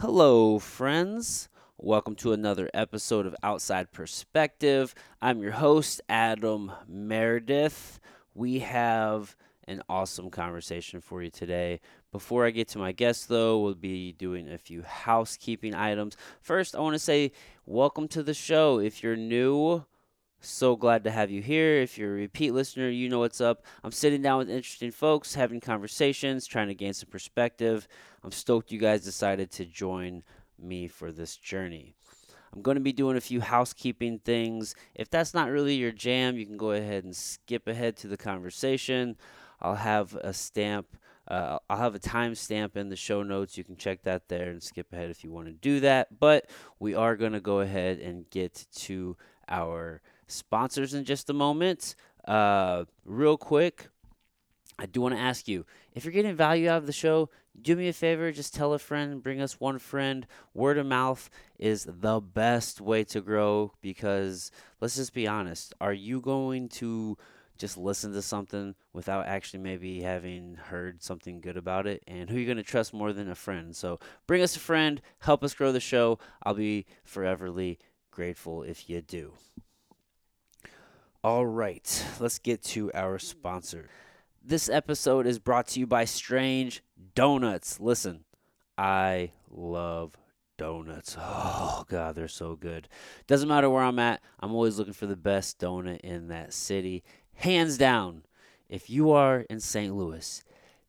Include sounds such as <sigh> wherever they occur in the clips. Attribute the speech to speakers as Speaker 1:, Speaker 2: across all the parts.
Speaker 1: Hello, friends. Welcome to another episode of Outside Perspective. I'm your host, Adam Meredith. We have an awesome conversation for you today. Before I get to my guest, though, we'll be doing a few housekeeping items. First, I want to say welcome to the show. If you're new, so glad to have you here. If you're a repeat listener, you know what's up. I'm sitting down with interesting folks, having conversations, trying to gain some perspective. I'm stoked you guys decided to join me for this journey. I'm going to be doing a few housekeeping things. If that's not really your jam, you can go ahead and skip ahead to the conversation. I'll have a stamp, uh, I'll have a timestamp in the show notes. You can check that there and skip ahead if you want to do that. But we are going to go ahead and get to our sponsors in just a moment. Uh, real quick, I do want to ask you if you're getting value out of the show, do me a favor, just tell a friend, bring us one friend. Word of mouth is the best way to grow because let's just be honest. Are you going to just listen to something without actually maybe having heard something good about it? And who are you going to trust more than a friend? So bring us a friend, help us grow the show. I'll be foreverly grateful if you do. All right, let's get to our sponsor. This episode is brought to you by Strange Donuts. Listen, I love donuts. Oh, God, they're so good. Doesn't matter where I'm at, I'm always looking for the best donut in that city. Hands down, if you are in St. Louis,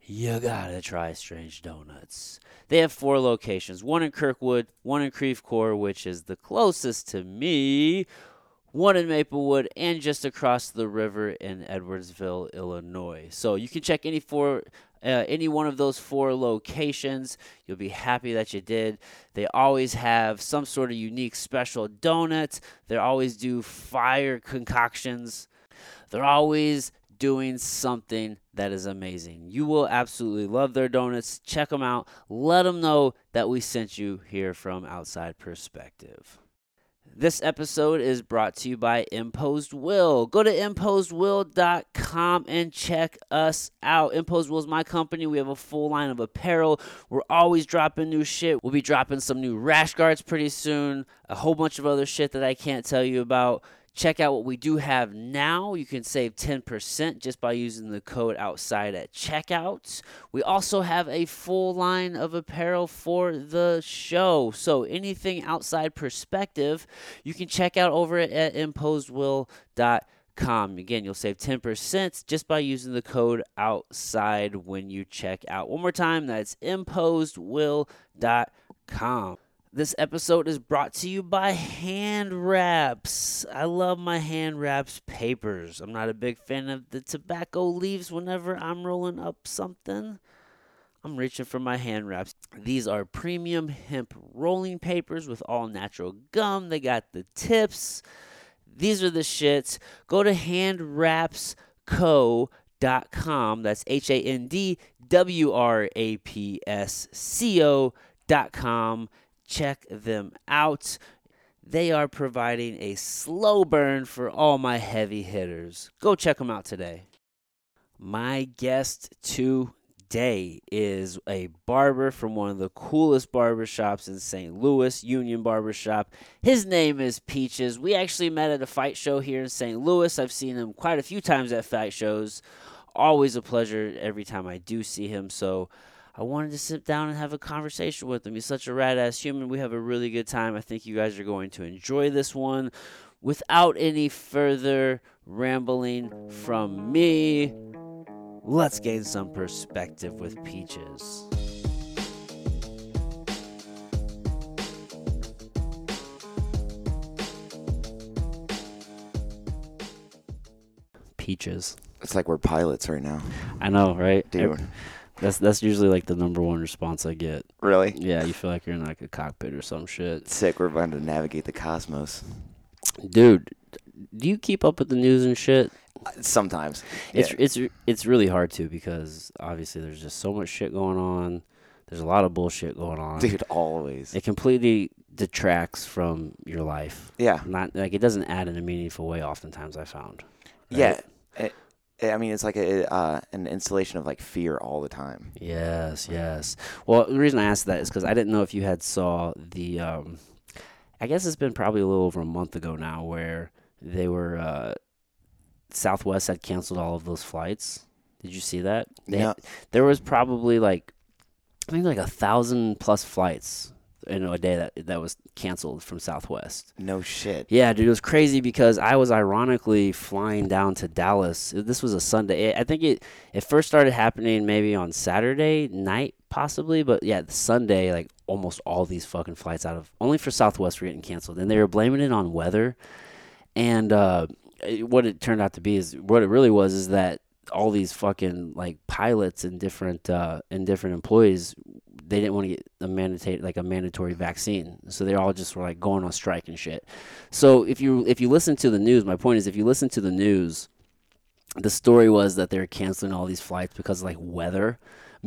Speaker 1: you gotta try Strange Donuts. They have four locations one in Kirkwood, one in Creve Coeur, which is the closest to me, one in Maplewood, and just across the river in Edwardsville, Illinois. So you can check any four, uh, any one of those four locations. You'll be happy that you did. They always have some sort of unique special donuts. They always do fire concoctions. They're always doing something that is amazing. You will absolutely love their donuts. Check them out. Let them know that we sent you here from Outside Perspective. This episode is brought to you by Imposed Will. Go to imposedwill.com and check us out. Imposed Will is my company. We have a full line of apparel. We're always dropping new shit. We'll be dropping some new rash guards pretty soon, a whole bunch of other shit that I can't tell you about. Check out what we do have now. You can save 10% just by using the code outside at checkout. We also have a full line of apparel for the show. So anything outside perspective, you can check out over at imposedwill.com. Again, you'll save 10% just by using the code outside when you check out. One more time, that's imposedwill.com. This episode is brought to you by hand wraps. I love my hand wraps papers. I'm not a big fan of the tobacco leaves whenever I'm rolling up something. I'm reaching for my hand wraps. These are premium hemp rolling papers with all natural gum. They got the tips. These are the shits. Go to handwrapsco.com. That's H A N D W R A P S C O.com. Check them out. They are providing a slow burn for all my heavy hitters. Go check them out today. My guest today is a barber from one of the coolest barbershops in St. Louis, Union Barbershop. His name is Peaches. We actually met at a fight show here in St. Louis. I've seen him quite a few times at fight shows. Always a pleasure every time I do see him. So I wanted to sit down and have a conversation with him. He's such a rad ass human. We have a really good time. I think you guys are going to enjoy this one. Without any further rambling from me, let's gain some perspective with Peaches. Peaches.
Speaker 2: It's like we're pilots right now,
Speaker 1: I know, right?
Speaker 2: dude.
Speaker 1: That's that's usually like the number one response I get.
Speaker 2: Really?
Speaker 1: Yeah, you feel like you're in like a cockpit or some shit.
Speaker 2: Sick. We're about to navigate the cosmos.
Speaker 1: Dude, do you keep up with the news and shit?
Speaker 2: Uh, Sometimes.
Speaker 1: It's
Speaker 2: Yeah.
Speaker 1: it's it's really hard to because obviously there's just so much shit going on. There's a lot of bullshit going on.
Speaker 2: <laughs> dude, always.
Speaker 1: It completely detracts from your life.
Speaker 2: yeah.
Speaker 1: Not like it doesn't add in a meaningful way oftentimes I found. right?
Speaker 2: Yeah. It, I mean, it's like a uh, an installation of like fear all the time.
Speaker 1: Yes, yes. Well, the reason I asked that is because I didn't know if you had saw the. Um, I guess it's been probably a little over a month ago now, where they were uh, Southwest had canceled all of those flights. Did you see that? They-
Speaker 2: No.
Speaker 1: There was probably like I think like a thousand plus flights in a day that that was canceled from Southwest.
Speaker 2: No shit.
Speaker 1: Yeah, dude, it was crazy because I was ironically flying down to Dallas. This was a Sunday. I I think it it first started happening maybe on Saturday night, possibly, but yeah, Sunday, like almost all these fucking flights out of only for Southwest were getting canceled, and they were blaming it on weather. And uh, it- what it turned out to be is what it really was is that all these fucking like pilots and different uh, and different employees they didn't want to get a mandatory like a mandatory vaccine, so they all just were like going on strike and shit. So if you if you listen to the news, my point is if you listen to the news, the story was that they were canceling all these flights because of, like weather.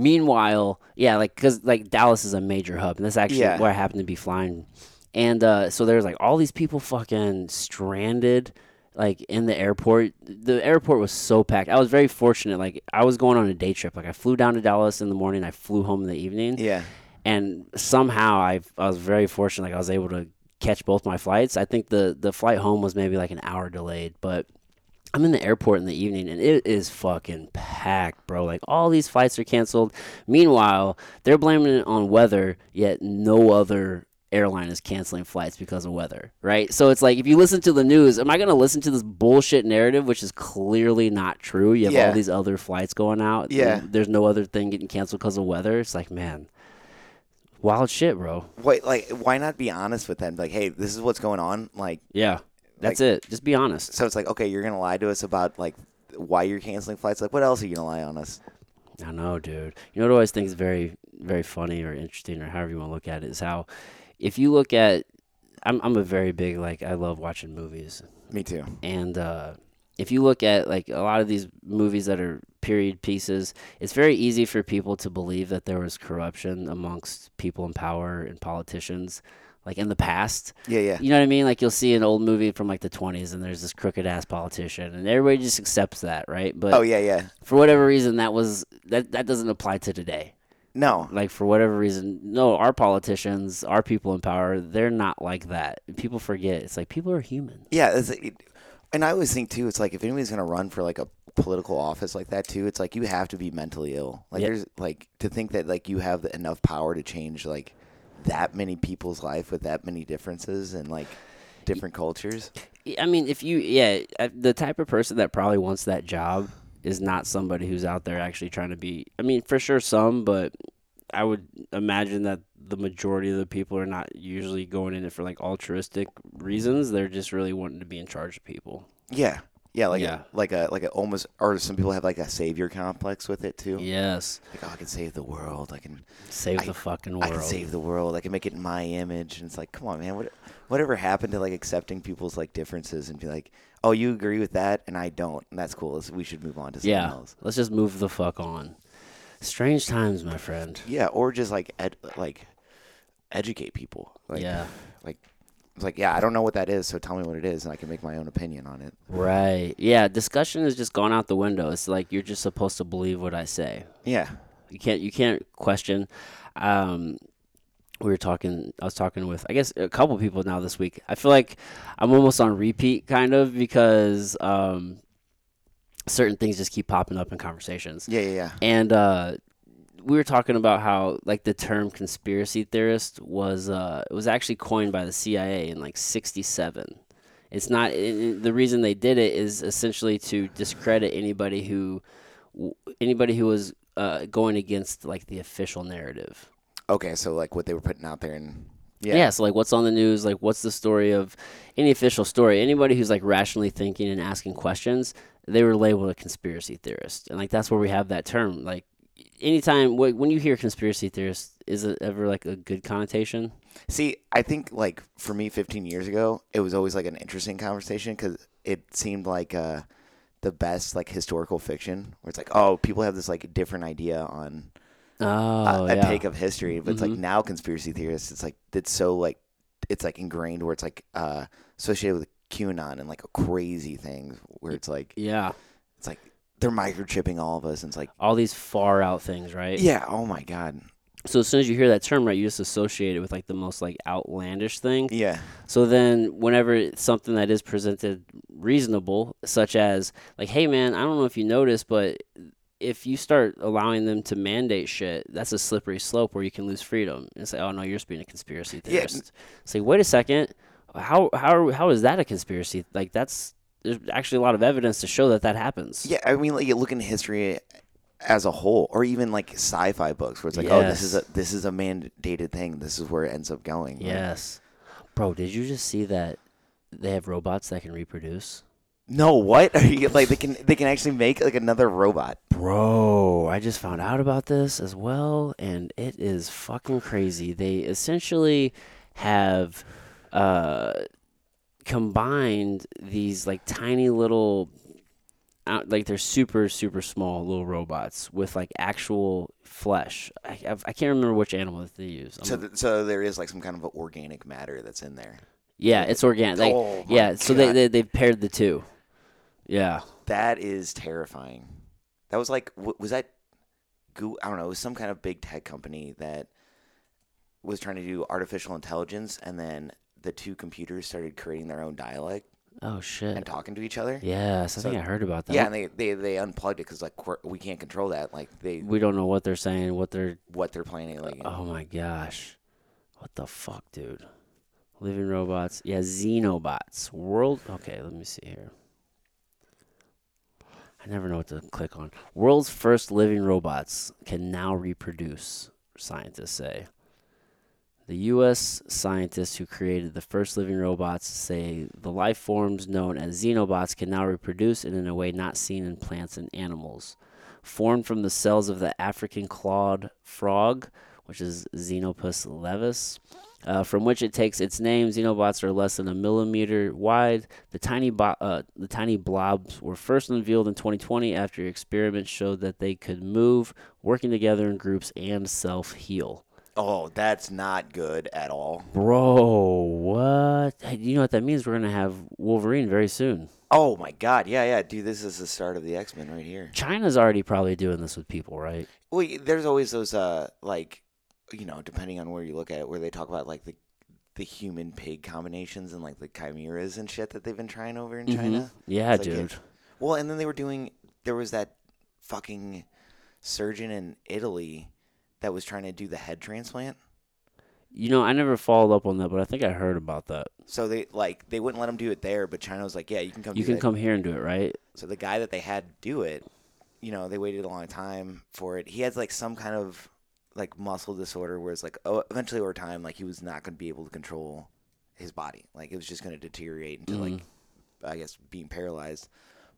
Speaker 1: Meanwhile, yeah, like because like Dallas is a major hub, and that's actually
Speaker 2: Yeah.
Speaker 1: where I happen to be flying. And uh, so there's like all these people fucking stranded, like in the airport. The airport was so packed. I was very fortunate. Like I was going on a day trip. Like I flew down to Dallas in the morning. I flew home in the evening
Speaker 2: Yeah.
Speaker 1: and somehow I I was very fortunate. Like I was able to catch both my flights. I think the the flight home was maybe like an hour delayed, but I'm in the airport in the evening and it is fucking packed, bro. Like all these flights are canceled. Meanwhile, they're blaming it on weather, yet no other airline is canceling flights because of weather, right? So it's like if you listen to the news, am I going to listen to this bullshit narrative which is clearly not true? You have
Speaker 2: Yeah.
Speaker 1: all these other flights going out.
Speaker 2: Yeah.
Speaker 1: There's no other thing getting canceled because of weather. It's like, man, wild shit, bro.
Speaker 2: Wait, like, why not be honest with them? Like, hey, this is what's going on. Like,
Speaker 1: Yeah. That's it. Just be honest.
Speaker 2: so it's like, okay, you're gonna lie to us about like why you're canceling flights. Like, what else are you gonna lie on us?
Speaker 1: I know, dude. You know what I always think is very, very funny or interesting or however you want to look at it is how, if you look at, I'm I'm a very big like I love watching movies
Speaker 2: Me too.
Speaker 1: and uh, if you look at like a lot of these movies that are period pieces, it's very easy for people to believe that there was corruption amongst people in power and politicians, like in the past.
Speaker 2: Yeah, yeah.
Speaker 1: <laughs> You know what I mean? Like you'll see an old movie from like the 20s, and there's this crooked ass politician, and everybody just accepts that, right? But
Speaker 2: Oh yeah, yeah.
Speaker 1: for whatever reason, that was that that doesn't apply to today.
Speaker 2: No,
Speaker 1: Like for whatever reason, no, our politicians, our people in power, they're not like that. People forget. It's like people are human.
Speaker 2: yeah. It's, it, and I always think too, it's like if anybody's gonna run for like a political office like that too, it's like you have to be mentally ill. Like,
Speaker 1: Yeah.
Speaker 2: there's like to think that like you have enough power to change like that many people's life with that many differences and like different cultures.
Speaker 1: I mean, if you, yeah, I- the type of person that probably wants that job is not somebody who's out there actually trying to be. I mean, for sure some, but I would imagine that the majority of the people are not usually going in it for like altruistic reasons. They're just really wanting to be in charge of people.
Speaker 2: Yeah. Yeah, like
Speaker 1: Yeah.
Speaker 2: A, like a like a almost or some people have like a savior complex with it too.
Speaker 1: Yes,
Speaker 2: Like, oh, I can save the world. I can
Speaker 1: save
Speaker 2: I-
Speaker 1: the fucking world.
Speaker 2: I can save the world. I can make it in my image. And it's like, come on, man. What, whatever happened to like accepting people's like differences and be like, oh, you agree with that, and I don't, and that's cool. Let's, we should move on to something
Speaker 1: yeah,
Speaker 2: else.
Speaker 1: let's just move the fuck on. Strange times, my friend.
Speaker 2: Yeah, or just like ed, like educate people. Like,
Speaker 1: yeah,
Speaker 2: Like it's like, yeah, I don't know what that is, so tell me what it is, and I can make my own opinion on it.
Speaker 1: right. Yeah, discussion has just gone out the window. It's like you're just supposed to believe what I say.
Speaker 2: Yeah.
Speaker 1: you can't you can't question um we were talking i was talking with i guess a couple people now this week i feel like i'm almost on repeat kind of because um certain things just keep popping up in conversations
Speaker 2: Yeah, yeah, yeah.
Speaker 1: and uh we were talking about how like the term conspiracy theorist was uh it was actually coined by the CIA in like 67. It's not i i the reason they did it is essentially to discredit anybody who w- anybody who was uh, going against like the official narrative.
Speaker 2: Okay, so like what they were putting out there and
Speaker 1: Yeah. so like what's on the news, like what's the story of any official story, anybody who's like rationally thinking and asking questions, they were labeled a conspiracy theorist. And like that's where we have that term. Like anytime wh- when you hear conspiracy theorist, is it ever like a good connotation?
Speaker 2: See, I think like for me, 15 years ago, it was always like an interesting conversation because it seemed like uh, the best like historical fiction, where it's like, oh, people have this like different idea on
Speaker 1: Oh,
Speaker 2: a, a
Speaker 1: yeah.
Speaker 2: take of history, but it's like
Speaker 1: Mhm.
Speaker 2: now conspiracy theorists, it's like it's so like it's like ingrained where it's like uh, associated with QAnon and like crazy things where it's like
Speaker 1: yeah.
Speaker 2: it's like they're microchipping all of us, and it's like,
Speaker 1: All these far out things, right?
Speaker 2: yeah, oh my god,
Speaker 1: So as soon as you hear that term, right, you just associate it with like the most like outlandish thing.
Speaker 2: yeah,
Speaker 1: So then, whenever it's something that is presented reasonable, such as like, "Hey, man, I don't know if you noticed, but if you start allowing them to mandate shit, that's a slippery slope where you can lose freedom." And say, "Oh no, you're just being a conspiracy
Speaker 2: Yeah.
Speaker 1: theorist." Say, wait a second, how how how is that a conspiracy? Like that's there's actually a lot of evidence to show that that happens.
Speaker 2: yeah. I mean, like you look in history as a whole, or even like sci-fi books, where it's like, oh, this is a
Speaker 1: Yes.
Speaker 2: this is a mandated thing. This is where it ends up going. Like,
Speaker 1: Yes, bro. Did you just see that they have robots that can reproduce?
Speaker 2: No, what <laughs> are you like? They can they can actually make like another robot.
Speaker 1: Bro, I just found out about this as well, and it is fucking crazy. They essentially have uh, combined these like tiny little, out, like they're super super small little robots with like actual flesh. I, I've- I can't remember which animal that they use. I'm-
Speaker 2: So th- so there is like some kind of organic matter that's in there.
Speaker 1: yeah, it's organic. Like,
Speaker 2: Oh my
Speaker 1: yeah, so they,
Speaker 2: God.
Speaker 1: they they've paired the two. Yeah.
Speaker 2: That is terrifying. That was like, wa- was that? Goo? I don't know. It was some kind of big tech company that was trying to do artificial intelligence, and then the two computers started creating their own dialect
Speaker 1: Oh
Speaker 2: and
Speaker 1: shit.
Speaker 2: talking to each other.
Speaker 1: Yes, I
Speaker 2: So-
Speaker 1: think I heard about that.
Speaker 2: Yeah, and they, they, they unplugged it because like we're, we can't control that. Like they
Speaker 1: we don't know what they're saying, what they're
Speaker 2: what they're planning. Like
Speaker 1: Oh my gosh. What the fuck, dude? Living robots. Yeah, xenobots. World. Okay, let me see here. I never know what to click on. World's first living robots can now reproduce, scientists say. The U.S. scientists who created the first living robots say the life forms known as xenobots can now reproduce and in a way not seen in plants and animals. Formed from the cells of the African clawed frog, which is Xenopus levis, uh, from which it takes its name. Xenobots are less than a millimeter wide. The tiny bo- uh, the tiny blobs were first unveiled in 2020 after experiments showed that they could move, working together in groups, and self heal.
Speaker 2: oh, that's not good at all.
Speaker 1: Bro, what? Hey, You know what that means? We're gonna have Wolverine very soon.
Speaker 2: Oh my god, yeah, yeah, dude. This is the start of the X Men right here.
Speaker 1: China's already probably doing this with people, right?
Speaker 2: Well, y- there's always those uh like you know, depending on where you look at it, where they talk about like the the human pig combinations and like the chimeras and shit that they've been trying over in China.
Speaker 1: Mm-hmm. Yeah,
Speaker 2: It's like
Speaker 1: dude.
Speaker 2: Well, and then they were doing there was that fucking surgeon in Italy that was trying to do the head transplant.
Speaker 1: You know, I never followed up on that, but I think I heard about that.
Speaker 2: So they like they wouldn't let him do it there, but China was like, "Yeah, you can come."
Speaker 1: You
Speaker 2: do
Speaker 1: can
Speaker 2: that.
Speaker 1: come here and do it, right?
Speaker 2: So the guy that they had do it, you know, they waited a long time for it. He has like some kind of like muscle disorder where it's like, oh, eventually over time, like he was not going to be able to control his body. Like it was just going to deteriorate into like, I guess, being paralyzed.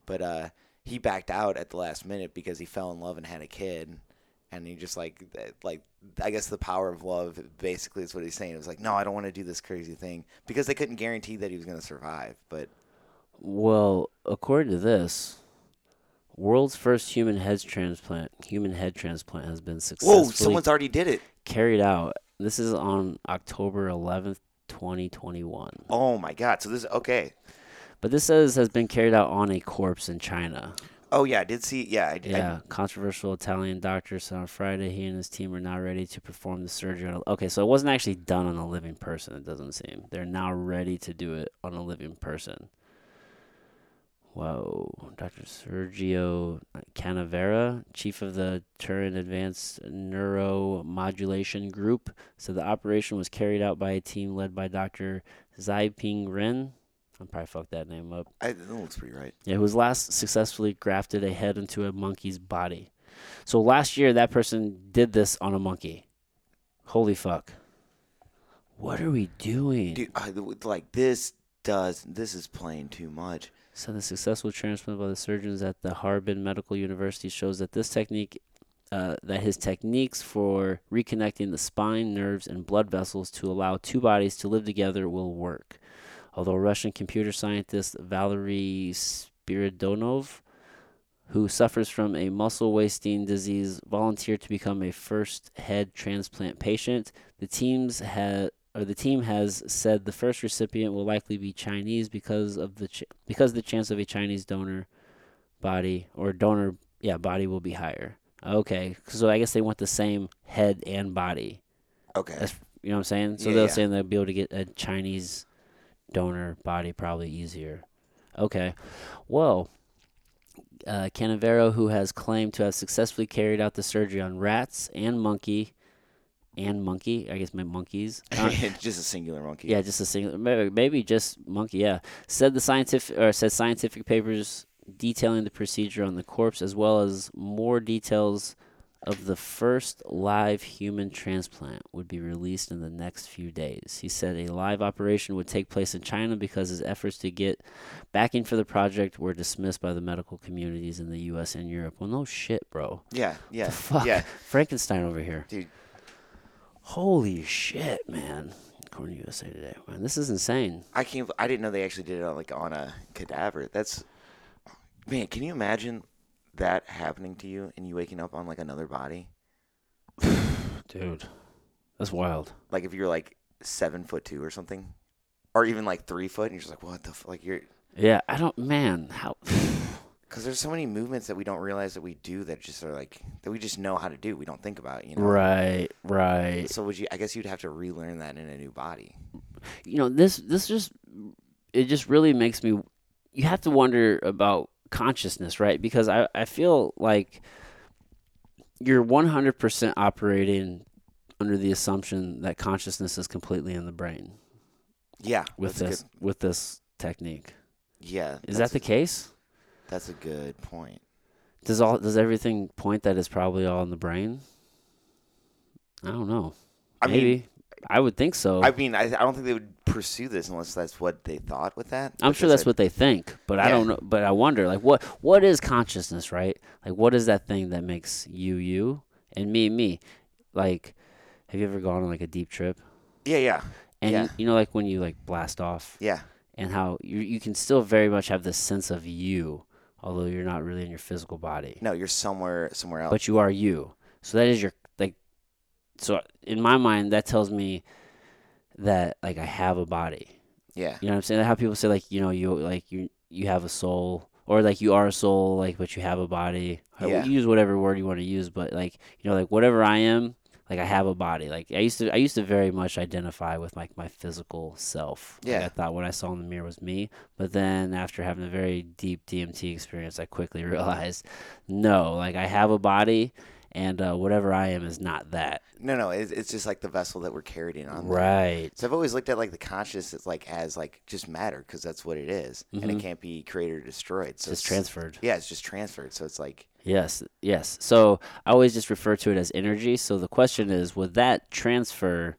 Speaker 2: But uh, he backed out at the last minute because he fell in love and had a kid. And he just like, th- like I guess the power of love basically is what he's saying. It was like, no, I don't want to do this crazy thing because they couldn't guarantee that he was going to survive. But
Speaker 1: Well, according to this, world's first human head transplant, human head transplant has been
Speaker 2: whoa,
Speaker 1: successfully
Speaker 2: someone's already did it.
Speaker 1: carried out. This is on October 11th, 2021.
Speaker 2: Oh my god! So this okay?
Speaker 1: But this says has been carried out on a corpse in China.
Speaker 2: Oh yeah, I did see. Yeah, I,
Speaker 1: Yeah, controversial Italian doctor said on Friday he and his team are now ready to perform the surgery. On a, okay, so it wasn't actually done on a living person. It doesn't seem they're now ready to do it on a living person. Whoa, Dr. Sergio Canavera, chief of the Turin Advanced Neuromodulation Group, said the operation was carried out by a team led by Dr. Zai Ping Ren. I probably fucked that name up.
Speaker 2: I, I, that looks pretty right.
Speaker 1: Yeah, who was last successfully grafted a head into a monkey's body. So last year, that person did this on a monkey. Holy fuck. What are we doing?
Speaker 2: Dude, I, like this does this is playing too much.
Speaker 1: So the successful transplant by the surgeons at the Harbin Medical University shows that this technique, uh, that his techniques for reconnecting the spine, nerves, and blood vessels to allow two bodies to live together will work. Although Russian computer scientist Valery Spiridonov, who suffers from a muscle wasting disease, volunteered to become a first head transplant patient, the teams had or the team has said the first recipient will likely be Chinese because of the ch- because the chance of a Chinese donor body or donor yeah body will be higher okay so i guess they want the same head and body
Speaker 2: Okay. <laughs>
Speaker 1: That's- you know what i'm saying so
Speaker 2: Yeah,
Speaker 1: they're
Speaker 2: yeah.
Speaker 1: saying they'll be able to get a chinese donor body probably easier okay well uh, Canavero, who has claimed to have successfully carried out the surgery on rats and monkey, and monkey, I guess my
Speaker 2: <laughs>
Speaker 1: monkeys, I don't- <laughs>
Speaker 2: just a singular monkey.
Speaker 1: yeah, just a single, maybe, maybe just monkey. Yeah, said the scientific or said scientific papers detailing the procedure on the corpse, as well as more details of the first live human transplant, would be released in the next few days. He said a live operation would take place in China because his efforts to get backing for the project were dismissed by the medical communities in the U.S. and Europe. Well, no shit, bro.
Speaker 2: Yeah. Yeah.
Speaker 1: Fuck,
Speaker 2: Yeah.
Speaker 1: Frankenstein over here.
Speaker 2: Dude,
Speaker 1: Holy shit, man. According to USA Today, man, this is insane.
Speaker 2: I can't. I didn't know they actually did it on like on a cadaver. That's man. Can you imagine that happening to you and you waking up on like another body?
Speaker 1: Dude, that's wild.
Speaker 2: Like if you're like seven foot two or something, or even like three foot, and you're just like, what the f-? like you're
Speaker 1: Yeah, I don't, man,
Speaker 2: <laughs>
Speaker 1: how.
Speaker 2: because there's so many movements that we don't realize that we do that just are like that we just know how to do. We don't think about you know.
Speaker 1: right, right.
Speaker 2: So would you? I guess you'd have to relearn that in a new body.
Speaker 1: You know, this, this just, it just really makes me, you have to wonder about consciousness, right? Because I, I feel like you're 100% operating under the assumption that consciousness is completely in the brain
Speaker 2: Yeah.
Speaker 1: with
Speaker 2: that's
Speaker 1: this,
Speaker 2: a
Speaker 1: with this technique.
Speaker 2: Good, yeah.
Speaker 1: Is
Speaker 2: that's
Speaker 1: that the
Speaker 2: a-
Speaker 1: case?
Speaker 2: That's a good point.
Speaker 1: Does all does everything point that it's probably all in the brain? I don't know.
Speaker 2: I mean-
Speaker 1: Maybe. I would think so.
Speaker 2: I
Speaker 1: I,
Speaker 2: mean, I, I don't think they would pursue this unless that's what they thought with that.
Speaker 1: am
Speaker 2: Because
Speaker 1: sure that's
Speaker 2: I-
Speaker 1: what they think, but I
Speaker 2: Yeah.
Speaker 1: don't know. But I wonder, like, what what is consciousness, right? Like, what is that thing that makes you you and me me? Like, have you ever gone on like a deep trip?
Speaker 2: Yeah, yeah,
Speaker 1: And
Speaker 2: Yeah.
Speaker 1: you, you know, like when you like blast off,
Speaker 2: yeah,
Speaker 1: and how you you can still very much have this sense of you, although you're not really in your physical body.
Speaker 2: No, you're somewhere, somewhere else.
Speaker 1: but you are you. So that is your like. So in my mind, that tells me that like I have a body.
Speaker 2: yeah,
Speaker 1: You know what I'm saying? Like, How people say like you know you like you you have a soul or like you are a soul like but you have a body. I-
Speaker 2: Yeah.
Speaker 1: Use whatever word you want to use, but like you know like whatever I am, like I have a body. Like I used to I used to very much identify with like my physical self. Like,
Speaker 2: Yeah.
Speaker 1: I thought what I saw in the mirror was me, but then after having a very deep DMT experience, I quickly <laughs> realized no, like I have a body. And uh, whatever I am is not that.
Speaker 2: no, no, it's, it's just like the vessel that we're carried in on.
Speaker 1: Right.
Speaker 2: So I've always looked at like the conscious as like as like just matter because that's what it is, and
Speaker 1: Mm-hmm.
Speaker 2: it can't be created or destroyed. So
Speaker 1: It's transferred.
Speaker 2: Yeah, it's just transferred. So it's like
Speaker 1: Yes, yes. So I always just refer to it as energy. So the question is, would that transfer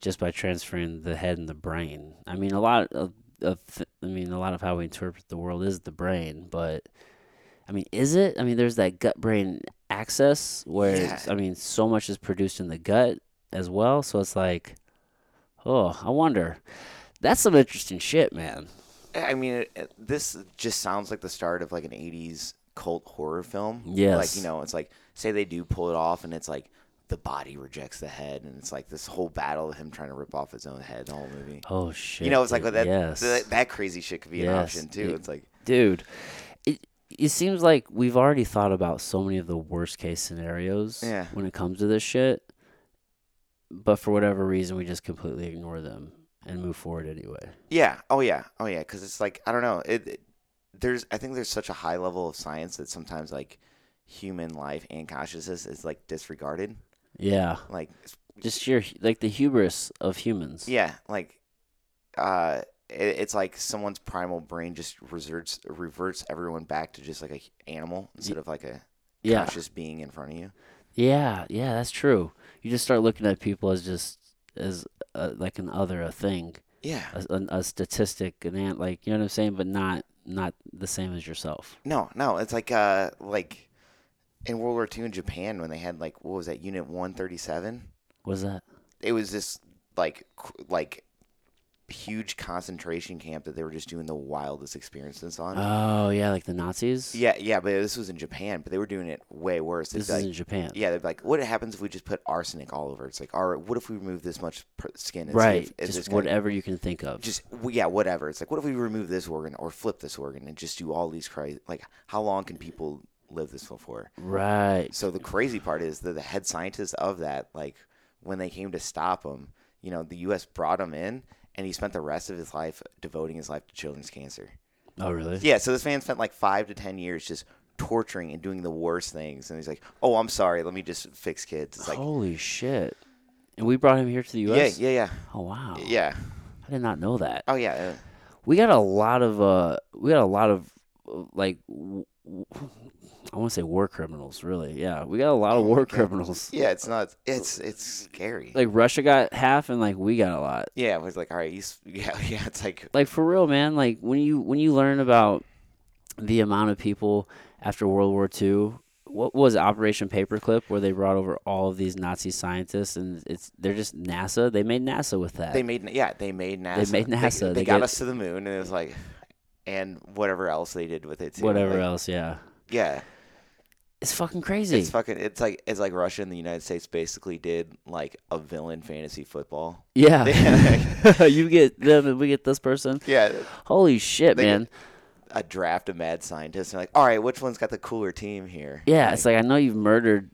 Speaker 1: just by transferring the head and the brain? I mean, a lot of, of th- I mean, a lot of how we interpret the world is the brain, but I mean, is it? I mean, there's that gut brain access where it's-
Speaker 2: Yeah.
Speaker 1: I mean, so much is produced in the gut as well. So it's like, oh, I wonder. That's some interesting shit, man.
Speaker 2: I mean, it, it- this just sounds like the start of like an '80s cult horror film. like
Speaker 1: Yes.
Speaker 2: you know, it's like say they do pull it off, and it's like the body rejects the head, and it's like this whole battle of him trying to rip off his own head, the whole movie.
Speaker 1: Oh shit.
Speaker 2: you know, it's like
Speaker 1: dude,
Speaker 2: that,
Speaker 1: yes.
Speaker 2: that that crazy shit could be an
Speaker 1: Yes.
Speaker 2: option too.
Speaker 1: It-
Speaker 2: It's like
Speaker 1: dude it, it seems like we've already thought about so many of the worst case scenarios
Speaker 2: Yeah.
Speaker 1: when it comes to this shit but for whatever reason we just completely ignore them and move forward anyway
Speaker 2: yeah, oh yeah, oh yeah, because it's like I don't know. It, it- there's I think there's such a high level of science that sometimes like human life and consciousness is like disregarded.
Speaker 1: yeah
Speaker 2: Like
Speaker 1: just sheer hu- like the hubris of humans
Speaker 2: Yeah, like, uh, it, it's like someone's primal brain just reverts reverts everyone back to just like a h- animal instead of like a
Speaker 1: yeah
Speaker 2: conscious being in front of you.
Speaker 1: yeah yeah that's true you just start looking at people as just as uh like an other a thing
Speaker 2: Yeah.
Speaker 1: a, a, a statistic an ant like you know what i'm saying but not not the same as yourself
Speaker 2: No, no, it's like uh, like in World War II in Japan when they had like what was that Unit One Thirty Seven?
Speaker 1: what is that
Speaker 2: It was this like qu- like huge concentration camp that they were just doing the wildest experiences on.
Speaker 1: Oh yeah, like the Nazis.
Speaker 2: yeah, yeah, but this was in Japan, but they were doing it way worse. They'd
Speaker 1: This
Speaker 2: be
Speaker 1: is
Speaker 2: like,
Speaker 1: in Japan.
Speaker 2: yeah, they'd be like, what happens if we just put arsenic all over? It's like, all right, what if we remove this much per- skin? and see
Speaker 1: Right.
Speaker 2: if- is this
Speaker 1: Just
Speaker 2: gonna-
Speaker 1: whatever you can think of.
Speaker 2: just w- yeah, whatever. It's like, what if we remove this organ or flip this organ and just do all these crazy? Like, how long can people live this for?
Speaker 1: right.
Speaker 2: So the crazy part is that the head scientist of that, like, when they came to stop him, you know, the U.S. brought him in, and he spent the rest of his life devoting his life to children's cancer.
Speaker 1: Oh really?
Speaker 2: Yeah, so this man spent like five to ten years just torturing and doing the worst things, and he's like, "Oh, I'm sorry, let me just fix kids." It's like,
Speaker 1: Holy shit. And we brought him here to the
Speaker 2: yeah,
Speaker 1: U.S.
Speaker 2: yeah, yeah,
Speaker 1: Oh wow.
Speaker 2: yeah.
Speaker 1: I did not know that.
Speaker 2: Oh yeah, uh,
Speaker 1: We got a lot of uh, we got a lot of uh, like, w- w- I want to say war criminals. Really, yeah, we got a lot of war criminals.
Speaker 2: Oh yeah. It's not. It's it's scary.
Speaker 1: Like Russia got half, and like we got a lot.
Speaker 2: Yeah, it was like, all right, you, s- <laughs> yeah, yeah. It's like,
Speaker 1: Like for real, man. Like when you when you learn about the amount of people after World War II. What was it, Operation Paperclip, where they brought over all of these Nazi scientists, and it's they're just NASA. They made NASA with that.
Speaker 2: they made, yeah, they made NASA.
Speaker 1: made NASA.
Speaker 2: They,
Speaker 1: They
Speaker 2: got
Speaker 1: get-
Speaker 2: us to the moon, and it was like, and whatever else they did with it too.
Speaker 1: Whatever
Speaker 2: Like,
Speaker 1: else, yeah.
Speaker 2: Yeah,
Speaker 1: It's fucking crazy. <laughs>
Speaker 2: it's fucking. It's like it's like Russia and the United States basically did like a villain fantasy
Speaker 1: <laughs>
Speaker 2: football.
Speaker 1: Oh,
Speaker 2: <laughs>
Speaker 1: yeah. <laughs> you get them, and we get this person.
Speaker 2: Yeah,
Speaker 1: Holy shit,
Speaker 2: They get-
Speaker 1: man.
Speaker 2: a draft of mad scientists. And like, all right, which one's got the cooler team here?
Speaker 1: Yeah, it's like I know you've murdered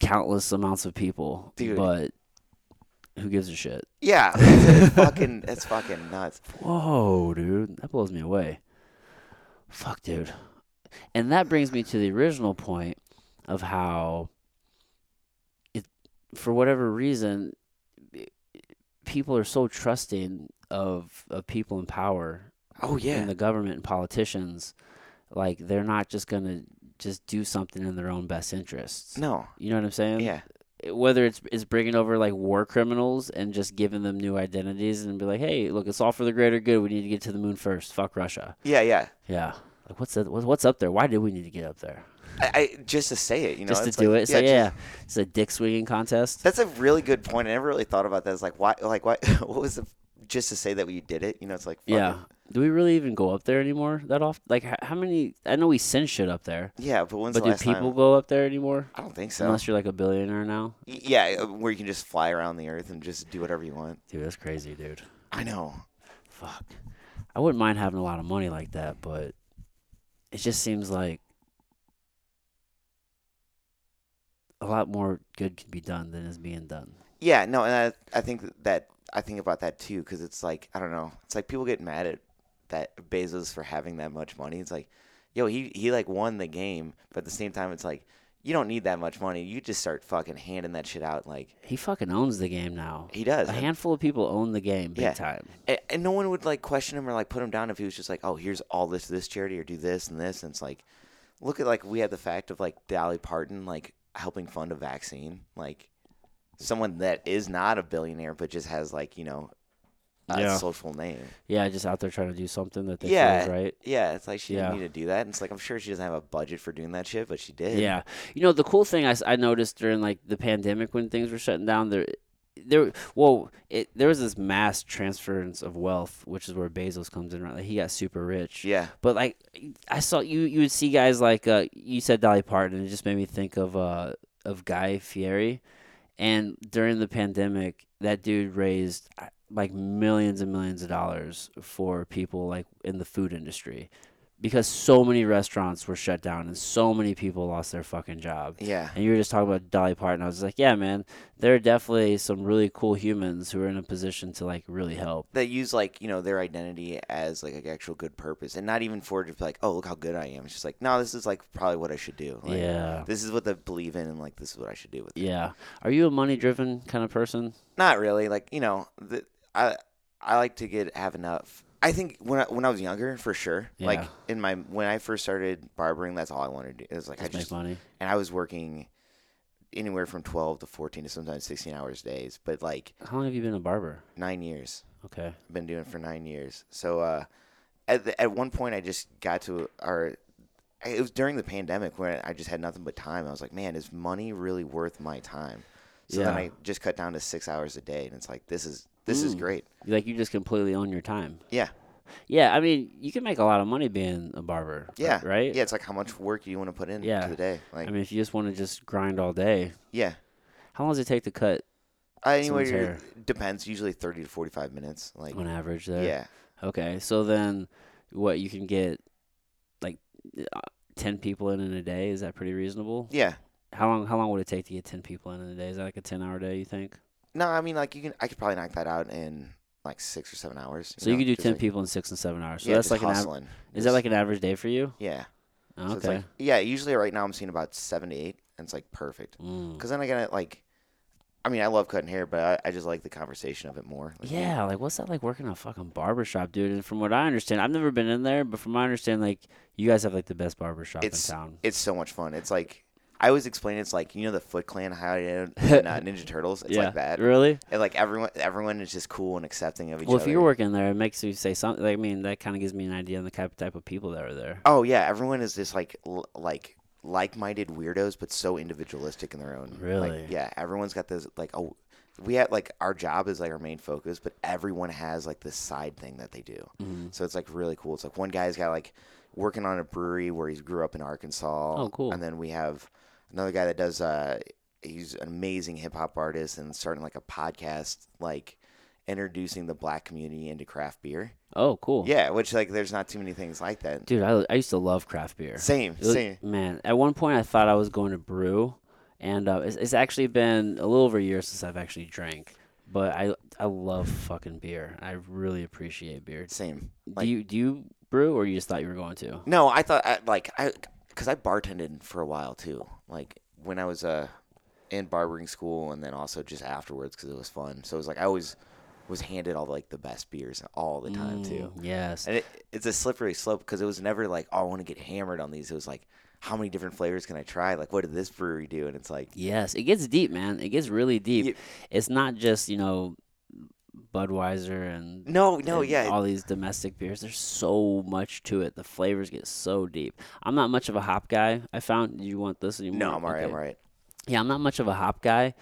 Speaker 1: countless amounts of people,
Speaker 2: Dude.
Speaker 1: but who gives a shit?
Speaker 2: yeah, it's, it's fucking. It's
Speaker 1: <laughs>
Speaker 2: fucking nuts.
Speaker 1: Whoa, dude, that blows me away. Fuck, dude. And that brings me to the original point of how it, for whatever reason, i- people are so trusting of of people in power
Speaker 2: Oh
Speaker 1: and the government and politicians. Like they're not just gonna just do something in their own best interests.
Speaker 2: no.
Speaker 1: You know what I'm saying?
Speaker 2: Yeah.
Speaker 1: whether it's it's bringing over like war criminals and just giving them new identities and be like, hey, look, it's all for the greater good. We need to get to the moon first. Fuck Russia.
Speaker 2: Yeah. Yeah.
Speaker 1: Yeah. Like what's that, what- what's up there? Why do we need to get up there?
Speaker 2: I, I just to say it, you know,
Speaker 1: just to
Speaker 2: it's
Speaker 1: do
Speaker 2: like-
Speaker 1: it. It's like, yeah,
Speaker 2: just-
Speaker 1: it's a dick swinging contest.
Speaker 2: That's a really good point. I never really thought about that. It's like why, like why, <laughs> what was the just to say that we did it? You know, it's like fuck
Speaker 1: yeah.
Speaker 2: it.
Speaker 1: Do we really even go up there anymore? That off? Like h- how many? I know we send shit up there,
Speaker 2: yeah. But when's
Speaker 1: but
Speaker 2: the
Speaker 1: do
Speaker 2: last
Speaker 1: people
Speaker 2: time?
Speaker 1: go up there anymore?
Speaker 2: I don't think so.
Speaker 1: Unless you're like a billionaire now,
Speaker 2: Y- yeah, uh, where you can just fly around the earth and just do whatever you want.
Speaker 1: dude. That's crazy, dude.
Speaker 2: I know.
Speaker 1: fuck. I wouldn't mind having a lot of money like that, but it just seems like a lot more good could be done than is being done.
Speaker 2: Yeah, no, and I, I think that I think about that too because it's like I don't know. It's like people get mad at that Bezos for having that much money. It's like, yo, he he like won the game, but at the same time, it's like you don't need that much money. You just start fucking handing that shit out like
Speaker 1: He fucking owns the game now.
Speaker 2: he does.
Speaker 1: A handful of people own the game big
Speaker 2: Yeah.
Speaker 1: time.
Speaker 2: and, and no one would like question him or like put him down if he was just like, oh, here's all this this charity or do this and this. And it's like, look at like we had the fact of like Dolly Parton like helping fund a vaccine, like someone that is not a billionaire but just has like you know a
Speaker 1: Yeah.
Speaker 2: social name.
Speaker 1: Yeah, just out there trying to do something that they
Speaker 2: Yeah.
Speaker 1: feel is right.
Speaker 2: Yeah, it's like she didn't
Speaker 1: Yeah.
Speaker 2: need to do that. And it's like I'm sure she doesn't have a budget for doing that shit, but she did.
Speaker 1: Yeah, you know the cool thing I, s- I noticed during like the pandemic when things were shutting down there, there well it there was this mass transference of wealth, which is where Bezos comes in. Right, like he got super rich.
Speaker 2: Yeah.
Speaker 1: But like I saw you you would see guys like uh you said Dolly Parton and it just made me think of uh of Guy Fieri and during the pandemic that dude raised uh, like millions and millions of dollars for people like in the food industry because so many restaurants were shut down and so many people lost their fucking job.
Speaker 2: Yeah.
Speaker 1: And you were just talking about Dolly Parton. I was like, yeah, man, there are definitely some really cool humans who are in a position to like really help.
Speaker 2: That use like you know their identity as like an actual good purpose, and not even for just like oh look how good I am. It's just like no, this is like probably what I should do. Like,
Speaker 1: yeah.
Speaker 2: this is what they believe in and like this is what i should do with it
Speaker 1: Yeah. Are you a money driven kind of person?
Speaker 2: not really like you know the, i i like to get have enough i think when i when i was younger for sure like
Speaker 1: Yeah.
Speaker 2: in my when i first started barbering that's all i wanted to do it was like
Speaker 1: Just
Speaker 2: i
Speaker 1: make
Speaker 2: just
Speaker 1: money.
Speaker 2: and i was working anywhere from 12 to 14 to sometimes 16 hours days but like
Speaker 1: How long have you been a barber?
Speaker 2: nine years
Speaker 1: Okay.
Speaker 2: I've been doing it for nine years. So uh, at the, at one point, I just got to or it was during the pandemic when I just had nothing but time. I was like, man, is money really worth my time? So then
Speaker 1: Yeah.
Speaker 2: I just cut down to six hours a day, and it's like this is This is
Speaker 1: Mm.
Speaker 2: great.
Speaker 1: Like you just completely own your time.
Speaker 2: Yeah.
Speaker 1: Yeah, I mean, you can make a lot of money being a barber. r-
Speaker 2: Yeah.
Speaker 1: Right?
Speaker 2: Yeah. It's like how much work do you want to put in
Speaker 1: Yeah.
Speaker 2: to the day? Like,
Speaker 1: I mean, if you just want to just grind all day,
Speaker 2: yeah.
Speaker 1: how long does it take to cut
Speaker 2: I anyway,
Speaker 1: hair.
Speaker 2: depends. Usually thirty to forty-five minutes. Like,
Speaker 1: on average there?
Speaker 2: yeah,
Speaker 1: Okay. So then what you can get like uh, 10 people in in a day, is that pretty reasonable?
Speaker 2: yeah.
Speaker 1: How long how long would it take to get 10 people in in a day? Is that like a 10-hour day, you think?
Speaker 2: No, I mean, like you can. I could probably knock that out in like six or seven hours.
Speaker 1: So you
Speaker 2: know,
Speaker 1: could do
Speaker 2: just,
Speaker 1: 10
Speaker 2: like-
Speaker 1: people in 6 and 7 hours. So
Speaker 2: yeah,
Speaker 1: that's like
Speaker 2: just
Speaker 1: an av-
Speaker 2: hustling.
Speaker 1: Is that
Speaker 2: Just-
Speaker 1: like an average day for you?
Speaker 2: yeah?
Speaker 1: Oh,
Speaker 2: So
Speaker 1: okay.
Speaker 2: it's like yeah. Usually right now I'm seeing about seven to eight, and it's like perfect.
Speaker 1: Mm.
Speaker 2: Because then I gotta like, I mean, I love cutting hair, but I, I just like the conversation of it more. Like,
Speaker 1: Yeah, like what's that like working in a fucking barbershop, dude? And from what I understand, I've never been in there, but from my understanding, like you guys have like the best barbershop in
Speaker 2: It's-
Speaker 1: town.
Speaker 2: It's so much fun. It's like I always explain it's like you know the Foot Clan how in
Speaker 1: <laughs>
Speaker 2: uh, Ninja Turtles. It's
Speaker 1: yeah,
Speaker 2: like that.
Speaker 1: Really?
Speaker 2: And like everyone, everyone is just cool and accepting of each
Speaker 1: Well,
Speaker 2: other.
Speaker 1: if you're working there, it makes you say something. Like, I mean, that kind of gives me an idea on the type type of people that are there.
Speaker 2: Oh yeah, everyone is just like l- like like-minded weirdos, but so individualistic in their own.
Speaker 1: Really?
Speaker 2: Like, yeah, everyone's got this like oh, we had like our job is like our main focus, but everyone has like this side thing that they do.
Speaker 1: Mhm.
Speaker 2: So it's like really cool. It's like one guy's got like working on a brewery where he grew up in Arkansas.
Speaker 1: Oh, cool.
Speaker 2: And then we have another guy that does. uh He's an amazing hip hop artist and starting like a podcast, like introducing the black community into craft beer.
Speaker 1: Oh, cool.
Speaker 2: Yeah, which like there's not too many things like that.
Speaker 1: Dude, I, I used to love craft beer.
Speaker 2: Same,
Speaker 1: It was-
Speaker 2: same.
Speaker 1: Man, at one point I thought I was going to brew, and uh, it's, it's actually been a little over a year since I've actually drank. But I I love fucking beer. I really appreciate beer.
Speaker 2: Same.
Speaker 1: do
Speaker 2: Like,
Speaker 1: you do you brew, or you just thought you were going to?
Speaker 2: no, I thought I, like I because I bartended for a while too. Like when I was uh in barbering school, and then also just afterwards because it was fun. So it was like I always was handed all like the best beers all the time too.
Speaker 1: Mm, Yes.
Speaker 2: And it, it's a slippery slope because it was never like oh I want to get hammered on these. It was like how many different flavors can I try? Like what did this brewery do? And it's like
Speaker 1: Yes, it gets deep, man. It gets really deep.
Speaker 2: Ye-
Speaker 1: It's not just you know Budweiser and
Speaker 2: no, no,
Speaker 1: and
Speaker 2: yeah,
Speaker 1: all these domestic beers. There's so much to it. The flavors get so deep. I'm not much of a hop guy. I found you want this anymore.
Speaker 2: no, I'm alright,
Speaker 1: Okay.
Speaker 2: I'm alright.
Speaker 1: Yeah, I'm not much of a hop guy.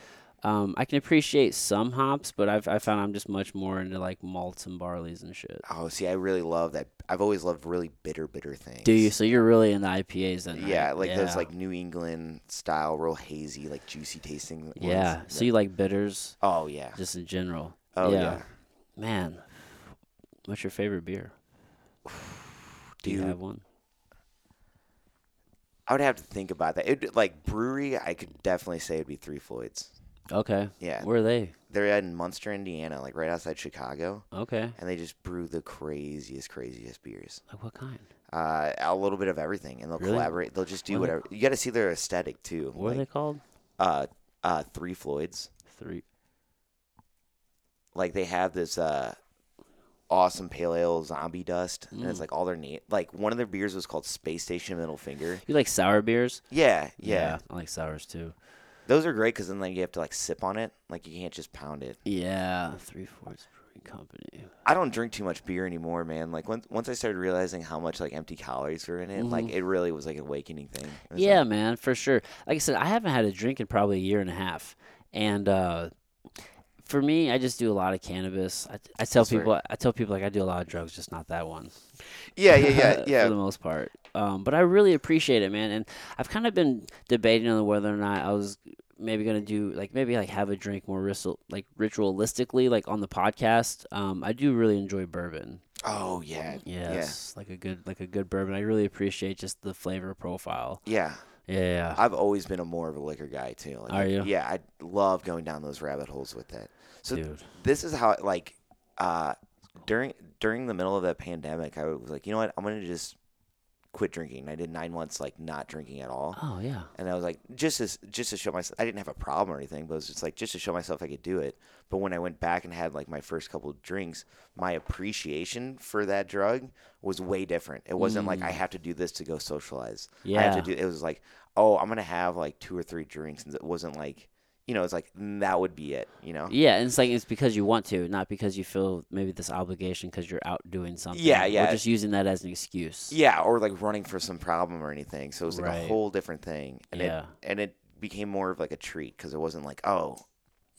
Speaker 1: Um, I can appreciate some hops, but I've I found I'm just much more into like malts and barleys and shit.
Speaker 2: Oh, see, I really love that. I've always loved really bitter, bitter things.
Speaker 1: Do you? So you're really into IPAs then? right?
Speaker 2: Yeah, like those
Speaker 1: Yeah.
Speaker 2: like New England style, real hazy, like juicy tasting. ones.
Speaker 1: Yeah. So you like bitters
Speaker 2: oh yeah.
Speaker 1: just in general.
Speaker 2: Oh yeah.
Speaker 1: yeah. Man, what's your favorite beer? Do you
Speaker 2: Dude.
Speaker 1: have one?
Speaker 2: I would have to think about that. It like brewery, I could definitely say it'd be Three Floyds.
Speaker 1: Okay.
Speaker 2: Yeah,
Speaker 1: Where are they?
Speaker 2: they're in Munster, Indiana, like right outside Chicago,
Speaker 1: Okay.
Speaker 2: and they just brew the craziest, craziest beers.
Speaker 1: Like what kind?
Speaker 2: Uh, a little bit of everything, and they'll
Speaker 1: Really?
Speaker 2: collaborate. They'll just do
Speaker 1: What are they-
Speaker 2: whatever. You got to see their aesthetic too.
Speaker 1: What are they
Speaker 2: like,
Speaker 1: called?
Speaker 2: uh, uh, Three Floyds.
Speaker 1: Three.
Speaker 2: like they have this uh awesome pale ale zombie dust and
Speaker 1: Mm.
Speaker 2: it's like all their neat like one of their beers was called space station middle finger
Speaker 1: You like sour beers?
Speaker 2: yeah yeah,
Speaker 1: I like sours too.
Speaker 2: those are great because then like, you have to like sip on it like you can't just pound it
Speaker 1: Yeah. Three Fourths Brewing Company.
Speaker 2: i don't drink too much beer anymore man like once once i started realizing how much like empty calories were in it like it really was like an awakening thing It was
Speaker 1: Mm-hmm. Yeah,
Speaker 2: like,
Speaker 1: man, for sure. Like I said, I haven't had a drink in probably a year and a half, and uh, for me, I just do a lot of cannabis. I, I tell
Speaker 2: That's fair.
Speaker 1: people, I tell people like I do a lot of drugs, just not that one.
Speaker 2: yeah yeah
Speaker 1: <laughs>
Speaker 2: yeah
Speaker 1: for the
Speaker 2: yeah
Speaker 1: most part. Um, but I really appreciate it, man. And I've kind of been debating on whether or not I was maybe gonna do like maybe like have a drink more ritual like ritualistically, like on the podcast. Um, I do really enjoy bourbon.
Speaker 2: oh yeah
Speaker 1: Yes, like a good like a good bourbon. I really appreciate just the flavor profile.
Speaker 2: yeah
Speaker 1: Yeah.
Speaker 2: I've always been a more of a liquor guy too. Like,
Speaker 1: Are you?
Speaker 2: Yeah, I love going down those rabbit holes with that. So
Speaker 1: Dude.
Speaker 2: this is how like uh during during the middle of that pandemic, I was like, you know what, I'm gonna just quit drinking. I did nine months like not drinking at all.
Speaker 1: oh yeah.
Speaker 2: And I was like, just as just to show myself, I didn't have a problem or anything, but it was just like just to show myself I could do it. But when I went back and had like my first couple of drinks, my appreciation for that drug was way different. It wasn't like I have to do this to go socialize. I have to
Speaker 1: Yeah.
Speaker 2: do. It was like, oh, I'm gonna have like two or three drinks, and it wasn't like, you know, it's like mm, that would be it. You know.
Speaker 1: Yeah, and it's like it's because you want to, not because you feel maybe this obligation because you're out doing something.
Speaker 2: Yeah,
Speaker 1: or
Speaker 2: yeah.
Speaker 1: just using that as an excuse.
Speaker 2: Yeah, or like running for some problem or anything. So it was like
Speaker 1: Right.
Speaker 2: a whole different thing, and
Speaker 1: Yeah.
Speaker 2: it and it became more of like a treat because it wasn't like, oh,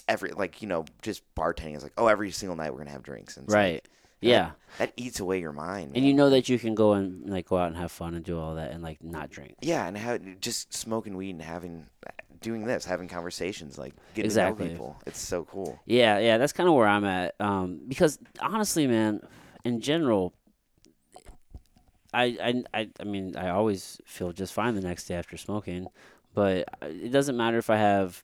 Speaker 2: every like you know just bartending is like oh every single night we're gonna have drinks and it's like,
Speaker 1: right. Yeah.
Speaker 2: that eats away your mind.
Speaker 1: And
Speaker 2: man.
Speaker 1: you know that you can go and like go out and have fun and do all that and like not drink.
Speaker 2: yeah, and how just smoking weed and having doing this, having conversations, like getting
Speaker 1: Exactly.
Speaker 2: to know people. It's so cool.
Speaker 1: Yeah, yeah, that's kind of where I'm at. Um, because honestly, man, in general, I, I, I, I mean, I always feel just fine the next day after smoking, but I- it doesn't matter if I have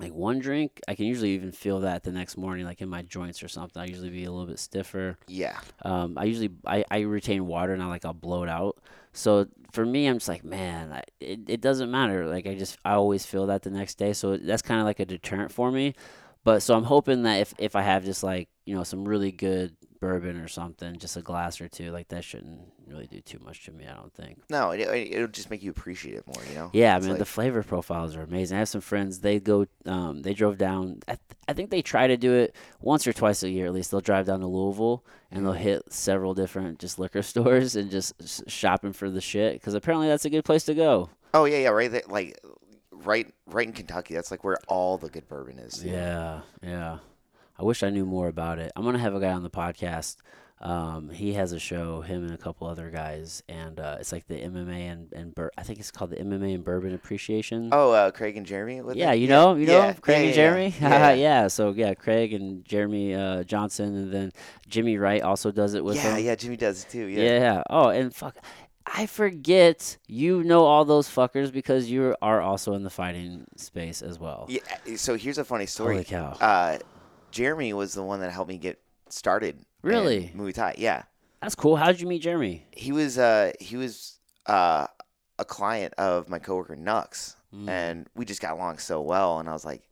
Speaker 1: like one drink. I can usually even feel that the next morning, like in my joints or something. I usually be a little bit stiffer.
Speaker 2: Yeah,
Speaker 1: Um, I usually I, I retain water and I like I'll blow it out. So for me, I'm just like, man, I, it it doesn't matter. Like I just I always feel that the next day. So that's kind of like a deterrent for me. But so I'm hoping that if if I have just like you know some really good bourbon or something, just a glass or two, like that shouldn't really do too much to me. I don't think.
Speaker 2: no, it, it, it'll just make you appreciate it more. You know.
Speaker 1: Yeah,
Speaker 2: It's
Speaker 1: man, the
Speaker 2: like-
Speaker 1: flavor profiles are amazing. I have some friends; they go, um, they drove down. I, th- I think they try to do it once or twice a year at least. They'll drive down to Louisville and they'll hit several different just liquor <laughs> stores and just s- shopping for the shit because apparently that's a good place to go.
Speaker 2: oh yeah, yeah, right. There, like right, right in Kentucky. That's like where all the good bourbon is.
Speaker 1: Yeah, yeah. I wish I knew more about it. I'm gonna have a guy on the podcast. Um, he has a show, him and a couple other guys, and uh, it's like the MMA and and bur- I think it's called the MMA and Bourbon Appreciation.
Speaker 2: Oh, uh, Craig and Jeremy. With
Speaker 1: Yeah,
Speaker 2: it?
Speaker 1: you know, you know,
Speaker 2: Yeah,
Speaker 1: Craig
Speaker 2: yeah,
Speaker 1: and
Speaker 2: yeah,
Speaker 1: Jeremy. <laughs>
Speaker 2: yeah.
Speaker 1: Yeah.
Speaker 2: Yeah.
Speaker 1: so yeah, Craig and Jeremy uh, Johnson, and then Jimmy Wright also does it with
Speaker 2: yeah,
Speaker 1: them.
Speaker 2: yeah. Jimmy does it too.
Speaker 1: yeah, yeah. Oh, and fuck, I forget you know all those fuckers because you are also in the fighting space as well.
Speaker 2: Yeah. eh, So here's a funny story.
Speaker 1: Holy cow!
Speaker 2: Uh, Jeremy was the one that helped me get started. in
Speaker 1: Really?
Speaker 2: Muay Thai. Yeah.
Speaker 1: That's cool. How'd you meet Jeremy?
Speaker 2: He was uh he was uh a client of my coworker Nux,
Speaker 1: Mm.
Speaker 2: and we just got along so well. And I was like,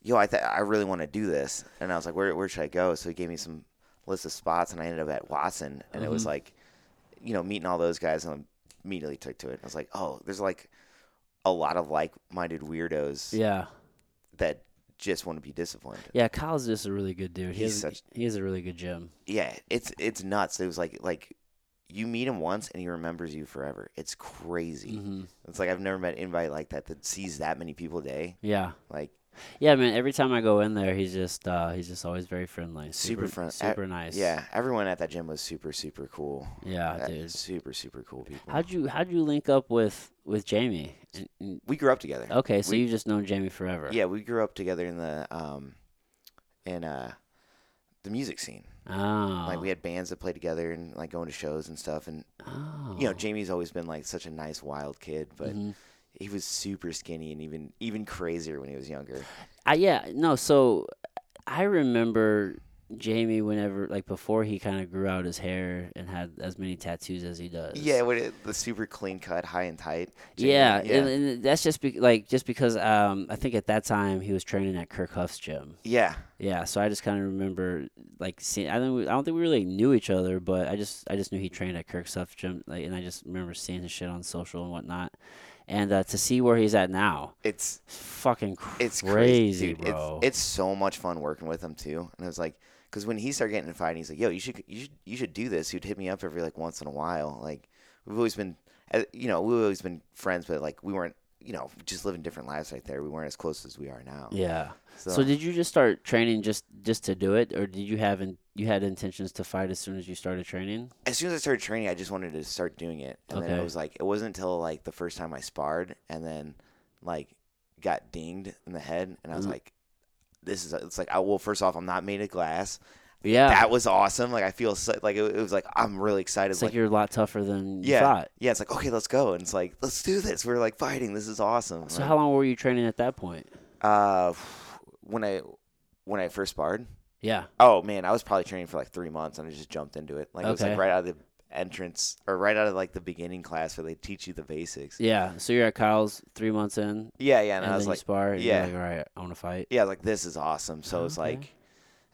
Speaker 2: "Yo, I th- I really want to do this." And I was like, "Where where should I go?" So he gave me some list of spots, and I ended up at Watson, and it
Speaker 1: Mm-hmm.
Speaker 2: was like, you know, meeting all those guys, and I immediately took to it. I was like, "Oh, there's like a lot of like-minded weirdos
Speaker 1: Yeah,
Speaker 2: that just want to be disciplined."
Speaker 1: yeah. Kyle's just a really good dude. He
Speaker 2: He's
Speaker 1: has,
Speaker 2: such-
Speaker 1: he has a really good gym.
Speaker 2: yeah, it's it's nuts. It was like like you meet him once and he remembers you forever. It's crazy.
Speaker 1: hmm
Speaker 2: It's like I've never met anybody like that that sees that many people a day.
Speaker 1: Yeah,
Speaker 2: Like
Speaker 1: yeah, man. Every time I go in there, he's just uh, he's just always very friendly,
Speaker 2: Super friend- I-
Speaker 1: super nice.
Speaker 2: yeah, everyone at that gym was super super cool.
Speaker 1: yeah,
Speaker 2: Uh,
Speaker 1: dude.
Speaker 2: super super cool people.
Speaker 1: How'd you how'd you link up with with Jamie? And- and-
Speaker 2: we grew up together.
Speaker 1: okay, so
Speaker 2: We-
Speaker 1: you've just known Jamie forever.
Speaker 2: Yeah, we grew up together in the um in uh the music scene.
Speaker 1: Oh.
Speaker 2: Like we had bands that played together and like going to shows and stuff and
Speaker 1: oh.
Speaker 2: you know, Jamie's always been like such a nice wild kid, but
Speaker 1: Mhm.
Speaker 2: he was super skinny and even even crazier when he was younger.
Speaker 1: I, yeah. No. So I remember Jamie whenever like before he kind of grew out his hair and had as many tattoos as he does.
Speaker 2: Yeah, what it, the super clean cut, high and tight. Jamie,
Speaker 1: Yeah,
Speaker 2: yeah,
Speaker 1: And, and that's just be, like just because um, I think at that time he was training at Kirk Huff's gym.
Speaker 2: yeah.
Speaker 1: Yeah, so I just kind of remember like seeing. I don't. I don't think we really knew each other, but I just. I just knew he trained at Kirk Stuff Gym, like, and I just remember seeing his shit on social and whatnot, and uh, to see where he's at now,
Speaker 2: It's
Speaker 1: it's fucking
Speaker 2: it's
Speaker 1: crazy,
Speaker 2: dude.
Speaker 1: bro.
Speaker 2: It's, it's so much fun working with him too. And I was like, because when he started getting in fighting, he's like, "Yo, you should you should you should do this." He'd hit me up every like once in a while. Like we've always been, uh, you know, we've always been friends, but like we weren't, you know, just living different lives right there. We weren't as close as we are now.
Speaker 1: yeah.
Speaker 2: So,
Speaker 1: So did you just start training just just to do it, or did you have in, you had intentions to fight as soon as you started training?
Speaker 2: as soon as I started training, I just wanted to start doing it. And then
Speaker 1: Okay.
Speaker 2: it was like it wasn't until like the first time I sparred and then like got dinged in the head and I was
Speaker 1: Mm.
Speaker 2: like this is it's like I well first off I'm not made of glass.
Speaker 1: Yeah.
Speaker 2: That was awesome. Like I feel so, like it, it was like I'm really excited
Speaker 1: it's like, you're a lot tougher than
Speaker 2: Yeah.
Speaker 1: you thought.
Speaker 2: yeah, it's like okay, let's go. And it's like let's do this. We're like fighting. This is awesome.
Speaker 1: So
Speaker 2: Like,
Speaker 1: how long were you training at that point?
Speaker 2: uh when I when I first sparred,
Speaker 1: Yeah.
Speaker 2: Oh man, I was probably training for like three months and I just jumped into it. Like it was
Speaker 1: Okay.
Speaker 2: like right out of the entrance or right out of like the beginning class where they teach you the basics.
Speaker 1: Yeah. So you're at Kyle's three months in,
Speaker 2: Yeah, yeah. And,
Speaker 1: and
Speaker 2: I was
Speaker 1: then you
Speaker 2: like,
Speaker 1: spar. And
Speaker 2: yeah.
Speaker 1: You're like, all right, I want to fight.
Speaker 2: yeah, I was like this is awesome. So it's
Speaker 1: Okay.
Speaker 2: like,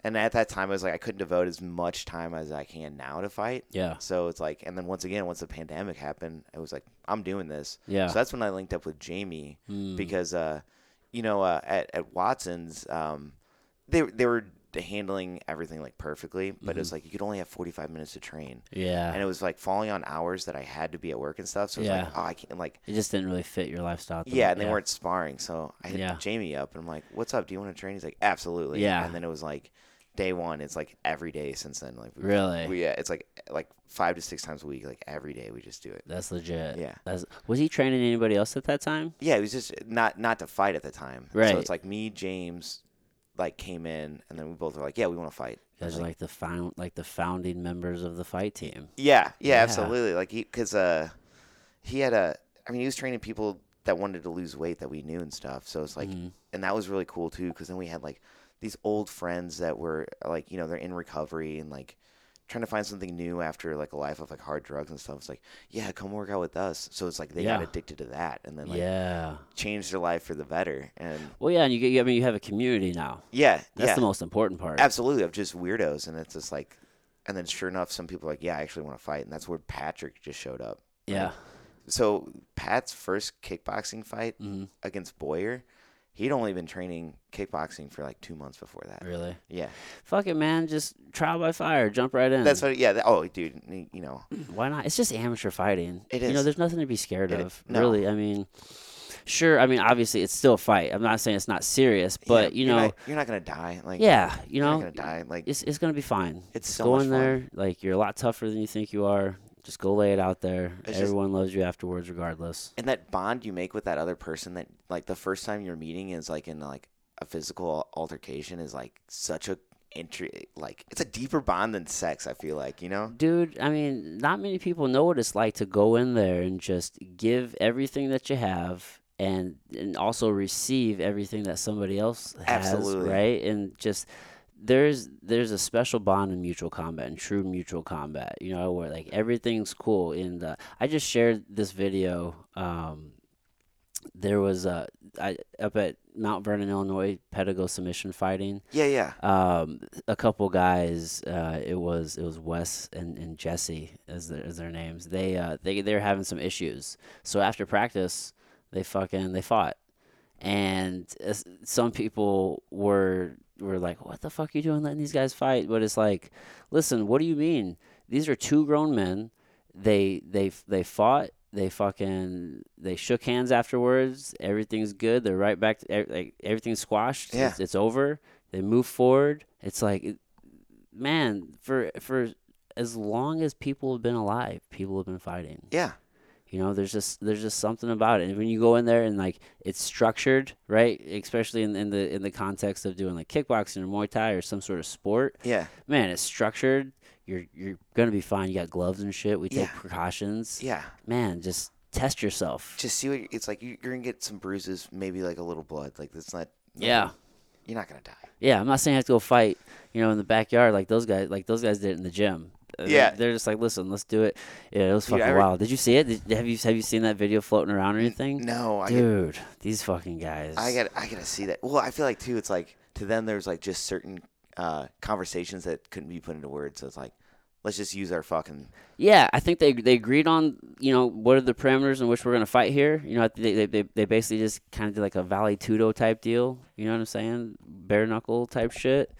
Speaker 2: and at that time I was like, I couldn't devote as much time as I can now to fight.
Speaker 1: Yeah.
Speaker 2: So it's like, and then once again, once the pandemic happened, I was like, I'm doing this.
Speaker 1: Yeah.
Speaker 2: So that's when I linked up with Jamie.
Speaker 1: Mm.
Speaker 2: because uh, you know uh, at at Watson's um, they they were handling everything like perfectly, but
Speaker 1: Mm-hmm.
Speaker 2: it was like you could only have 45 minutes to train.
Speaker 1: Yeah.
Speaker 2: And it was like falling on hours that I had to be at work and stuff. So it was
Speaker 1: Yeah.
Speaker 2: like, oh, I can't like,
Speaker 1: It just didn't really fit your lifestyle. at the
Speaker 2: yeah.
Speaker 1: mo-
Speaker 2: And they weren't sparring. So I hit
Speaker 1: Yeah.
Speaker 2: Jamie up and I'm like, what's up? Do you want to train? He's like, absolutely.
Speaker 1: Yeah.
Speaker 2: And then it was like day one. It's like every day since then. Like, we,
Speaker 1: Really?
Speaker 2: we, yeah, it's like, eh, like five to six times a week. Like every day we just do it.
Speaker 1: That's legit.
Speaker 2: Yeah.
Speaker 1: That's, was he training anybody else at that time?
Speaker 2: Yeah, it was just eh, not not to fight at the time.
Speaker 1: Right.
Speaker 2: So it's like me, James, like came in, and then we both were like, "Yeah, we want to fight." And,
Speaker 1: Those are
Speaker 2: like,
Speaker 1: like the found like the founding members of the fight team.
Speaker 2: yeah, yeah,
Speaker 1: Yeah.
Speaker 2: absolutely. Like he, because uh, he had a. I mean, he was training people that wanted to lose weight that we knew and stuff. So it's like,
Speaker 1: Mhm.
Speaker 2: and that was really cool too, because then we had like these old friends that were like, you know, they're in recovery and like trying to find something new after like a life of like hard drugs and stuff. It's like, yeah, come work out with us. So it's like they
Speaker 1: Yeah.
Speaker 2: got addicted to that, and then like
Speaker 1: yeah.
Speaker 2: changed their life for the better. And
Speaker 1: Well, yeah, and you get. you- I mean, you have a community now.
Speaker 2: yeah,
Speaker 1: That's
Speaker 2: yeah.
Speaker 1: the most important part.
Speaker 2: Absolutely, of just weirdos, and it's just like, and then sure enough, some people are like, yeah, I actually want to fight, and that's where Patrick just showed up.
Speaker 1: Yeah.
Speaker 2: So Pat's first kickboxing fight
Speaker 1: hmm
Speaker 2: against Boyer, he'd only been training kickboxing for like two months before that.
Speaker 1: Really.
Speaker 2: Yeah,
Speaker 1: Fuck it, man. Just trial by fire. Jump right in.
Speaker 2: that's what. Yeah. That, oh, dude, n- you know,
Speaker 1: Why not? It's just amateur fighting.
Speaker 2: It
Speaker 1: You know,
Speaker 2: is.
Speaker 1: there's nothing to be scared
Speaker 2: It-
Speaker 1: of.
Speaker 2: no.
Speaker 1: Really. I mean, sure. I mean, obviously, it's still a fight. I'm not saying it's not serious, but
Speaker 2: yeah,
Speaker 1: you
Speaker 2: you're
Speaker 1: know,
Speaker 2: not, you're not gonna die. Like,
Speaker 1: yeah, you
Speaker 2: you're
Speaker 1: know,
Speaker 2: not gonna die. Like,
Speaker 1: it's it's gonna be fine.
Speaker 2: it's
Speaker 1: Just
Speaker 2: so
Speaker 1: go
Speaker 2: much
Speaker 1: in
Speaker 2: fun.
Speaker 1: there. Like you're a lot tougher than you think you are. Just go lay it out there.
Speaker 2: It's just-
Speaker 1: Everyone loves you afterwards, regardless.
Speaker 2: and that bond you make with that other person that like the first time you're meeting is like in like a physical altercation is like such a entry like it's a deeper bond than sex i feel like you know
Speaker 1: Dude, I mean, not many people know what it's like to go in there and just give everything that you have and and also receive everything that somebody else has,
Speaker 2: Absolutely.
Speaker 1: right? And just there's there's a special bond in mutual combat and true mutual combat, you know, where like everything's cool and uh, I just shared this video um there was uh, I, up at Mount Vernon, Illinois, Pedigo submission fighting
Speaker 2: yeah yeah
Speaker 1: um, a couple guys. Uh, it was it was Wes and, and Jesse as their as their names. They uh they they were having some issues. So after practice, they fucking they fought, and uh, s- some people were were like, "What the fuck are you doing letting these guys fight?" But it's like, listen, what do you mean? These are two grown men. They they they fought. They fucking they shook hands afterwards. Everything's good. They're right back. To, ev- like everything's squashed.
Speaker 2: Yeah.
Speaker 1: It's, it's over. They move forward. It's like, it- man, for for as long as people have been alive, people have been fighting.
Speaker 2: yeah
Speaker 1: You know, there's just there's just something about it. And when you go in there and like it's structured, right? Especially in, in the in the context of doing like kickboxing or Muay Thai or some sort of sport,
Speaker 2: yeah
Speaker 1: man, it's structured. You're you're gonna be fine. You got gloves and shit. We take
Speaker 2: Yeah.
Speaker 1: precautions.
Speaker 2: yeah
Speaker 1: Man, just test yourself.
Speaker 2: just see what you- it's like you- you're gonna get some bruises maybe like a little blood like that's not
Speaker 1: yeah.
Speaker 2: you're not gonna die
Speaker 1: Yeah, I'm not saying I have to go fight, you know, in the backyard like those guys like those guys did in the gym. Uh, they-
Speaker 2: Yeah.
Speaker 1: They're just like, listen, let's do it. Yeah, it was
Speaker 2: Dude,
Speaker 1: fucking
Speaker 2: I re-
Speaker 1: wild. Did you see it? Did, have you have you seen that video floating around or anything?
Speaker 2: no i get,
Speaker 1: Dude, these fucking guys.
Speaker 2: i got i gotta see that well i feel like too it's like to them there's like just certain uh conversations that couldn't be put into words so it's like let's just use our fucking
Speaker 1: Yeah, I think they they agreed on you know what are the parameters in which we're gonna fight here. You know, I think they they they basically just kind of did like a Valley Tudo type deal. You know what I'm saying? Bare knuckle type shit,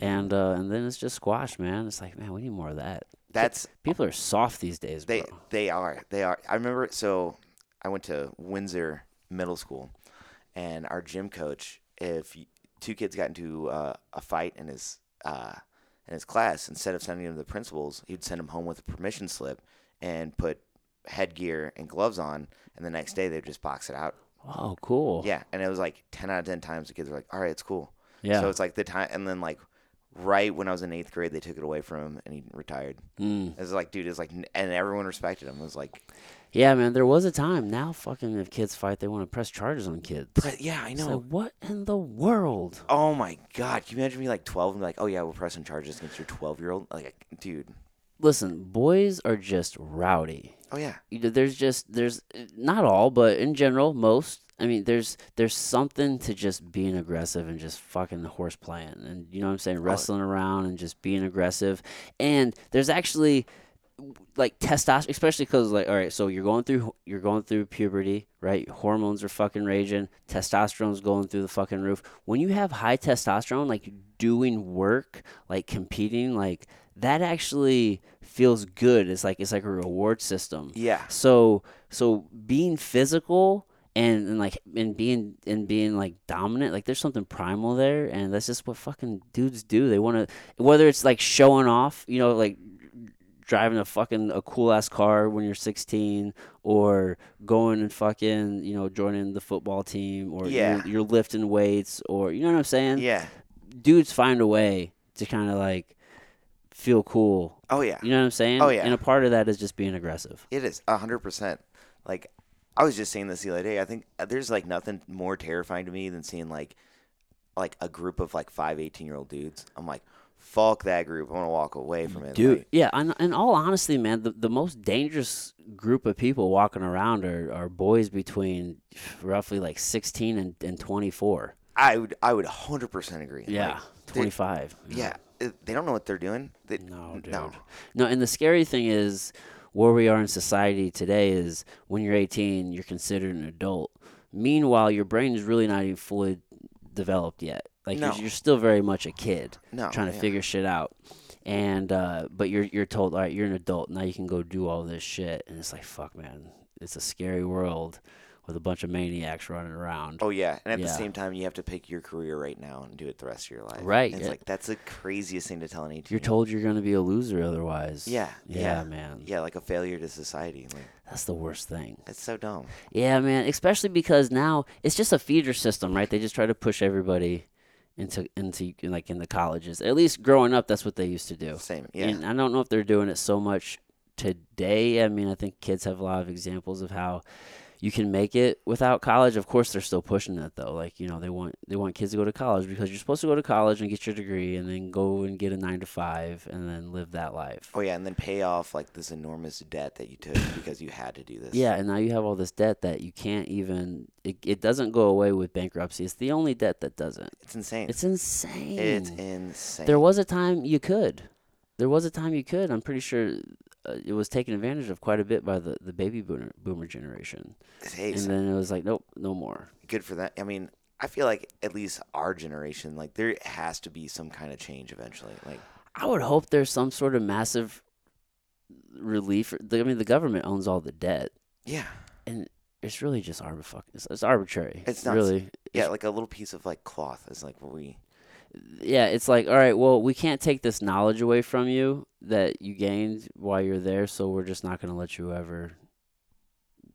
Speaker 1: and uh, and then it's just squash, man. It's like, man, we need more of that.
Speaker 2: that's
Speaker 1: People are soft these days, bro.
Speaker 2: They they are they are. I remember. So I went to Windsor Middle School, and our gym coach. If y two kids got into uh, a fight in his uh, in his class, instead of sending them to the principals, he'd send them home with a permission slip and put headgear and gloves on. And the next day, they'd just box it out.
Speaker 1: oh, cool.
Speaker 2: Yeah, and it was like ten out of ten times the kids were like, "All right, it's cool."
Speaker 1: yeah.
Speaker 2: So it's like the time, and then like right when I was in eighth grade, they took it away from him, and he retired.
Speaker 1: Mm.
Speaker 2: It was like, dude, it's like, and everyone respected him. It was like,
Speaker 1: yeah, man. There was a time. Now, fucking, if kids fight, they want to press charges on kids.
Speaker 2: But yeah, I
Speaker 1: It's
Speaker 2: know.
Speaker 1: like, what in the world?
Speaker 2: oh my god, can you imagine me like twelve and be like, oh yeah, we're pressing charges against your twelve year old? Like, dude.
Speaker 1: Listen, boys are just rowdy.
Speaker 2: Oh yeah.
Speaker 1: you know, there's just there's not all, but in general, most. I mean, there's there's something to just being aggressive and just fucking horse playing, and you know what I'm saying, wrestling around and just being aggressive. And there's actually like testosterone, especially because like all right, so you're going through you're going through puberty, right? Hormones are fucking raging, testosterone's going through the fucking roof. When you have high testosterone, like doing work, like competing, like that actually feels good. It's like it's like a reward system.
Speaker 2: Yeah.
Speaker 1: So so being physical and, and like and being and being like dominant, like there's something primal there, and that's just what fucking dudes do. They want to whether it's like showing off, you know, like driving a fucking a cool ass car when you're 16 or going and fucking you know joining the football team or
Speaker 2: Yeah.
Speaker 1: you're, you're lifting weights or you know what i'm saying
Speaker 2: Yeah.
Speaker 1: dudes find a way to kind of like feel cool
Speaker 2: Oh yeah.
Speaker 1: you know what I'm saying?
Speaker 2: Oh, yeah.
Speaker 1: And a part of that is just being aggressive.
Speaker 2: It is a hundred percent. Like I was just saying this the other day. I think uh, there's like nothing more terrifying to me than seeing like like a group of like five 18 year old dudes. I'm like, fuck that group. I'm gonna walk away from it. Like,
Speaker 1: Yeah. And in all honesty, man, the, the most dangerous group of people walking around are, are boys between roughly like 16 and, and 24.
Speaker 2: I would I would hundred percent agree.
Speaker 1: Yeah.
Speaker 2: Like,
Speaker 1: 25. you know?
Speaker 2: yeah. it- They don't know what they're doing. They,
Speaker 1: No,
Speaker 2: n-
Speaker 1: dude. No, and the scary thing is where we are in society today is when you're 18, you're considered an adult. Meanwhile, your brain is really not even fully developed yet. Like
Speaker 2: No.
Speaker 1: you're, you're still very much a kid
Speaker 2: No,
Speaker 1: trying to
Speaker 2: Oh, yeah.
Speaker 1: figure shit out. And uh, but you're you're told, all right, you're an adult now. You can go do all this shit, and it's like, fuck, man, it's a scary world with a bunch of maniacs running around.
Speaker 2: Oh yeah, and at the
Speaker 1: Yeah.
Speaker 2: same time, you have to pick your career right now and do it the rest of your life.
Speaker 1: Right,
Speaker 2: And
Speaker 1: yeah.
Speaker 2: it's like that's the craziest thing to tell an eighteen.
Speaker 1: You're told you're gonna be a loser otherwise.
Speaker 2: Yeah,
Speaker 1: yeah,
Speaker 2: yeah.
Speaker 1: man,
Speaker 2: Yeah, like a failure to society. Like
Speaker 1: that's the worst thing.
Speaker 2: that's so dumb.
Speaker 1: Yeah, man. Especially because now it's just a feeder system, right? They just try to push everybody into into like in the colleges. At least growing up, that's what they used to do.
Speaker 2: Same. Yeah.
Speaker 1: And I don't know if they're doing it so much today. I mean, I think kids have a lot of examples of how you can make it without college. Of course, they're still pushing that though. Like you know, they want they want kids to go to college because you're supposed to go to college and get your degree and then go and get a nine to five and then live that life.
Speaker 2: Oh yeah, and then pay off like this enormous debt that
Speaker 1: <sighs>
Speaker 2: you took because you had to do this.
Speaker 1: Yeah, and now you have all this debt that you can't even. It, it doesn't go away with bankruptcy. It's the only debt that doesn't.
Speaker 2: it's insane. It's,
Speaker 1: It's insane.
Speaker 2: insane.
Speaker 1: there was a time you could. There was a time you could. I'm pretty sure uh, it was taken advantage of quite a bit by the, the baby boomer, boomer generation.
Speaker 2: hey,
Speaker 1: And
Speaker 2: so
Speaker 1: then it was like, nope, no more.
Speaker 2: good for that. I mean, I feel like at least our generation, like there has to be some kind of change eventually. Like,
Speaker 1: I would hope there's some sort of massive relief. The- I mean, the government owns all the debt.
Speaker 2: yeah,
Speaker 1: It's really just arbifuck. It's, it's arbitrary.
Speaker 2: It's not-
Speaker 1: really.
Speaker 2: yeah, like a little piece of like cloth is like what we.
Speaker 1: yeah, it's like, all right, well, we can't take this knowledge away from you that you gained while you're there, so we're just not going to let you ever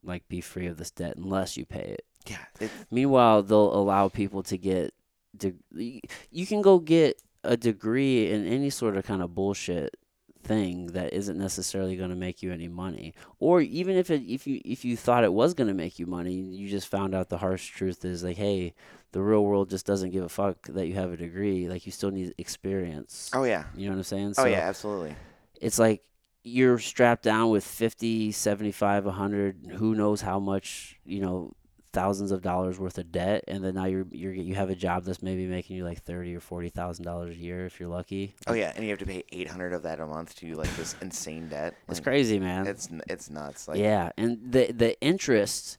Speaker 1: like be free of this debt unless you pay it.
Speaker 2: Yeah, it,
Speaker 1: Meanwhile, they'll allow people to get de- y- you can go get a degree in any sort of kind of bullshit thing that isn't necessarily going to make you any money or even if it if you if you thought it was going to make you money you just found out the harsh truth is like hey the real world just doesn't give a fuck that you have a degree like you still need experience
Speaker 2: oh yeah,
Speaker 1: you know what i'm saying
Speaker 2: oh yeah, absolutely.
Speaker 1: it's like you're strapped down with 50 75 100 who knows how much you know thousands of dollars worth of debt and then now you're you're you have a job that's maybe making you like 30 or 40 thousand dollars a year if you're lucky
Speaker 2: Oh yeah, and you have to pay eight hundred of that a month to like this insane debt.
Speaker 1: it's
Speaker 2: Like,
Speaker 1: crazy man
Speaker 2: It's n- it's nuts. Like,
Speaker 1: yeah and the the interest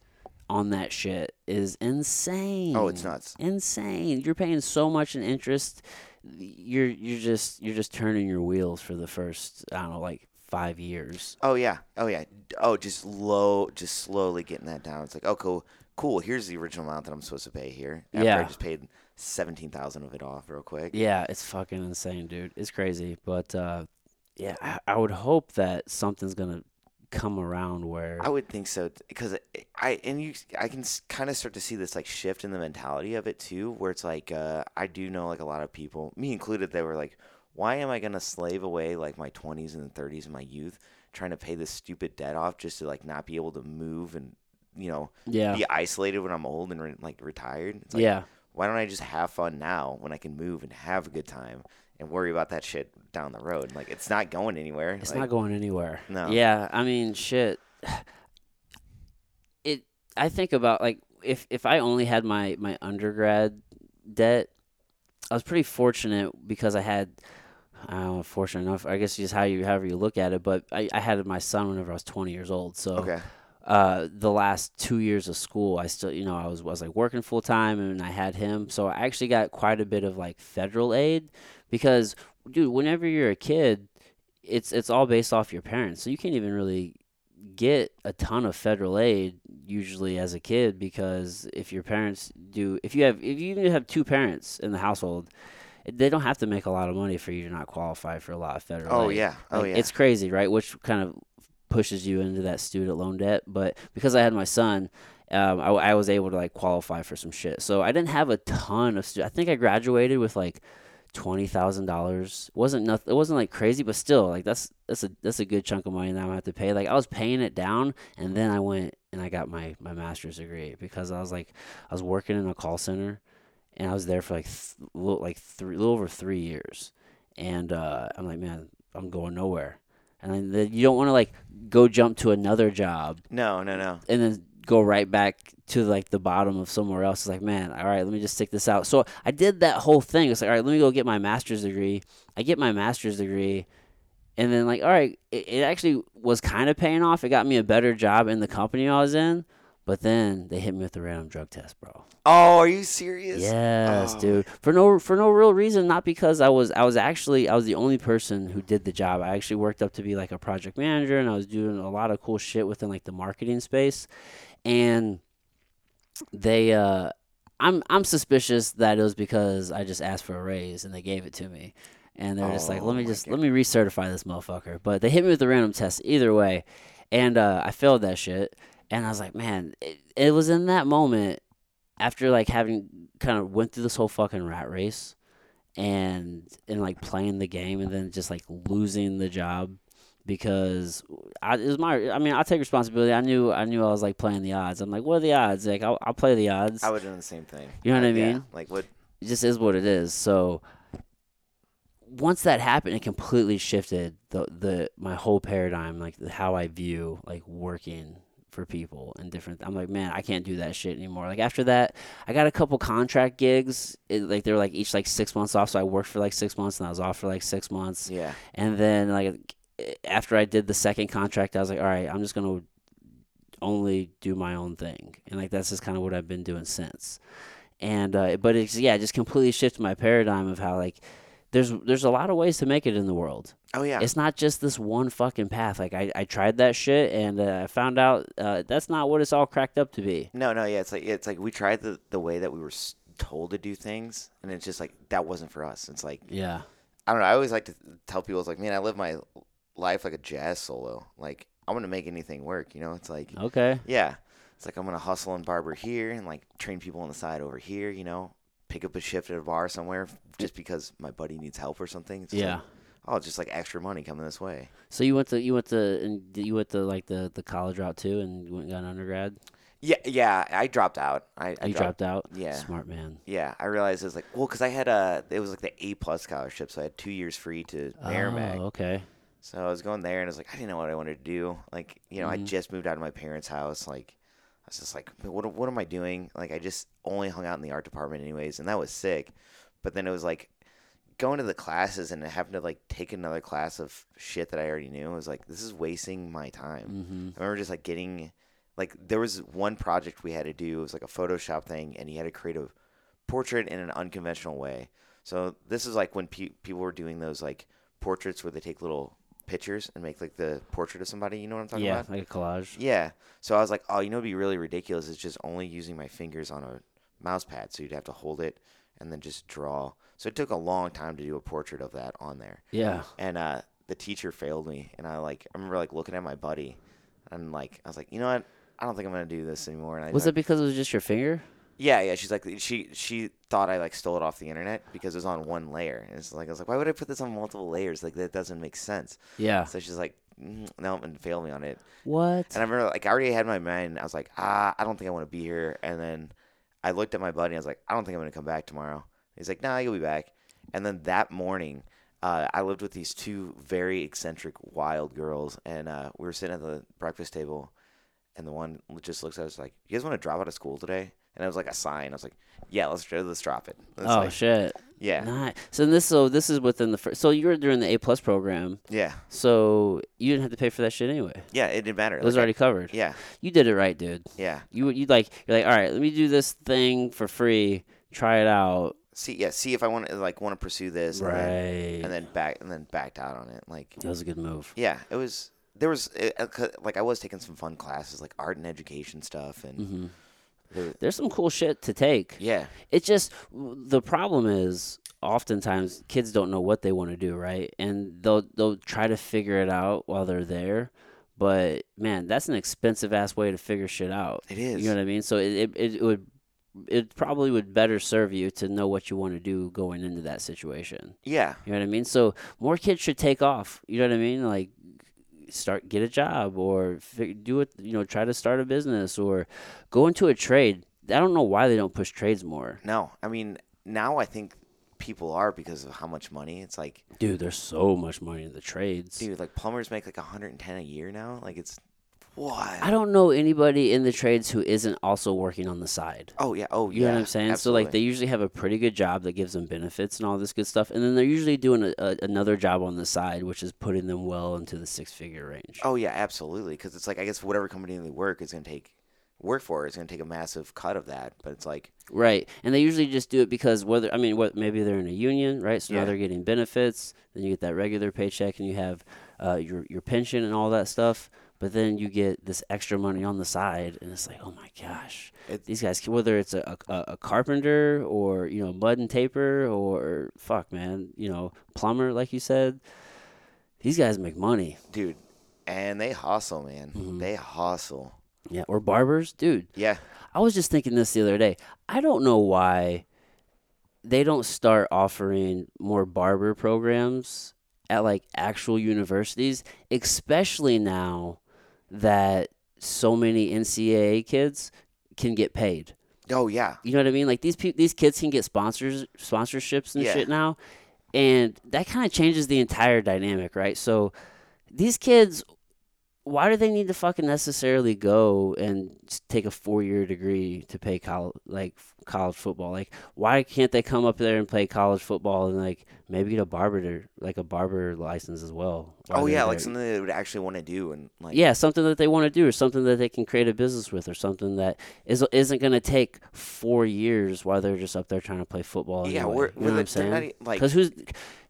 Speaker 1: on that shit is insane
Speaker 2: oh, it's nuts.
Speaker 1: insane you're paying so much in interest you're you're just you're just turning your wheels for the first i don't know like five years
Speaker 2: Oh yeah. Oh yeah. D- Oh, just low, just slowly getting that down. It's like, oh, cool, cool. Here's the original amount that I'm supposed to pay here. After
Speaker 1: Yeah.
Speaker 2: I just paid seventeen thousand of it off real quick.
Speaker 1: Yeah, it's fucking insane, dude. It's crazy, but uh, yeah, I, I would hope that something's gonna come around where
Speaker 2: I would think so because I and you, I can kind of start to see this like shift in the mentality of it too, where it's like, uh, I do know like a lot of people, me included, that were like, why am I gonna slave away like my twenties and thirties and my youth trying to pay this stupid debt off just to like not be able to move and you know
Speaker 1: yeah,
Speaker 2: be isolated when I'm old and re- like retired. It's like,
Speaker 1: yeah,
Speaker 2: why don't I just have fun now when I can move and have a good time and worry about that shit down the road? Like it's not going anywhere.
Speaker 1: it's
Speaker 2: like,
Speaker 1: not going anywhere.
Speaker 2: No.
Speaker 1: Yeah, I mean, shit. <sighs> It. I think about like if if I only had my my undergrad debt, I was pretty fortunate because I had I don't know, fortunate enough, I guess just how you however you look at it. But I, I had my son whenever I was 20 years old, so
Speaker 2: Okay.
Speaker 1: uh, the last two years of school, I still, you know, I was, was like working full time and I had him. So I actually got quite a bit of like federal aid because, dude, whenever you're a kid, it's, it's all based off your parents. So you can't even really get a ton of federal aid usually as a kid because if your parents do, if you have, if you even have two parents in the household, they don't have to make a lot of money for you to not qualify for a lot of federal
Speaker 2: Oh
Speaker 1: aid.
Speaker 2: yeah. Oh
Speaker 1: Like,
Speaker 2: yeah.
Speaker 1: It's crazy, right? Which kind of pushes you into that student loan debt. But because I had my son, um, I, I was able to like qualify for some shit. So I didn't have a ton of. Stu- I think I graduated with like twenty thousand dollars. wasn't nothing. It wasn't like crazy, but still, like that's that's a that's a good chunk of money that I'm gonna have to pay. Like I was paying it down, and then I went and I got my my master's degree because I was like I was working in a call center, and I was there for like th- little, like three little over three years, and uh, I'm like man, I'm going nowhere. And then you don't want to like go jump to another job
Speaker 2: No, no, no.
Speaker 1: and then go right back to like the bottom of somewhere else. It's like, man, all right, let me just stick this out. So I did that whole thing. It's like, all right, let me go get my master's degree. I get my master's degree, and then like, all right, it, it actually was kind of paying off. It got me a better job in the company I was in. But then they hit me with the random drug test, bro.
Speaker 2: Oh, are you serious?
Speaker 1: Yes,
Speaker 2: Oh.
Speaker 1: dude. For no for no real reason, not because I was I was actually I was the only person who did the job. I actually worked up to be like a project manager and I was doing a lot of cool shit within like the marketing space. And they uh I'm I'm suspicious that it was because I just asked for a raise and they gave it to me. And they're just like,
Speaker 2: Oh
Speaker 1: let me
Speaker 2: my
Speaker 1: just
Speaker 2: God.
Speaker 1: let me recertify this motherfucker. But they hit me with the random test either way. And uh, I failed that shit. And I was like, man, it, it was in that moment after like having kind of went through this whole fucking rat race and and like playing the game and then just like losing the job because I it was my I mean I take responsibility I knew I knew I was like playing the odds I'm like what are the odds like I'll, I'll play the odz
Speaker 2: I would have done the same thing.
Speaker 1: You know what I
Speaker 2: Like, yeah,
Speaker 1: mean?
Speaker 2: Like what?
Speaker 1: it just is what it is. So once that happened, it completely shifted the the my whole paradigm, like the- how I view like working for people and different. I'm like, man, I can't do that shit anymore. Like after that, I got a couple contract gigs. It, like they were like each like six months off, so I worked for like six months and I was off for like six months.
Speaker 2: Yeah.
Speaker 1: And then like after I did the second contract, I was like, all right, I'm just gonna only do my own thing, and like that's just kind of what I've been doing since. And uh, but it's yeah, it just completely shifted my paradigm of how like there's there's a lot of ways to make it in the world.
Speaker 2: Oh yeah.
Speaker 1: It's not just this one fucking path. Like I, I tried that shit and uh, I found out uh, that's not what it's all cracked up to be.
Speaker 2: no, no, yeah. It's like it's like we tried the the way that we were s- told to do things, and it's just like that wasn't for us. It's like
Speaker 1: Yeah.
Speaker 2: I don't know. I always like to tell people, it's like, man, I live my life like a jazz solo. Like I'm gonna make anything work. You know? It's like
Speaker 1: Okay.
Speaker 2: Yeah. It's like I'm gonna hustle and barber here and like train people on the side over here, you know, pick up a shift at a bar somewhere just because my buddy needs help or something. It's just
Speaker 1: Yeah.
Speaker 2: Like, oh, just like extra money coming this way.
Speaker 1: So you went to you went to and you went to like the the college route too, and you went and got an undergrad.
Speaker 2: Yeah, yeah. I dropped out. I, I
Speaker 1: you dropped, out.
Speaker 2: yeah.
Speaker 1: Smart man.
Speaker 2: Yeah, I realized it was like well, because I had a it was like the A plus scholarship, so I had two years free to Merrimack.
Speaker 1: Oh, okay.
Speaker 2: So I was going there and I was like, I didn't know what I wanted to do. Like, you know, I
Speaker 1: Mhm.
Speaker 2: just moved out of my parents' house. Like, I was just like, "Man, what, what am I doing? Like, I just only hung out in the art department, anyways, and that was sick. But then it was like going to the classes and having to like take another class of shit that I already knew. I was like, this is wasting my time.
Speaker 1: Mm-hmm.
Speaker 2: I remember just like getting like there was one project we had to do. It was like a Photoshop thing, and you had to create a portrait in an unconventional way. So this is like when pe- people were doing those like portraits where they take little pictures and make like the portrait of somebody. You know what I'm talking
Speaker 1: Yeah,
Speaker 2: about?
Speaker 1: like a collage.
Speaker 2: Yeah. So I was like, oh, you know, it'd be really ridiculous. It's just only using my fingers on a mouse pad, so you'd have to hold it and then just draw. So it took a long time to do a portrait of that on there
Speaker 1: Yeah.
Speaker 2: and uh, the teacher failed me and i like i remember like looking at my buddy and like i was like you know what i don't think i'm gonna do this anymore and i
Speaker 1: Was
Speaker 2: like,
Speaker 1: it because it was just your finger?
Speaker 2: yeah yeah she's like she she thought i like stole it off the internet because it was on one layer and it's like i was like why would i put this on multiple layers like that doesn't make sense
Speaker 1: Yeah.
Speaker 2: so she's like mm, no and failed me on it
Speaker 1: What?
Speaker 2: and i remember like i already had my mind i was like ah i don't think i want to be here and then i looked at my buddy and i was like i don't think i'm gonna come back tomorrow he's like nah you'll be back and then that morning, uh, I lived with these two very eccentric, wild girls, and uh, we were sitting at the breakfast table, and the one just looks at us like, "You guys want to drop out of school today?" and it was like a sign. I was like, yeah, let's let's drop it. It's
Speaker 1: oh
Speaker 2: like-
Speaker 1: shit.
Speaker 2: yeah,
Speaker 1: Nice. So this so this is within the first. So you were during the A plus program,
Speaker 2: yeah,
Speaker 1: so you didn't have to pay for that shit anyway.
Speaker 2: yeah. It didn't matter.
Speaker 1: It was
Speaker 2: Like, I-
Speaker 1: already covered.
Speaker 2: yeah,
Speaker 1: You did it right, dude.
Speaker 2: yeah.
Speaker 1: You you like you're like all right. Let me do this thing for free. Try it out.
Speaker 2: See, yeah, see if I want to like want to pursue this, and then-
Speaker 1: Right.
Speaker 2: and then back and then backed out on it. Like,
Speaker 1: that was a good move.
Speaker 2: yeah, it was there was it, uh, 'cause, like I was taking some fun classes like art and education stuff and
Speaker 1: hmm
Speaker 2: there was-
Speaker 1: There's some cool shit to take.
Speaker 2: yeah,
Speaker 1: It just the problem is oftentimes kids don't know what they want to do, right? And they'll they'll try to figure it out while they're there. But man, that's an expensive ass way to figure shit out.
Speaker 2: it is.
Speaker 1: You know what I mean? So it, it, it would it probably would better serve you to know what you want to do going into that situation.
Speaker 2: yeah,
Speaker 1: You know what I mean? So more kids should take off. You know what I mean? Like start get a job or fig- do it. You know, try to start a business or go into a trade. I don't know why they don't push trades more.
Speaker 2: no, I mean now I think people are because of how much money it's like,
Speaker 1: Dude, there's so much money in the trades.
Speaker 2: dude, like plumbers make like 110 a year now. Like it's what?
Speaker 1: I don't know anybody in the trades who isn't also working on the side.
Speaker 2: oh yeah, oh
Speaker 1: You
Speaker 2: yeah.
Speaker 1: know what I'm saying? So like they
Speaker 2: absolutely.
Speaker 1: usually have a pretty good job that gives them benefits and all this good stuff, and then they're usually doing a, a, another job on the side, which is putting them well into the six figure range.
Speaker 2: Oh yeah, absolutely. Because it's like I guess whatever company they work is gonna take work for is gonna take a massive cut of that. But it's like
Speaker 1: Right, and they usually just do it because whether I mean, what maybe they're in a union, right? So now
Speaker 2: Yeah.
Speaker 1: they're getting benefits. Then you get that regular paycheck, and you have uh, your your pension and all that stuff. But then you get this extra money on the side, and it's like, oh my gosh,
Speaker 2: It-
Speaker 1: these guys, whether it's a, a a carpenter or you know mud and taper or fuck man, you know plumber, like you said, these guys make money.
Speaker 2: dude, and they hustle, man.
Speaker 1: Mhm.
Speaker 2: They hustle.
Speaker 1: Yeah, or barbers, dude.
Speaker 2: Yeah,
Speaker 1: I was just thinking this the other day. I don't know why they don't start offering more barber programs at like actual universities, especially now that so many NCAA kids can get paid.
Speaker 2: oh yeah,
Speaker 1: You know what I mean? Like these peop these kids can get sponsors sponsorships and
Speaker 2: Yeah.
Speaker 1: shit now, and that kind of changes the entire dynamic, right? So these kids, why do they need to fucking necessarily go and s- take a four year degree to pay college like f- college football? Like why can't they come up there and play college football and like maybe get a barber to- like a barber license as well? while
Speaker 2: oh
Speaker 1: they're
Speaker 2: yeah, like
Speaker 1: there?
Speaker 2: something they would actually want to do and like
Speaker 1: yeah, something that they want to do, or something that they can create a business with, or something that is isn't going to take four years while they're just up there trying to play football.
Speaker 2: yeah,
Speaker 1: anyway.
Speaker 2: we're,
Speaker 1: you know what
Speaker 2: we're
Speaker 1: I'm
Speaker 2: like, they're not,
Speaker 1: saying?
Speaker 2: e- like
Speaker 1: Because who's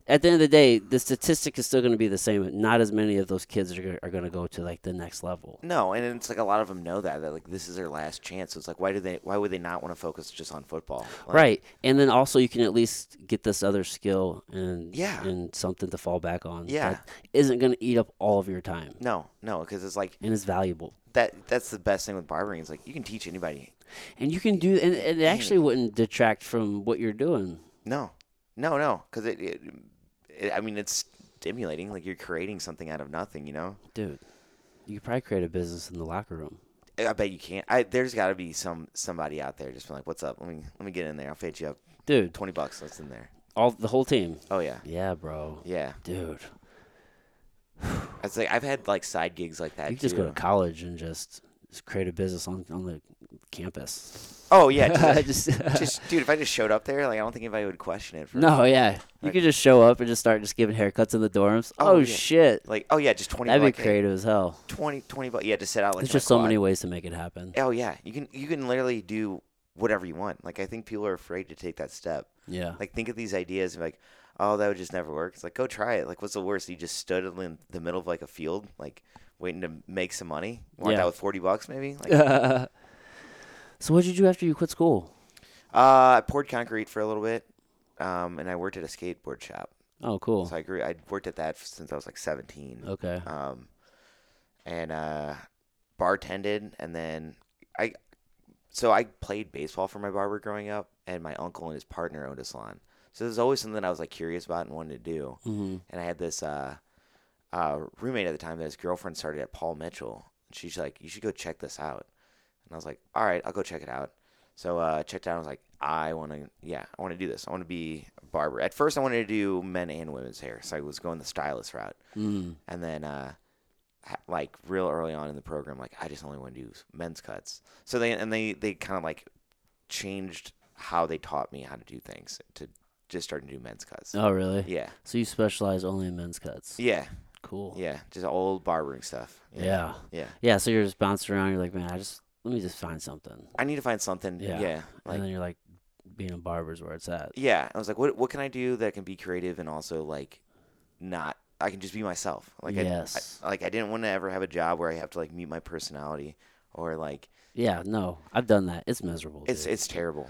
Speaker 1: at the end of the day, the statistic is still going to be the same. Not as many of those kids are gonna, are going to go to like the next level.
Speaker 2: no, and it's like a lot of them know that that like this is their last chance. So it's like why do they why would they not want to focus just on football? Like,
Speaker 1: right, and then also you can at least get this other skill and
Speaker 2: Yeah.
Speaker 1: and something to fall back on.
Speaker 2: Yeah.
Speaker 1: that isn't going to eat up all of your time
Speaker 2: No, no, because it's like
Speaker 1: and is valuable.
Speaker 2: that. That's the best thing with barbering. It's like you can teach anybody.
Speaker 1: And you can do, and, and it actually wouldn't detract from what you're doing.
Speaker 2: No, no, no, because it, it, it. I mean, it's stimulating. Like you're creating something out of nothing. You know.
Speaker 1: Dude, you could probably create a business in the locker room.
Speaker 2: I I bet you can't. I there's got to be some somebody out there just being like, "What's up? Let me let me get in there. I'll fade you up
Speaker 1: Dude,
Speaker 2: twenty bucks. That's in there."
Speaker 1: all the whole team.
Speaker 2: Oh yeah,
Speaker 1: Yeah, bro.
Speaker 2: yeah.
Speaker 1: Dude,
Speaker 2: It's like I've had like side gigs like that
Speaker 1: you could just go
Speaker 2: too.
Speaker 1: to college and just, just create a business on, on the campus.
Speaker 2: <laughs>
Speaker 1: <laughs>
Speaker 2: oh yeah, just,
Speaker 1: just,
Speaker 2: <laughs> just- dude. If I just showed up there, like I don't think anybody would question it. For,
Speaker 1: no, yeah. You
Speaker 2: Like-
Speaker 1: could just show up and just start just giving haircuts in the dorms.
Speaker 2: Oh,
Speaker 1: Oh,
Speaker 2: yeah.
Speaker 1: shit.
Speaker 2: Like oh yeah, just twenty.
Speaker 1: That'd be
Speaker 2: bucks, like,
Speaker 1: creative as hell.
Speaker 2: 20, 20 bucks. Yeah, to sit out like
Speaker 1: There's
Speaker 2: in a
Speaker 1: just so
Speaker 2: quad.
Speaker 1: many ways to make it happen.
Speaker 2: Oh yeah, you can you can literally do whatever you want. Like I think people are afraid to take that step.
Speaker 1: Yeah.
Speaker 2: Like think of these ideas and like, oh, that would just never work. It's like go try it. Like what's the worst? You just stood in the middle of like a field, like waiting to make some money. Want
Speaker 1: Yeah.
Speaker 2: that with forty bucks maybe?
Speaker 1: <laughs>
Speaker 2: Like
Speaker 1: so what did you do after you quit school?
Speaker 2: uh, I poured concrete for a little bit, um, and I worked at a skateboard shop.
Speaker 1: Oh, cool.
Speaker 2: So I grew. I worked at that since I was like seventeen.
Speaker 1: Okay.
Speaker 2: um, and uh, bartended, and then I, so I played baseball for my barber growing up, and my uncle and his partner owned a salon. So there's always something I was like curious about and wanted to do,
Speaker 1: hmm
Speaker 2: and I had this uh, uh, roommate at the time that his girlfriend started at Paul Mitchell. And she's like, "You should go check this out," and I was like, "All right, I'll go check it out." So uh, I checked out. I was like, "I want to, yeah, I want to do this. I want to be a barber." At first, I wanted to do men and women's hair, so I was going the stylist route
Speaker 1: Mm.
Speaker 2: and then uh ha- like real early on in the program like i just only want to do men's cuts so they and they they kind of like changed how they taught me how to do things to just starting to do men's cuts.
Speaker 1: Oh, really?
Speaker 2: Yeah,
Speaker 1: So you specialize only in men's cuts.
Speaker 2: yeah,
Speaker 1: Cool.
Speaker 2: yeah. Just old barbering stuff.
Speaker 1: Yeah. yeah.
Speaker 2: yeah.
Speaker 1: So you're just bouncing around. You're like, man, I just let me just find something,
Speaker 2: I need to find something.
Speaker 1: Yeah.
Speaker 2: Yeah, like
Speaker 1: and then you're like, being a barber's where it's at.
Speaker 2: yeah. I was like, what what can I do that can be creative and also like not. I can just be myself. Like I-
Speaker 1: Yes.
Speaker 2: I, like I didn't want to ever have a job where I have to like mute my personality or like
Speaker 1: Yeah. No, I've done that. It's miserable.
Speaker 2: it's
Speaker 1: dude.
Speaker 2: it's terrible.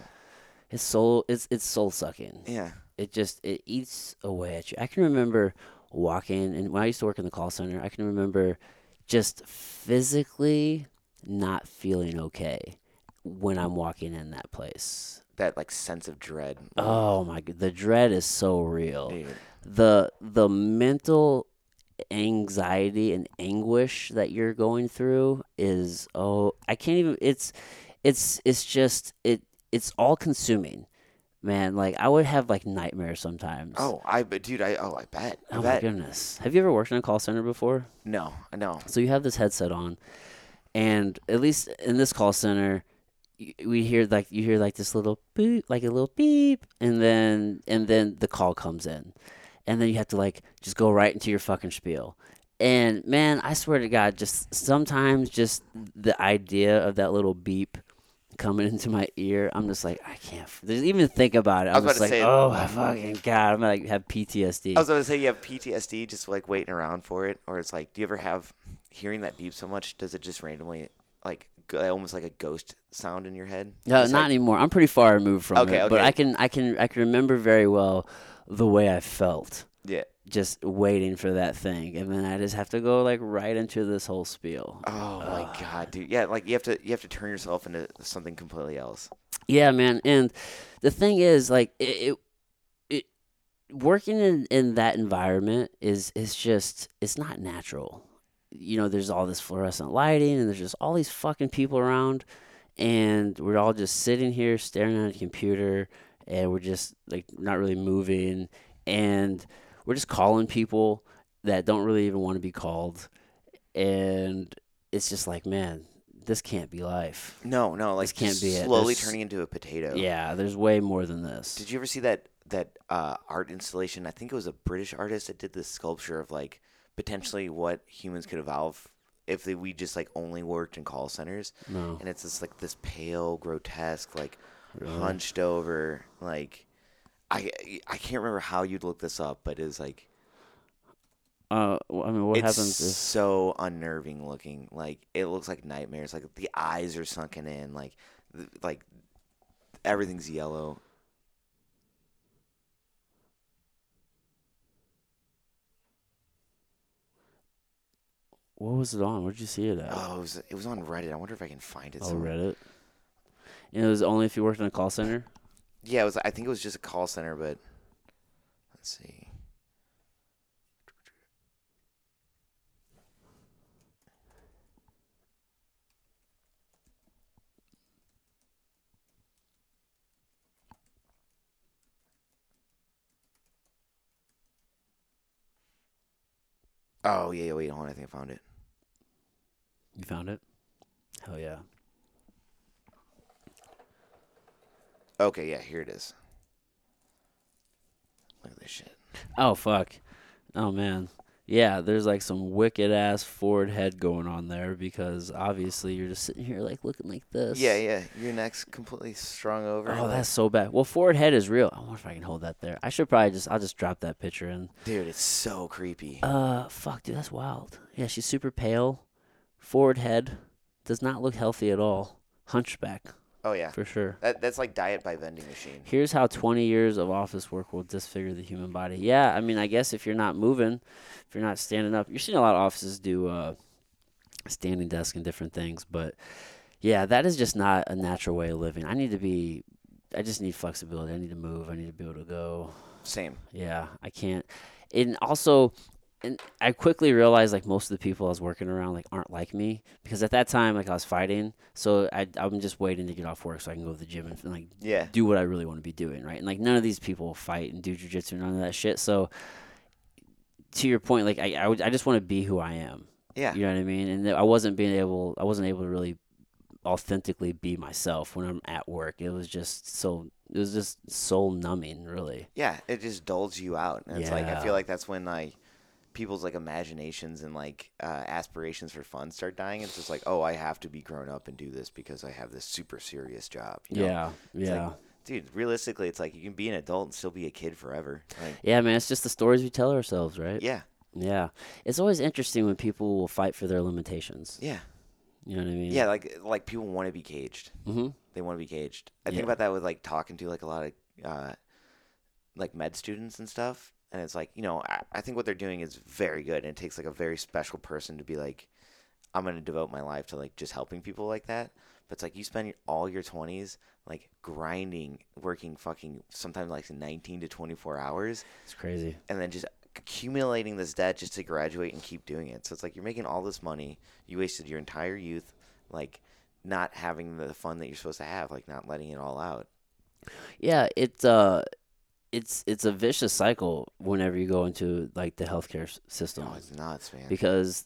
Speaker 1: it's soul. It's it's soul sucking.
Speaker 2: Yeah.
Speaker 1: it just it eats away at you. I can remember walking and when I used to work in the call center, I can remember just physically not feeling okay when I'm walking in that place.
Speaker 2: That like sense of dread.
Speaker 1: Oh my god, the dread is so real.
Speaker 2: Dude.
Speaker 1: The the mental anxiety and anguish that you're going through is oh, I can't even it's it's it's just it it's all consuming. Man, like I would have like nightmares sometimes.
Speaker 2: Oh, I but dude, I oh I bet. I
Speaker 1: Oh my
Speaker 2: bet.
Speaker 1: goodness. Have you ever worked in a call center before?
Speaker 2: No, I know.
Speaker 1: So you have this headset on and at least in this call center y- we hear like you hear like this little beep, like a little beep and then and then the call comes in. And then you have to like just go right into your fucking spiel. And man, I swear to God, just sometimes just the idea of that little beep coming <laughs> into my ear, I'm just like, I can't f- there's- even think about it. I'm
Speaker 2: I was about
Speaker 1: just
Speaker 2: to
Speaker 1: like,
Speaker 2: say-
Speaker 1: oh my fucking God, I'm gonna, like have PTSD.
Speaker 2: I was gonna say you have PTSD just like waiting around for it, or it's like, do you ever have hearing that beep so much? Does it just randomly like go, almost like a ghost sound in your head?
Speaker 1: No,
Speaker 2: Just
Speaker 1: not
Speaker 2: like-
Speaker 1: anymore. I'm pretty far removed from
Speaker 2: Okay,
Speaker 1: it, but
Speaker 2: okay.
Speaker 1: I can, I can, I can remember very well the way I felt
Speaker 2: yeah.
Speaker 1: just waiting for that thing, and then I just have to go like right into this whole spiel.
Speaker 2: Oh my god, dude. Yeah, like you have to you have to turn yourself into something completely else.
Speaker 1: Yeah, man. And the thing is, like, it, it, it working in in that environment is is just it's not natural. You know, there's all this fluorescent lighting, and there's just all these fucking people around, and we're all just sitting here staring at a computer, and we're just like not really moving, and we're just calling people that don't really even want to be called, and it's just like, man, this can't be life.
Speaker 2: No, no, like
Speaker 1: This can't
Speaker 2: just
Speaker 1: be it.
Speaker 2: slowly
Speaker 1: This-
Speaker 2: turning into a potato.
Speaker 1: Yeah, there's way more than this.
Speaker 2: Did you ever see that that uh, art installation? I think it was a British artist that did this sculpture of like potentially what humans could evolve if they, we just like only worked in call centers.
Speaker 1: No.
Speaker 2: And it's this like this pale, grotesque, like
Speaker 1: Really?
Speaker 2: hunched over, like I I can't remember how you'd look this up, but it's like
Speaker 1: Uh, wh- I mean, what
Speaker 2: it's
Speaker 1: happens if?
Speaker 2: so unnerving looking. Like it looks like nightmares. Like the eyes are sunken in. Like th- like everything's yellow.
Speaker 1: What was it on? Where'd you see it at?
Speaker 2: Oh, it was, it was on Reddit. I wonder if I can find it.
Speaker 1: oh,
Speaker 2: somewhere.
Speaker 1: Reddit. And it was only if you worked in a call center.
Speaker 2: Yeah, it was. I think it was just a call center, but let's see. Oh yeah, yeah, wait, hold on. I think I found it.
Speaker 1: You found it. Hell yeah.
Speaker 2: Okay, yeah, here it is. Look at this shit.
Speaker 1: Oh fuck. Oh man. Yeah, there's like some wicked ass forward head going on there because obviously you're just sitting here like looking like this.
Speaker 2: Yeah, yeah, your neck's completely strung over.
Speaker 1: Oh,
Speaker 2: like-
Speaker 1: that's so bad. Well, forward head is real. I wonder if I can hold that there. I should probably just I'll just drop that picture in.
Speaker 2: dude, it's so creepy.
Speaker 1: Uh, fuck, dude, that's wild. Yeah, she's super pale, forward head, does not look healthy at all. Hunchback
Speaker 2: Oh yeah,
Speaker 1: for sure.
Speaker 2: that that's like diet by vending machine.
Speaker 1: Here's how 20 years of office work will disfigure the human body. Yeah, I mean, I guess if you're not moving, if you're not standing up, you're seeing a lot of offices do uh, standing desk and different things, but yeah, that is just not a natural way of living. I need to be, I just need flexibility. I need to move. I need to be able to go.
Speaker 2: Same.
Speaker 1: Yeah, I can't. And also, and I quickly realized like most of the people I was working around like aren't like me because at that time like I was fighting, so I I'm just waiting to get off work so I can go to the gym and like
Speaker 2: Yeah.
Speaker 1: do what I really want to be doing, right? And like none of these people fight and do jujitsu, none of that shit. So to your point, like I I, would, I just want to be who I am.
Speaker 2: Yeah.
Speaker 1: You know what I mean? And I wasn't being able, I wasn't able to really authentically be myself when I'm at work. It was just so it was just soul numbing, really.
Speaker 2: Yeah, it just dulls you out. And it's like I
Speaker 1: Yeah.
Speaker 2: feel like that's when like people's like imaginations and like uh, aspirations for fun start dying. It's just like, oh, I have to be grown up and do this because I have this super serious job. you know?
Speaker 1: Yeah,
Speaker 2: It's
Speaker 1: yeah,
Speaker 2: Like, dude, realistically, it's like you can be an adult and still be a kid forever. Like,
Speaker 1: yeah, man. It's just the stories we tell ourselves, right?
Speaker 2: yeah,
Speaker 1: Yeah, it's always interesting when people will fight for their limitations.
Speaker 2: yeah,
Speaker 1: You know what I mean?
Speaker 2: yeah. Like like people want to be caged.
Speaker 1: hmm
Speaker 2: They want to be caged. I
Speaker 1: Yeah.
Speaker 2: think about that with like talking to like a lot of uh, like med students and stuff. And it's like, you know, I, I think what they're doing is very good. And it takes like a very special person to be like, I'm going to devote my life to like just helping people like that. But it's like you spend all your 20s like grinding, working fucking sometimes like 19 to 24 hours
Speaker 1: It's crazy.
Speaker 2: and then just accumulating this debt just to graduate and keep doing it. So it's like you're making all this money, you wasted your entire youth, like not having the fun that you're supposed to have, like not letting it all out.
Speaker 1: Yeah, it's uh, it's it's a vicious cycle whenever you go into like the healthcare s- system.
Speaker 2: No, it's nuts, man.
Speaker 1: because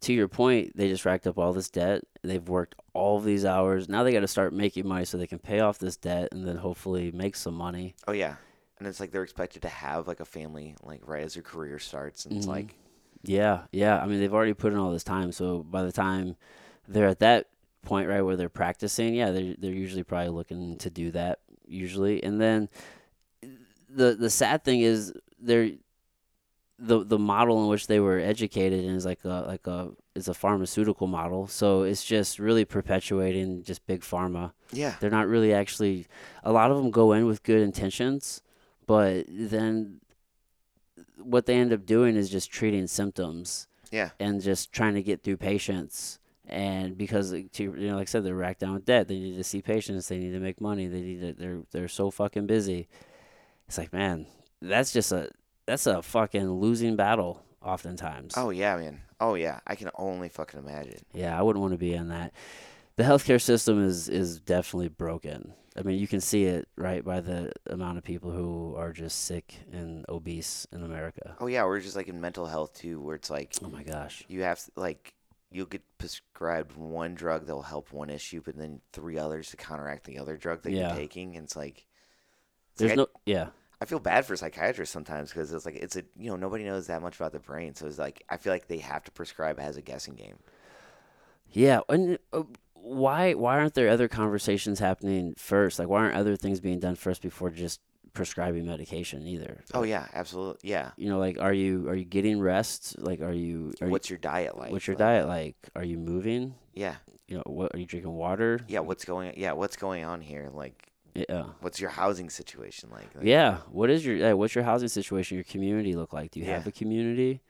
Speaker 1: to your point they just racked up all this debt they've worked all of these hours now they got to start making money so they can pay off this debt and then hopefully make some money
Speaker 2: Oh yeah, and it's like they're expected to have like a family like right as their career starts, and it's
Speaker 1: Mhm.
Speaker 2: like
Speaker 1: yeah yeah i mean they've already put in all this time so by the time they're at that point right where they're practicing yeah they're, they're usually probably looking to do that usually and then the the sad thing is they're the the model in which they were educated in is like a like a is a pharmaceutical model so it's just really perpetuating just big pharma
Speaker 2: yeah,
Speaker 1: they're not really actually a lot of them go in with good intentions but then what they end up doing is just treating symptoms
Speaker 2: yeah,
Speaker 1: and just trying to get through patients and because like, to, you know like i said they're racked down with debt they need to see patients they need to make money they need to they're they're so fucking busy it's like man that's just a that's a fucking losing battle oftentimes
Speaker 2: oh yeah, man, oh yeah. I can only fucking imagine.
Speaker 1: yeah, I wouldn't want to be in that. The healthcare system is is definitely broken. I mean, you can see it right by the amount of people who are just sick and obese in America.
Speaker 2: Oh yeah, we're just like in mental health too, where it's like
Speaker 1: Oh my gosh.
Speaker 2: you have to, like you'll get prescribed one drug that will help one issue, but then three others to counteract the other drug that
Speaker 1: Yeah.
Speaker 2: you're taking. And it's like it's
Speaker 1: There's
Speaker 2: like, I-
Speaker 1: no yeah.
Speaker 2: I feel bad for psychiatrists sometimes because it's like it's a you know nobody knows that much about the brain, so it's like I feel like they have to prescribe as a guessing game.
Speaker 1: Yeah, and uh, why why aren't there other conversations happening first? Like why aren't other things being done first before just prescribing medication either?
Speaker 2: Oh yeah, absolutely, yeah.
Speaker 1: You know, like are you are you getting rest? Like are you are
Speaker 2: What's your diet like?
Speaker 1: you, what's your
Speaker 2: Like,
Speaker 1: diet like? Are you moving?
Speaker 2: Yeah,
Speaker 1: You know, what are you drinking water?
Speaker 2: yeah. What's going? Yeah, what's going on here? Like,
Speaker 1: Yeah.
Speaker 2: what's your housing situation like? Like,
Speaker 1: Yeah. What is your yeah, what's your housing situation? Your community look like? Do you have
Speaker 2: Yeah.
Speaker 1: a community?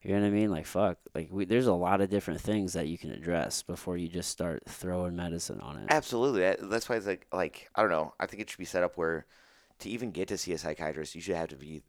Speaker 1: You know what I mean? Like fuck. Like we, there's a lot of different things that you can address before you just start throwing medicine on it.
Speaker 2: Absolutely. That- That's why it's like, like I don't know. I think it should be set up where to even get to see a psychiatrist, you should have to be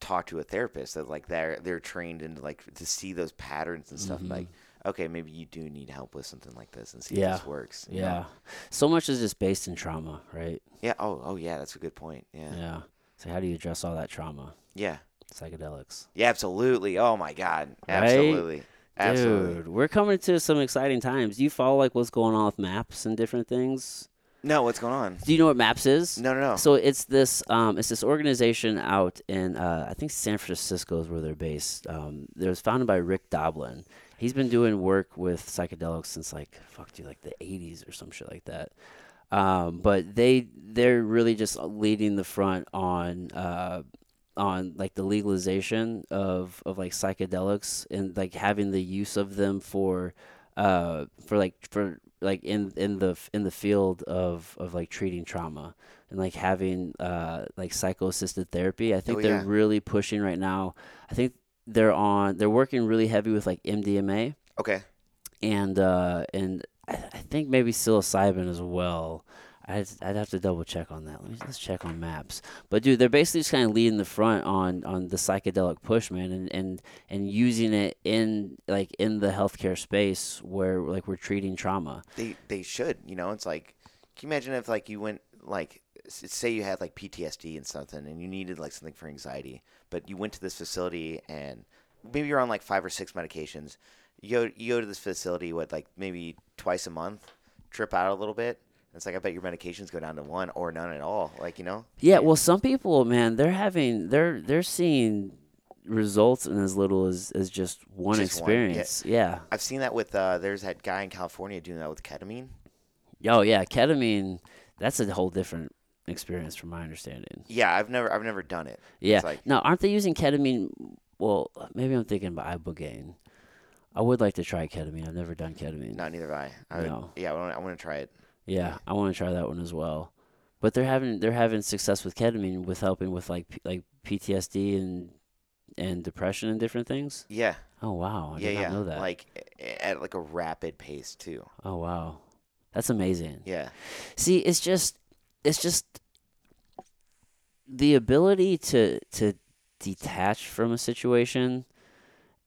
Speaker 2: taught to a therapist that like they're they're trained and like to see those patterns and stuff. and,
Speaker 1: Mhm.
Speaker 2: Like, okay, maybe you do need help with something like this and see
Speaker 1: Yeah.
Speaker 2: if this works. you
Speaker 1: Yeah.
Speaker 2: know?
Speaker 1: So much is just based in trauma, right?
Speaker 2: Yeah. Oh. Oh. Yeah. That's a good point. Yeah.
Speaker 1: Yeah.
Speaker 2: Yeah.
Speaker 1: So how do you address all that trauma?
Speaker 2: Yeah.
Speaker 1: Psychedelics.
Speaker 2: absolutely. Oh my God.
Speaker 1: Right?
Speaker 2: Absolutely. Absolutely.
Speaker 1: Dude, we're coming to some exciting times. Do you follow like what's going on with maps and different things?
Speaker 2: No. What's going on?
Speaker 1: Do you know what maps is?
Speaker 2: No. No. No.
Speaker 1: So it's this um, it's this organization out in uh, I think San Francisco is where they're based. Um, it was founded by Rick Doblin. He's been doing work with psychedelics since like fuck dude like the eighties or some shit like that. Um, but they they're really just leading the front on uh, on like the legalization of of like psychedelics and like having the use of them for uh for like for like in in the in the field of of like treating trauma and like having uh like psycho assisted therapy i think
Speaker 2: Oh,
Speaker 1: they're
Speaker 2: yeah.
Speaker 1: really pushing right now i think they're on they're working really heavy with like mdma
Speaker 2: okay.
Speaker 1: and uh and i, I think maybe psilocybin as well I'd, I'd have to double check on that. Let me let's check on maps. But dude, they're basically just kind of leading the front on on the psychedelic push, man, and and and using it in like in the healthcare space where like we're treating trauma.
Speaker 2: they they should you know it's like can you imagine if like you went like s- say you had like ptsd and something and you needed like something for anxiety but you went to this facility and maybe you're on like five or six medications you go, you go to this facility what like maybe twice a month trip out a little bit. It's like I bet your medications go down to one or none at all. Like you know,
Speaker 1: Yeah, well, some people, man, they're having they're they're seeing results in as little as as just one
Speaker 2: Just one, yeah.
Speaker 1: experience. yeah.
Speaker 2: I've seen that with uh, there's that guy in California doing that with ketamine.
Speaker 1: Oh yeah, ketamine. That's a whole different experience, from my understanding.
Speaker 2: Yeah, I've never I've never done it.
Speaker 1: Yeah.
Speaker 2: It's like
Speaker 1: no, aren't they using ketamine? Well, maybe I'm thinking about ibogaine. I would like to try ketamine. I've never done ketamine.
Speaker 2: not neither have I. I would-
Speaker 1: No.
Speaker 2: Yeah, I want, I want to try it.
Speaker 1: Yeah, I want to try that one as well. But they're having they're having success with ketamine with helping with like P- like PTSD and and depression and different things.
Speaker 2: Yeah,
Speaker 1: Oh wow, I
Speaker 2: yeah,
Speaker 1: did not
Speaker 2: yeah.
Speaker 1: know that.
Speaker 2: Like a- at like a rapid pace too.
Speaker 1: oh wow, that's amazing.
Speaker 2: Yeah,
Speaker 1: See, it's just it's just the ability to to detach from a situation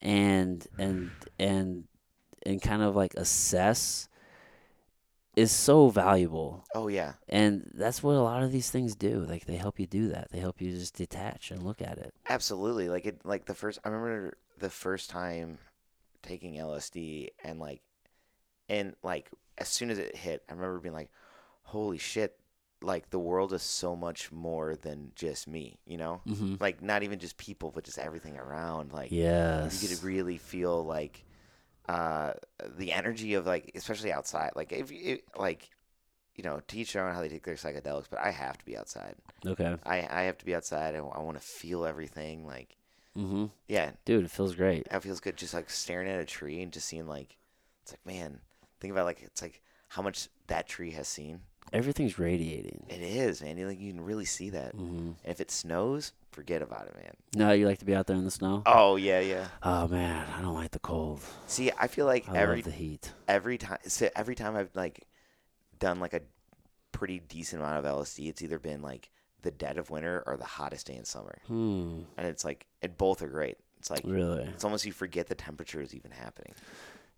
Speaker 1: and and and and kind of like assess is so valuable.
Speaker 2: Oh yeah,
Speaker 1: And that's what a lot of these things do. Like they help you do that. They help you just detach and look at it.
Speaker 2: absolutely. Like it, like the first. I remember the first time taking LSD and like, and like as soon as it hit, I remember being like, "Holy shit!" Like the world is so much more than just me, you know.
Speaker 1: Mm-hmm.
Speaker 2: Like not even just people, but just everything around. Like
Speaker 1: Yes.
Speaker 2: you could really feel like uh the energy of like especially outside like if you it, like you know to each their own how they take their psychedelics but i have to be outside
Speaker 1: Okay.
Speaker 2: i i have to be outside i, want to feel everything like
Speaker 1: Mm-hmm.
Speaker 2: yeah
Speaker 1: Dude, it feels great.
Speaker 2: that feels good just like staring at a tree and just seeing like it's like man think about like it's like how much that tree has seen
Speaker 1: Everything's radiating.
Speaker 2: it is man you, like you can really see that
Speaker 1: Mm-hmm.
Speaker 2: and if it snows forget about it man
Speaker 1: No, you like to be out there in the snow?
Speaker 2: oh yeah yeah
Speaker 1: Oh man, I don't like the cold.
Speaker 2: see i feel like
Speaker 1: I
Speaker 2: every
Speaker 1: love the heat.
Speaker 2: every time so every time I've like done like a pretty decent amount of LSD, it's either been like the dead of winter or the hottest day in summer,
Speaker 1: Hmm.
Speaker 2: and it's like and both are great. It's like
Speaker 1: Really?
Speaker 2: it's almost you forget the temperature is even happening.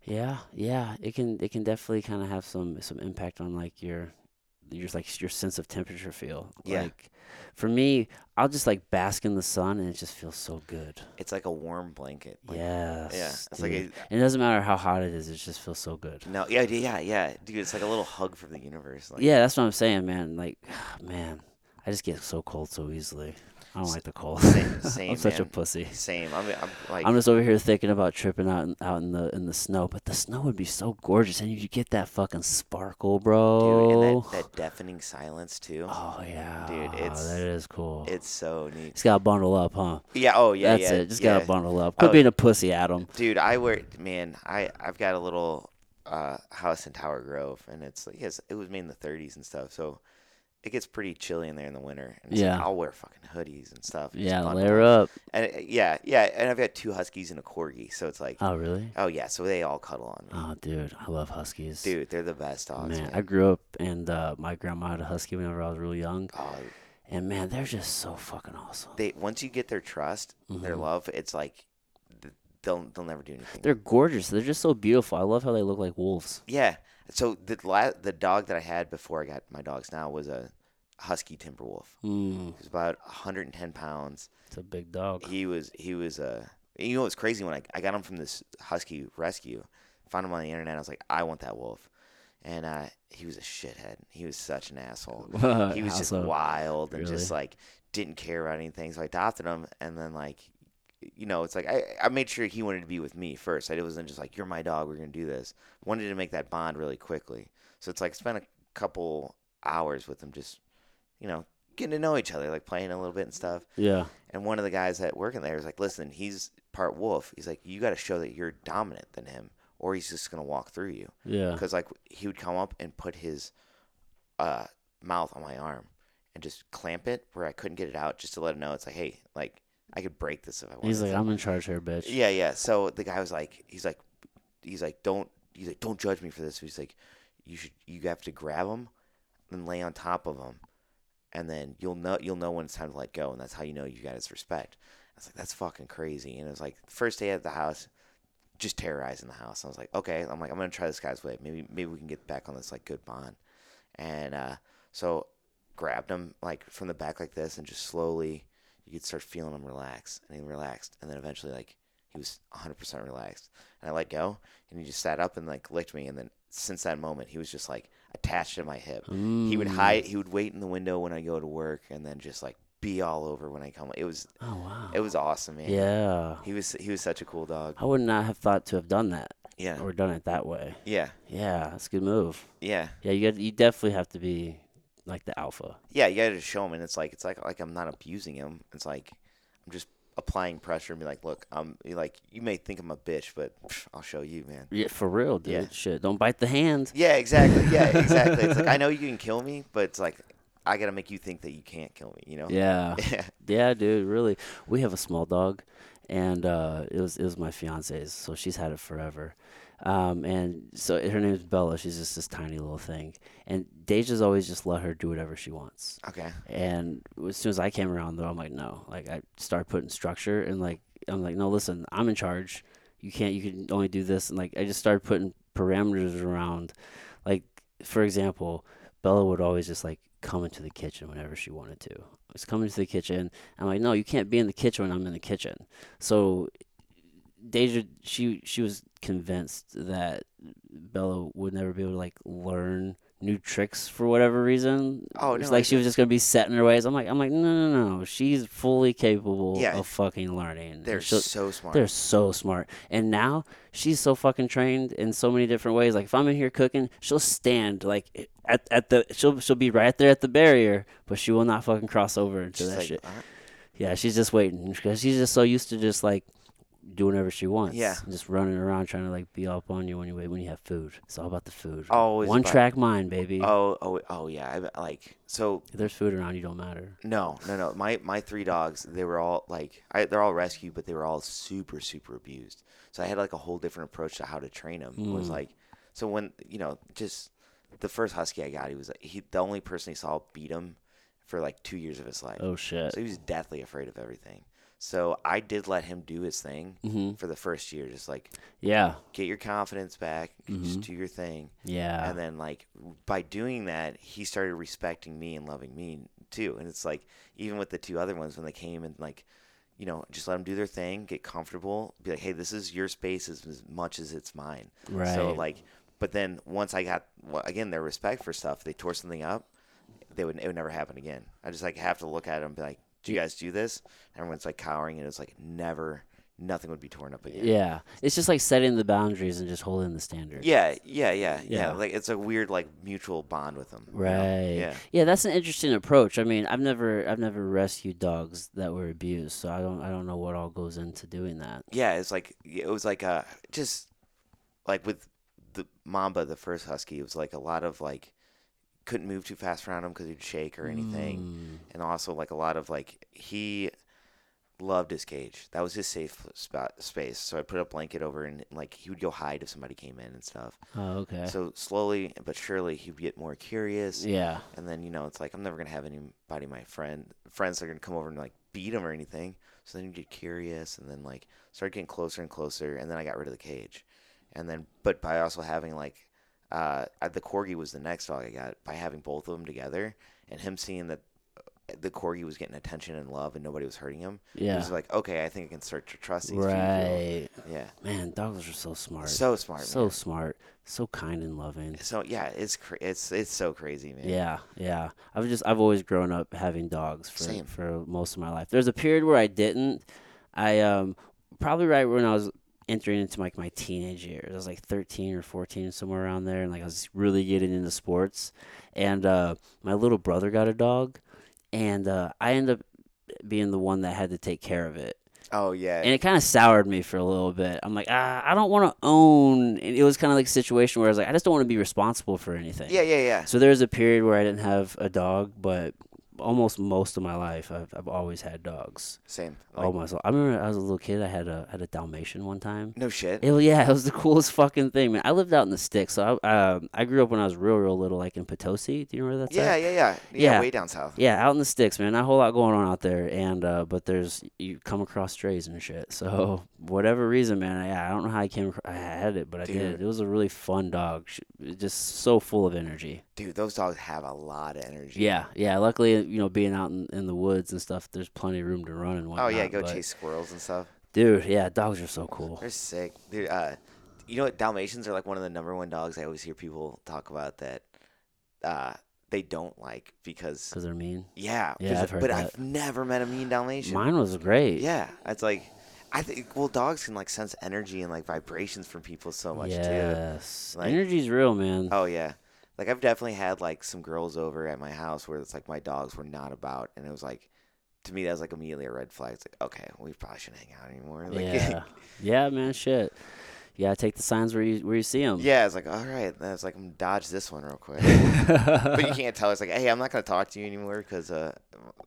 Speaker 1: Yeah. Yeah. It can. It can definitely kind of have some some impact on like your your like your sense of temperature feel.
Speaker 2: Yeah.
Speaker 1: Like for me, I'll just like bask in the sun and it just feels so good.
Speaker 2: It's like a warm blanket. Like,
Speaker 1: yes.
Speaker 2: yeah, it's like
Speaker 1: dude. And it doesn't matter how hot it is. It just feels so good.
Speaker 2: a no, yeah, yeah, yeah, dude. It's like a little hug from the universe. Like,
Speaker 1: yeah, that's what I'm saying, man. Like, <sighs> man, I just get so cold so easily. I don't
Speaker 2: S-
Speaker 1: like the cold.
Speaker 2: same-
Speaker 1: <laughs>
Speaker 2: same,
Speaker 1: I'm such a
Speaker 2: man.
Speaker 1: pussy.
Speaker 2: same. I'm, I'm like,
Speaker 1: I'm just over here thinking about tripping out in, out in the in the snow, but the snow would be so gorgeous, and you get that fucking sparkle, bro.
Speaker 2: dude, and that, that deafening silence too.
Speaker 1: oh yeah,
Speaker 2: Dude, it's-
Speaker 1: that is cool.
Speaker 2: It's so neat.
Speaker 1: just gotta bundle up, huh?
Speaker 2: Yeah. Oh yeah.
Speaker 1: That's
Speaker 2: yeah,
Speaker 1: it. Just
Speaker 2: yeah.
Speaker 1: gotta bundle up. Quit
Speaker 2: Oh.
Speaker 1: being a pussy, Adam.
Speaker 2: Dude, I wear man, I I've got a little uh house in Tower Grove and it's like yes, it was made in the 30s and stuff. So it gets pretty chilly in there in the winter. And it's like,
Speaker 1: Yeah.
Speaker 2: I'll wear fucking hoodies and stuff. and just
Speaker 1: Yeah,
Speaker 2: bundle
Speaker 1: layer up.
Speaker 2: And uh, yeah, yeah, and I've got two huskies and a corgi, so it's like oh,
Speaker 1: Oh really?
Speaker 2: yeah, so they all cuddle on me.
Speaker 1: Oh dude, I love huskies.
Speaker 2: Dude, they're the best
Speaker 1: man,
Speaker 2: dogs. Man,
Speaker 1: I grew up and uh, my grandma had a husky whenever I was really young,
Speaker 2: oh,
Speaker 1: and man, they're just so fucking awesome.
Speaker 2: they once you get their trust, their
Speaker 1: Mhm.
Speaker 2: love, it's like th- they'll they'll never do anything.
Speaker 1: They're gorgeous. They're just so beautiful. I love how they look like wolves.
Speaker 2: Yeah. So the la- the dog that I had before I got my dogs now was a husky timberwolf.
Speaker 1: Mm,
Speaker 2: He was about 110 pounds.
Speaker 1: it's a big dog.
Speaker 2: He was he was uh you know what's crazy when I, I got him from this husky rescue, found him on the internet. I was like, I want that wolf, and uh, he was a shithead. He was such an asshole.
Speaker 1: <laughs>
Speaker 2: He was just
Speaker 1: Also-
Speaker 2: wild and just
Speaker 1: Uh, Really?
Speaker 2: like didn't care about anything. So I adopted him, and then like you know it's like I I made sure he wanted to be with me first. I wasn't just like you're my dog. We're gonna do this. Wanted to make that bond really quickly. So it's like spent a couple hours with him, just you know getting to know each other, like playing a little bit and stuff.
Speaker 1: Yeah.
Speaker 2: And one of the guys that working there was like, "Listen, he's part wolf. He's like, you got to show that you're dominant than him, or he's just gonna walk through you."
Speaker 1: Yeah.
Speaker 2: Because like he would come up and put his uh, mouth on my arm and just clamp it where I couldn't get it out, just to let him know it's like, "Hey, like I could break this if I want."
Speaker 1: He's like, I'm in charge here, bitch.
Speaker 2: "Yeah, yeah." So the guy was like, "He's like, he's like, don't, he's like, don't judge me for this." He's like, "You should, you have to grab him, and lay on top of him." and then you'll know you'll know when it's time to let go, and that's how you know you got his respect. I was like, that's fucking crazy. And it was like first day at the house, just terrorizing the house. I was like, okay, I'm like I'm gonna try this guy's way. Maybe maybe we can get back on this like good bond. And uh, so grabbed him like from the back like this, and just slowly you could start feeling him relax, and he relaxed, and then eventually like he was 100% relaxed, and I let go, and he just sat up and like licked me, and then since that moment, he was just like attached to my hip. He
Speaker 1: Mm. Hmm.
Speaker 2: would hide. He would wait in the window when I go to work, and then just like be all over when I come. It was
Speaker 1: Oh wow.
Speaker 2: it was awesome, man.
Speaker 1: yeah.
Speaker 2: He was he was such a cool dog.
Speaker 1: I would not have thought to have done that
Speaker 2: Yeah.
Speaker 1: or done it that way.
Speaker 2: Yeah.
Speaker 1: Yeah, that's a good move.
Speaker 2: Yeah.
Speaker 1: Yeah, you got, you definitely have to be like the alpha.
Speaker 2: Yeah, you gotta just show him and it's like it's like like I'm not abusing him. It's like I'm just applying pressure and be like, Look, I'm you're like you may think I'm a bitch, but pff, I'll show you, man.
Speaker 1: Yeah, for real, dude.
Speaker 2: Yeah.
Speaker 1: Shit, don't bite the hand.
Speaker 2: Yeah, exactly. Yeah, exactly. it's like I know you can kill me, but it's like I gotta make you think that you can't kill me, you know?
Speaker 1: Yeah.
Speaker 2: <laughs> Yeah.
Speaker 1: Yeah, dude, really. We have a small dog, and uh, it was it was my fiance's, so she's had it forever. Um, and so her name's Bella. She's just this tiny little thing, and Deja's always just let her do whatever she wants.
Speaker 2: Okay.
Speaker 1: And as soon as I came around, though, I'm like, no. Like I started putting structure, and like I'm like, no, listen, I'm in charge. You can't. You can only do this, and like I just started putting parameters around. Like for example, Bella would always just like come into the kitchen whenever she wanted to. I was coming to the kitchen. I'm like, no, you can't be in the kitchen when I'm in the kitchen. So Deja, she she was convinced that Bella would never be able to like learn new tricks for whatever reason.
Speaker 2: Oh,
Speaker 1: It's
Speaker 2: no,
Speaker 1: like
Speaker 2: I
Speaker 1: she was just gonna be set in her ways. I'm like, I'm like, no, no, no. She's fully capable
Speaker 2: Yeah.
Speaker 1: of fucking learning. And
Speaker 2: They're
Speaker 1: she'll-
Speaker 2: so smart.
Speaker 1: they're so smart. And now she's so fucking trained in so many different ways. Like if I'm in here cooking, she'll stand like at, at the she'll she'll be right there at the barrier, but she will not fucking cross over into
Speaker 2: Just
Speaker 1: that
Speaker 2: like,
Speaker 1: shit.
Speaker 2: "Alright."
Speaker 1: Yeah, she's just waiting because she's just so used to just like doing whatever she wants.
Speaker 2: Yeah.
Speaker 1: and just running around trying to like be up on you when you when you have food. It's all about the food.
Speaker 2: Always
Speaker 1: one
Speaker 2: about-
Speaker 1: track mind, baby.
Speaker 2: Oh, oh, oh, yeah. I, like, so
Speaker 1: if there's food around, you don't matter.
Speaker 2: No, no, no. My my three dogs, they were all like, I, they're all rescued, but they were all super, super abused. So I had like a whole different approach to how to train them. It
Speaker 1: Hmm.
Speaker 2: was like, so when you know, just the first husky I got, he was like, he the only person he saw beat him for like two years of his life.
Speaker 1: Oh shit.
Speaker 2: So he was deathly afraid of everything. So I did let him do his thing
Speaker 1: hmm
Speaker 2: for the first year, just like
Speaker 1: Yeah.
Speaker 2: get your confidence back,
Speaker 1: Mm-hmm.
Speaker 2: just do your thing.
Speaker 1: Yeah.
Speaker 2: And then like by doing that, he started respecting me and loving me too. And it's like even with the two other ones when they came and like you know just let them do their thing, get comfortable, be like, hey, this is your space as, as much as it's mine. So
Speaker 1: Right.
Speaker 2: like, but then once I got well, again their respect for stuff, they tore something up. They would it would never happen again. I just like have to look at them and be like, do you guys do this? Everyone's like cowering and it's like never nothing would be torn up again.
Speaker 1: Yeah. It's just like setting the boundaries and just holding the standard.
Speaker 2: Yeah, yeah, yeah, yeah.
Speaker 1: Yeah.
Speaker 2: Like it's a weird like mutual bond with them. you know?
Speaker 1: Right.
Speaker 2: Yeah.
Speaker 1: that's an interesting approach. I mean, I've never I've never rescued dogs that were abused, so I don't I don't know what all goes into doing that.
Speaker 2: Yeah, it's like it was like uh just like with the Mamba, the first husky, it was like a lot of like couldn't move too fast around him because he'd shake or
Speaker 1: Mm.
Speaker 2: anything, and also like a lot of like he loved his cage. That was his safe spot space. So I put a blanket over and like he would go hide if somebody came in and stuff.
Speaker 1: Oh, okay.
Speaker 2: So slowly but surely he'd get more curious.
Speaker 1: yeah.
Speaker 2: And then you know it's like I'm never gonna have anybody my friend friends that are gonna come over and like beat him or anything. So then you get curious, and then like start getting closer and closer, and then I got rid of the cage, and then but by also having like uh uh, the corgi was the next dog I got by having both of them together, and him seeing that uh, the corgi was getting attention and love, and nobody was hurting him. he
Speaker 1: Yeah.
Speaker 2: was like okay, I think I can start to trust these
Speaker 1: Right.
Speaker 2: people. Yeah,
Speaker 1: Man, dogs are so smart.
Speaker 2: so smart.
Speaker 1: so
Speaker 2: man.
Speaker 1: smart, so kind and loving.
Speaker 2: so yeah, it's cra- it's it's so crazy, man.
Speaker 1: Yeah, yeah. I've just I've always grown up having dogs for
Speaker 2: Same.
Speaker 1: for most of my life. There's a period where I didn't. I um probably right when I was entering into like my teenage years. I was like 13 or 14 somewhere around there and like I was really getting into sports and uh my little brother got a dog and uh I ended up being the one that had to take care of it
Speaker 2: Oh yeah.
Speaker 1: and it kind of soured me for a little bit. I'm like, ah, I don't want to own. And it was kind of like a situation where I was like, I just don't want to be responsible for anything.
Speaker 2: yeah, yeah, yeah.
Speaker 1: So there was a period where I didn't have a dog, but almost most of my life, I've, I've always had dogs.
Speaker 2: Same. Like,
Speaker 1: All Oh my life. I remember I was a little kid. I had a had a Dalmatian one time.
Speaker 2: No shit.
Speaker 1: It was, yeah, <laughs> it was the coolest fucking thing, man. I lived out in the sticks, so I um, I grew up when I was real, real little, like in Potosi. Do you know where that's at?
Speaker 2: yeah, yeah, yeah, yeah.
Speaker 1: Yeah.
Speaker 2: Way down south.
Speaker 1: Yeah, out in the sticks, man. Not a whole lot going on out there, and uh, but there's you come across strays and shit. So <laughs> whatever reason, man, yeah, I don't know how I came. Across, I had it, but I did.
Speaker 2: Dude.
Speaker 1: It was a really fun dog, She- just so full of energy.
Speaker 2: Dude, those dogs have a lot of energy.
Speaker 1: Yeah, yeah. Luckily, you know, being out in, in the woods and stuff, there's plenty of room to run and whatnot.
Speaker 2: Oh yeah, go
Speaker 1: but-
Speaker 2: chase squirrels and stuff.
Speaker 1: dude. Yeah, dogs are so cool.
Speaker 2: They're sick, dude. Uh, you know what? Dalmatians are like one of the number one dogs I always hear people talk about that uh, they don't like because
Speaker 1: because they're mean.
Speaker 2: yeah,
Speaker 1: Yeah,
Speaker 2: because-
Speaker 1: I've heard
Speaker 2: but
Speaker 1: that.
Speaker 2: I've never met a mean Dalmatian.
Speaker 1: Mine was great.
Speaker 2: Yeah, it's like I think well dogs can like sense energy and like vibrations from people so much too.
Speaker 1: yes.
Speaker 2: Like-
Speaker 1: Energy's real, man.
Speaker 2: Oh <laughs> yeah. Like I've definitely had like some girls over at my house where it's like my dogs were not about and it was like to me that was like immediately a red flag. It's like, okay, we probably shouldn't hang out anymore. Like
Speaker 1: yeah. yeah, man. Shit. You gotta take the signs where you where you see them. <laughs>
Speaker 2: <laughs> Yeah, it's like, all right, then it's like I'm gonna dodge this one real quick. but you can't tell. It's like, hey, I'm not gonna talk to you anymore because uh,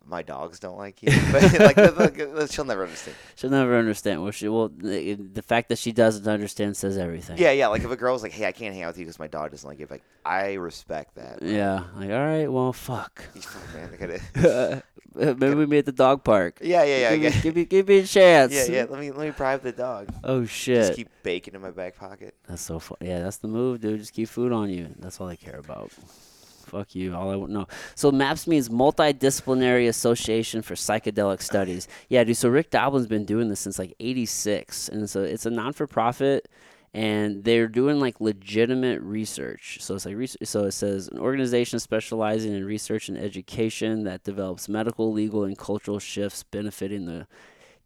Speaker 2: my dogs don't like you. But like, the, the, she'll never understand.
Speaker 1: She'll never understand. Well, she well the, the fact that she doesn't understand says everything.
Speaker 2: Yeah, yeah. Like if a girl's like, hey, I can't hang out with you because my dog doesn't like you. Like, I respect that.
Speaker 1: Yeah. Like, all right. Well, fuck.
Speaker 2: <laughs>
Speaker 1: <laughs>
Speaker 2: Man, look at it.
Speaker 1: Maybe we meet at the dog park.
Speaker 2: <laughs> Yeah,
Speaker 1: <laughs>
Speaker 2: yeah, yeah. I
Speaker 1: Give, me,
Speaker 2: guess-
Speaker 1: give me give me a chance.
Speaker 2: Yeah, yeah. Let me let me bribe the dog.
Speaker 1: Oh
Speaker 2: Just
Speaker 1: shit.
Speaker 2: keep bacon in my back pocket.
Speaker 1: That's so fun. Yeah, that's the move, dude. Just keep food on you. That's all they care about. Fuck you. All I want no. So MAPS means Multidisciplinary Association for Psychedelic Studies. Yeah, dude. So Rick Doblin's been doing this since like '86, and so it's a non-for-profit, and they're doing like legitimate research. So it's like res- so it says an organization specializing in research and education that develops medical, legal, and cultural shifts benefiting the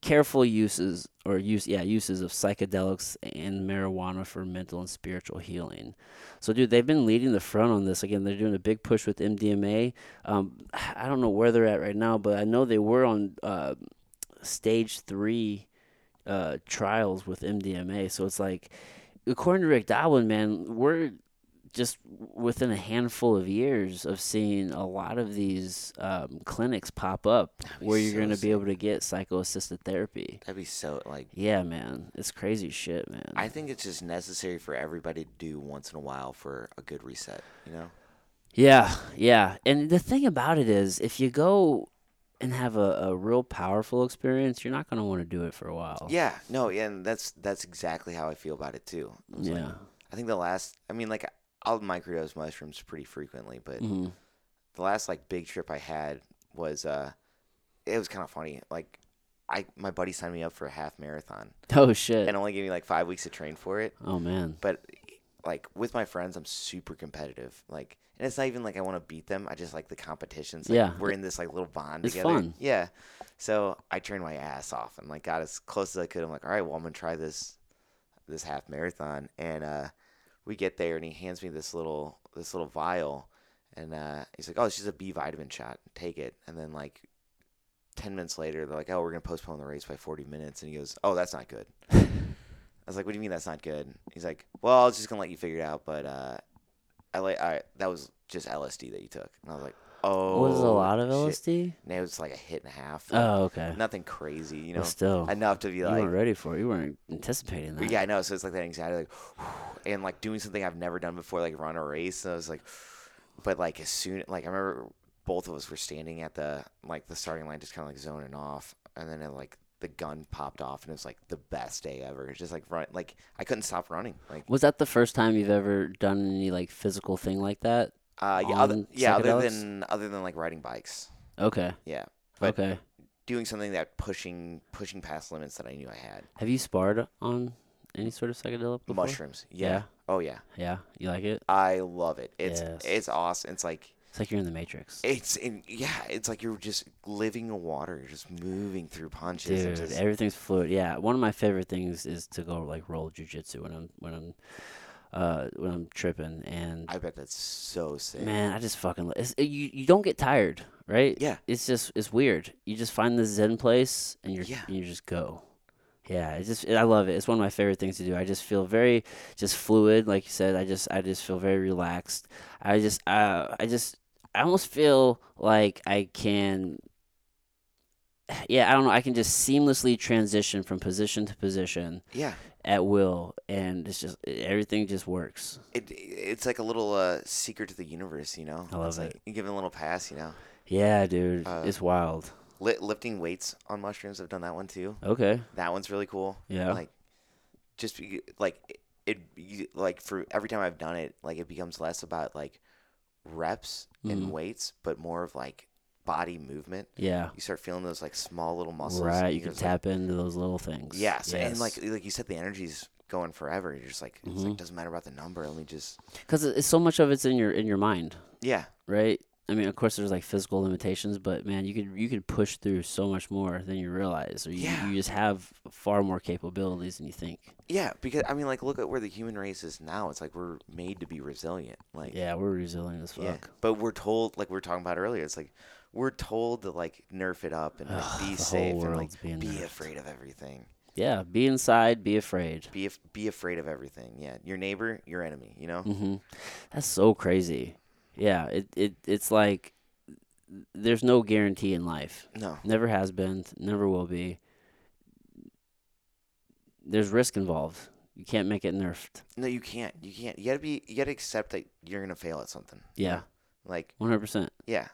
Speaker 1: careful uses or use yeah uses of psychedelics and marijuana for mental and spiritual healing so dude they've been leading the front on this again they're doing a big push with mdma um, <sighs> i don't know where they're at right now but i know they were on uh, stage three uh, trials with mdma so it's like according to rick Doblin, man we're just within a handful of years of seeing a lot of these um, clinics pop up
Speaker 2: That'd be
Speaker 1: where you're
Speaker 2: so
Speaker 1: going to
Speaker 2: sick.
Speaker 1: be able to get psycho assisted therapy.
Speaker 2: That'd be so like.
Speaker 1: Yeah, man. It's crazy shit, man.
Speaker 2: I think it's just necessary for everybody to do once in a while for a good reset. You know.
Speaker 1: yeah, yeah. And the thing about it is, if you go and have a, a real powerful experience, you're not going to want to do it for a while.
Speaker 2: Yeah. No. Yeah, and that's that's exactly how I feel about it too. It's like,
Speaker 1: Yeah.
Speaker 2: I think the last. I mean, like I'll microdose mushrooms pretty frequently, but
Speaker 1: Mhm.
Speaker 2: the last like big trip I had was uh, it was kind of funny. Like, I my buddy signed me up for a half marathon
Speaker 1: Oh, shit.
Speaker 2: and only gave me like five weeks to train for it.
Speaker 1: Oh, man.
Speaker 2: But like with my friends, I'm super competitive. Like, and it's not even like I want to beat them. I just like the competitions. Like,
Speaker 1: Yeah.
Speaker 2: we're in this like little bond
Speaker 1: It's
Speaker 2: together.
Speaker 1: fun.
Speaker 2: Yeah. So I trained my ass off and like got as close as I could. I'm like, all right, well, I'm gonna try this this half marathon. And uh, we get there, and he hands me this little this little vial, and uh, he's like, oh, it's just a B vitamin shot. Take it. And then like. 10 minutes later, they're like, oh, we're going to postpone the race by 40 minutes. And he goes, oh, that's
Speaker 1: <laughs>
Speaker 2: not good. I was like, "What do you mean that's not good?" He's like, "Well, I was just gonna let you figure it out, but uh, I like I that was just LSD that you took." And I was like, "Oh,
Speaker 1: was it a lot of
Speaker 2: shit."
Speaker 1: LSD?
Speaker 2: And it was like a hit and a half.
Speaker 1: Oh, okay.
Speaker 2: nothing crazy, you know,
Speaker 1: but still,
Speaker 2: enough to be
Speaker 1: you
Speaker 2: like,
Speaker 1: weren't ready for it. You weren't anticipating that.
Speaker 2: yeah, I know. So it's like that anxiety, like, <sighs> and like doing something I've never done before, like run a race. And I was like, <sighs> but like as soon, like I remember both of us were standing at the like the starting line, just kind of like zoning off, and then it, like the gun popped off, and it was like the best day ever. It's just like run, like I couldn't stop running, like.
Speaker 1: Was that the first time you've ever done any like physical thing like that?
Speaker 2: Uh, yeah, other,
Speaker 1: on
Speaker 2: yeah, other
Speaker 1: psychedelics?
Speaker 2: than other than like riding bikes,
Speaker 1: Okay.
Speaker 2: yeah, But-
Speaker 1: okay.
Speaker 2: doing something that pushing pushing past limits that I knew I had.
Speaker 1: Have you sparred on any sort of psychedelic before?
Speaker 2: Mushrooms, yeah.
Speaker 1: Yeah.
Speaker 2: oh yeah,
Speaker 1: Yeah, you like it?
Speaker 2: I love it. It's
Speaker 1: Yes.
Speaker 2: it's awesome. It's like
Speaker 1: It's like you're in the Matrix,
Speaker 2: it's in yeah, it's like you're just living in water, you're just moving through punches. and
Speaker 1: dude.
Speaker 2: just-
Speaker 1: Everything's fluid. Yeah, one of my favorite things is to go like roll jujitsu when I'm when I'm uh when I'm tripping, and
Speaker 2: I bet that's so sick.
Speaker 1: man, I just fucking lo- it's, you you don't get tired, right?
Speaker 2: Yeah,
Speaker 1: It's just it's weird. You just find the zen place, and you're
Speaker 2: Yeah.
Speaker 1: and you just go. Yeah, it's just I love it. It's one of my favorite things to do. I just feel very just fluid, like you said. I just I just feel very relaxed. I just uh, I just I almost feel like I can yeah, I don't know, I can just seamlessly transition from position to position
Speaker 2: yeah.
Speaker 1: at will and it's just everything just works.
Speaker 2: It it's like a little uh, secret to the universe, you know.
Speaker 1: I love
Speaker 2: it's like
Speaker 1: it.
Speaker 2: You give it a little pass, you know.
Speaker 1: Yeah, dude.
Speaker 2: Uh,
Speaker 1: it's wild.
Speaker 2: Li- lifting weights on mushrooms, I've done that one too.
Speaker 1: Okay.
Speaker 2: That one's really cool.
Speaker 1: Yeah.
Speaker 2: like just be, like it, it you, like for every time I've done it, like it becomes less about like reps
Speaker 1: Mhm.
Speaker 2: and weights, but more of like body movement.
Speaker 1: yeah.
Speaker 2: You start feeling those like small little muscles.
Speaker 1: Right, you
Speaker 2: and you're
Speaker 1: can
Speaker 2: just like-
Speaker 1: tap into those little things.
Speaker 2: yes, and like
Speaker 1: Yes.
Speaker 2: like you said, the energy's going forever. You're just like, it's
Speaker 1: Mhm.
Speaker 2: like doesn't matter about the number. Let me just
Speaker 1: because it's so much of it's in your in your mind,
Speaker 2: yeah.
Speaker 1: right? I mean, of course, there's like physical limitations, but man, you could you could push through so much more than you realize, or you,
Speaker 2: Yeah.
Speaker 1: you just have far more capabilities than you think.
Speaker 2: Yeah, because I mean, like, look at where the human race is now. It's like we're made to be resilient. Like,
Speaker 1: Yeah, we're resilient as fuck.
Speaker 2: yeah. But we're told, like, we were talking about earlier. It's like we're told to like nerf it up and like,
Speaker 1: Ugh,
Speaker 2: be
Speaker 1: the
Speaker 2: safe
Speaker 1: whole
Speaker 2: and
Speaker 1: world's
Speaker 2: like be
Speaker 1: being nerfed.
Speaker 2: afraid of everything.
Speaker 1: Yeah, be inside, be afraid.
Speaker 2: Be af- be afraid of everything. Yeah, your neighbor, your enemy. You know.
Speaker 1: hmm That's so crazy. Yeah, it, it it's like there's no guarantee in life.
Speaker 2: No.
Speaker 1: Never has been, never will be. There's risk involved. You can't make it nerfed.
Speaker 2: No, you can't. You can't. You gotta be. You gotta accept that you're gonna fail at something. you
Speaker 1: Yeah.
Speaker 2: know? Like,
Speaker 1: 100%.
Speaker 2: yeah,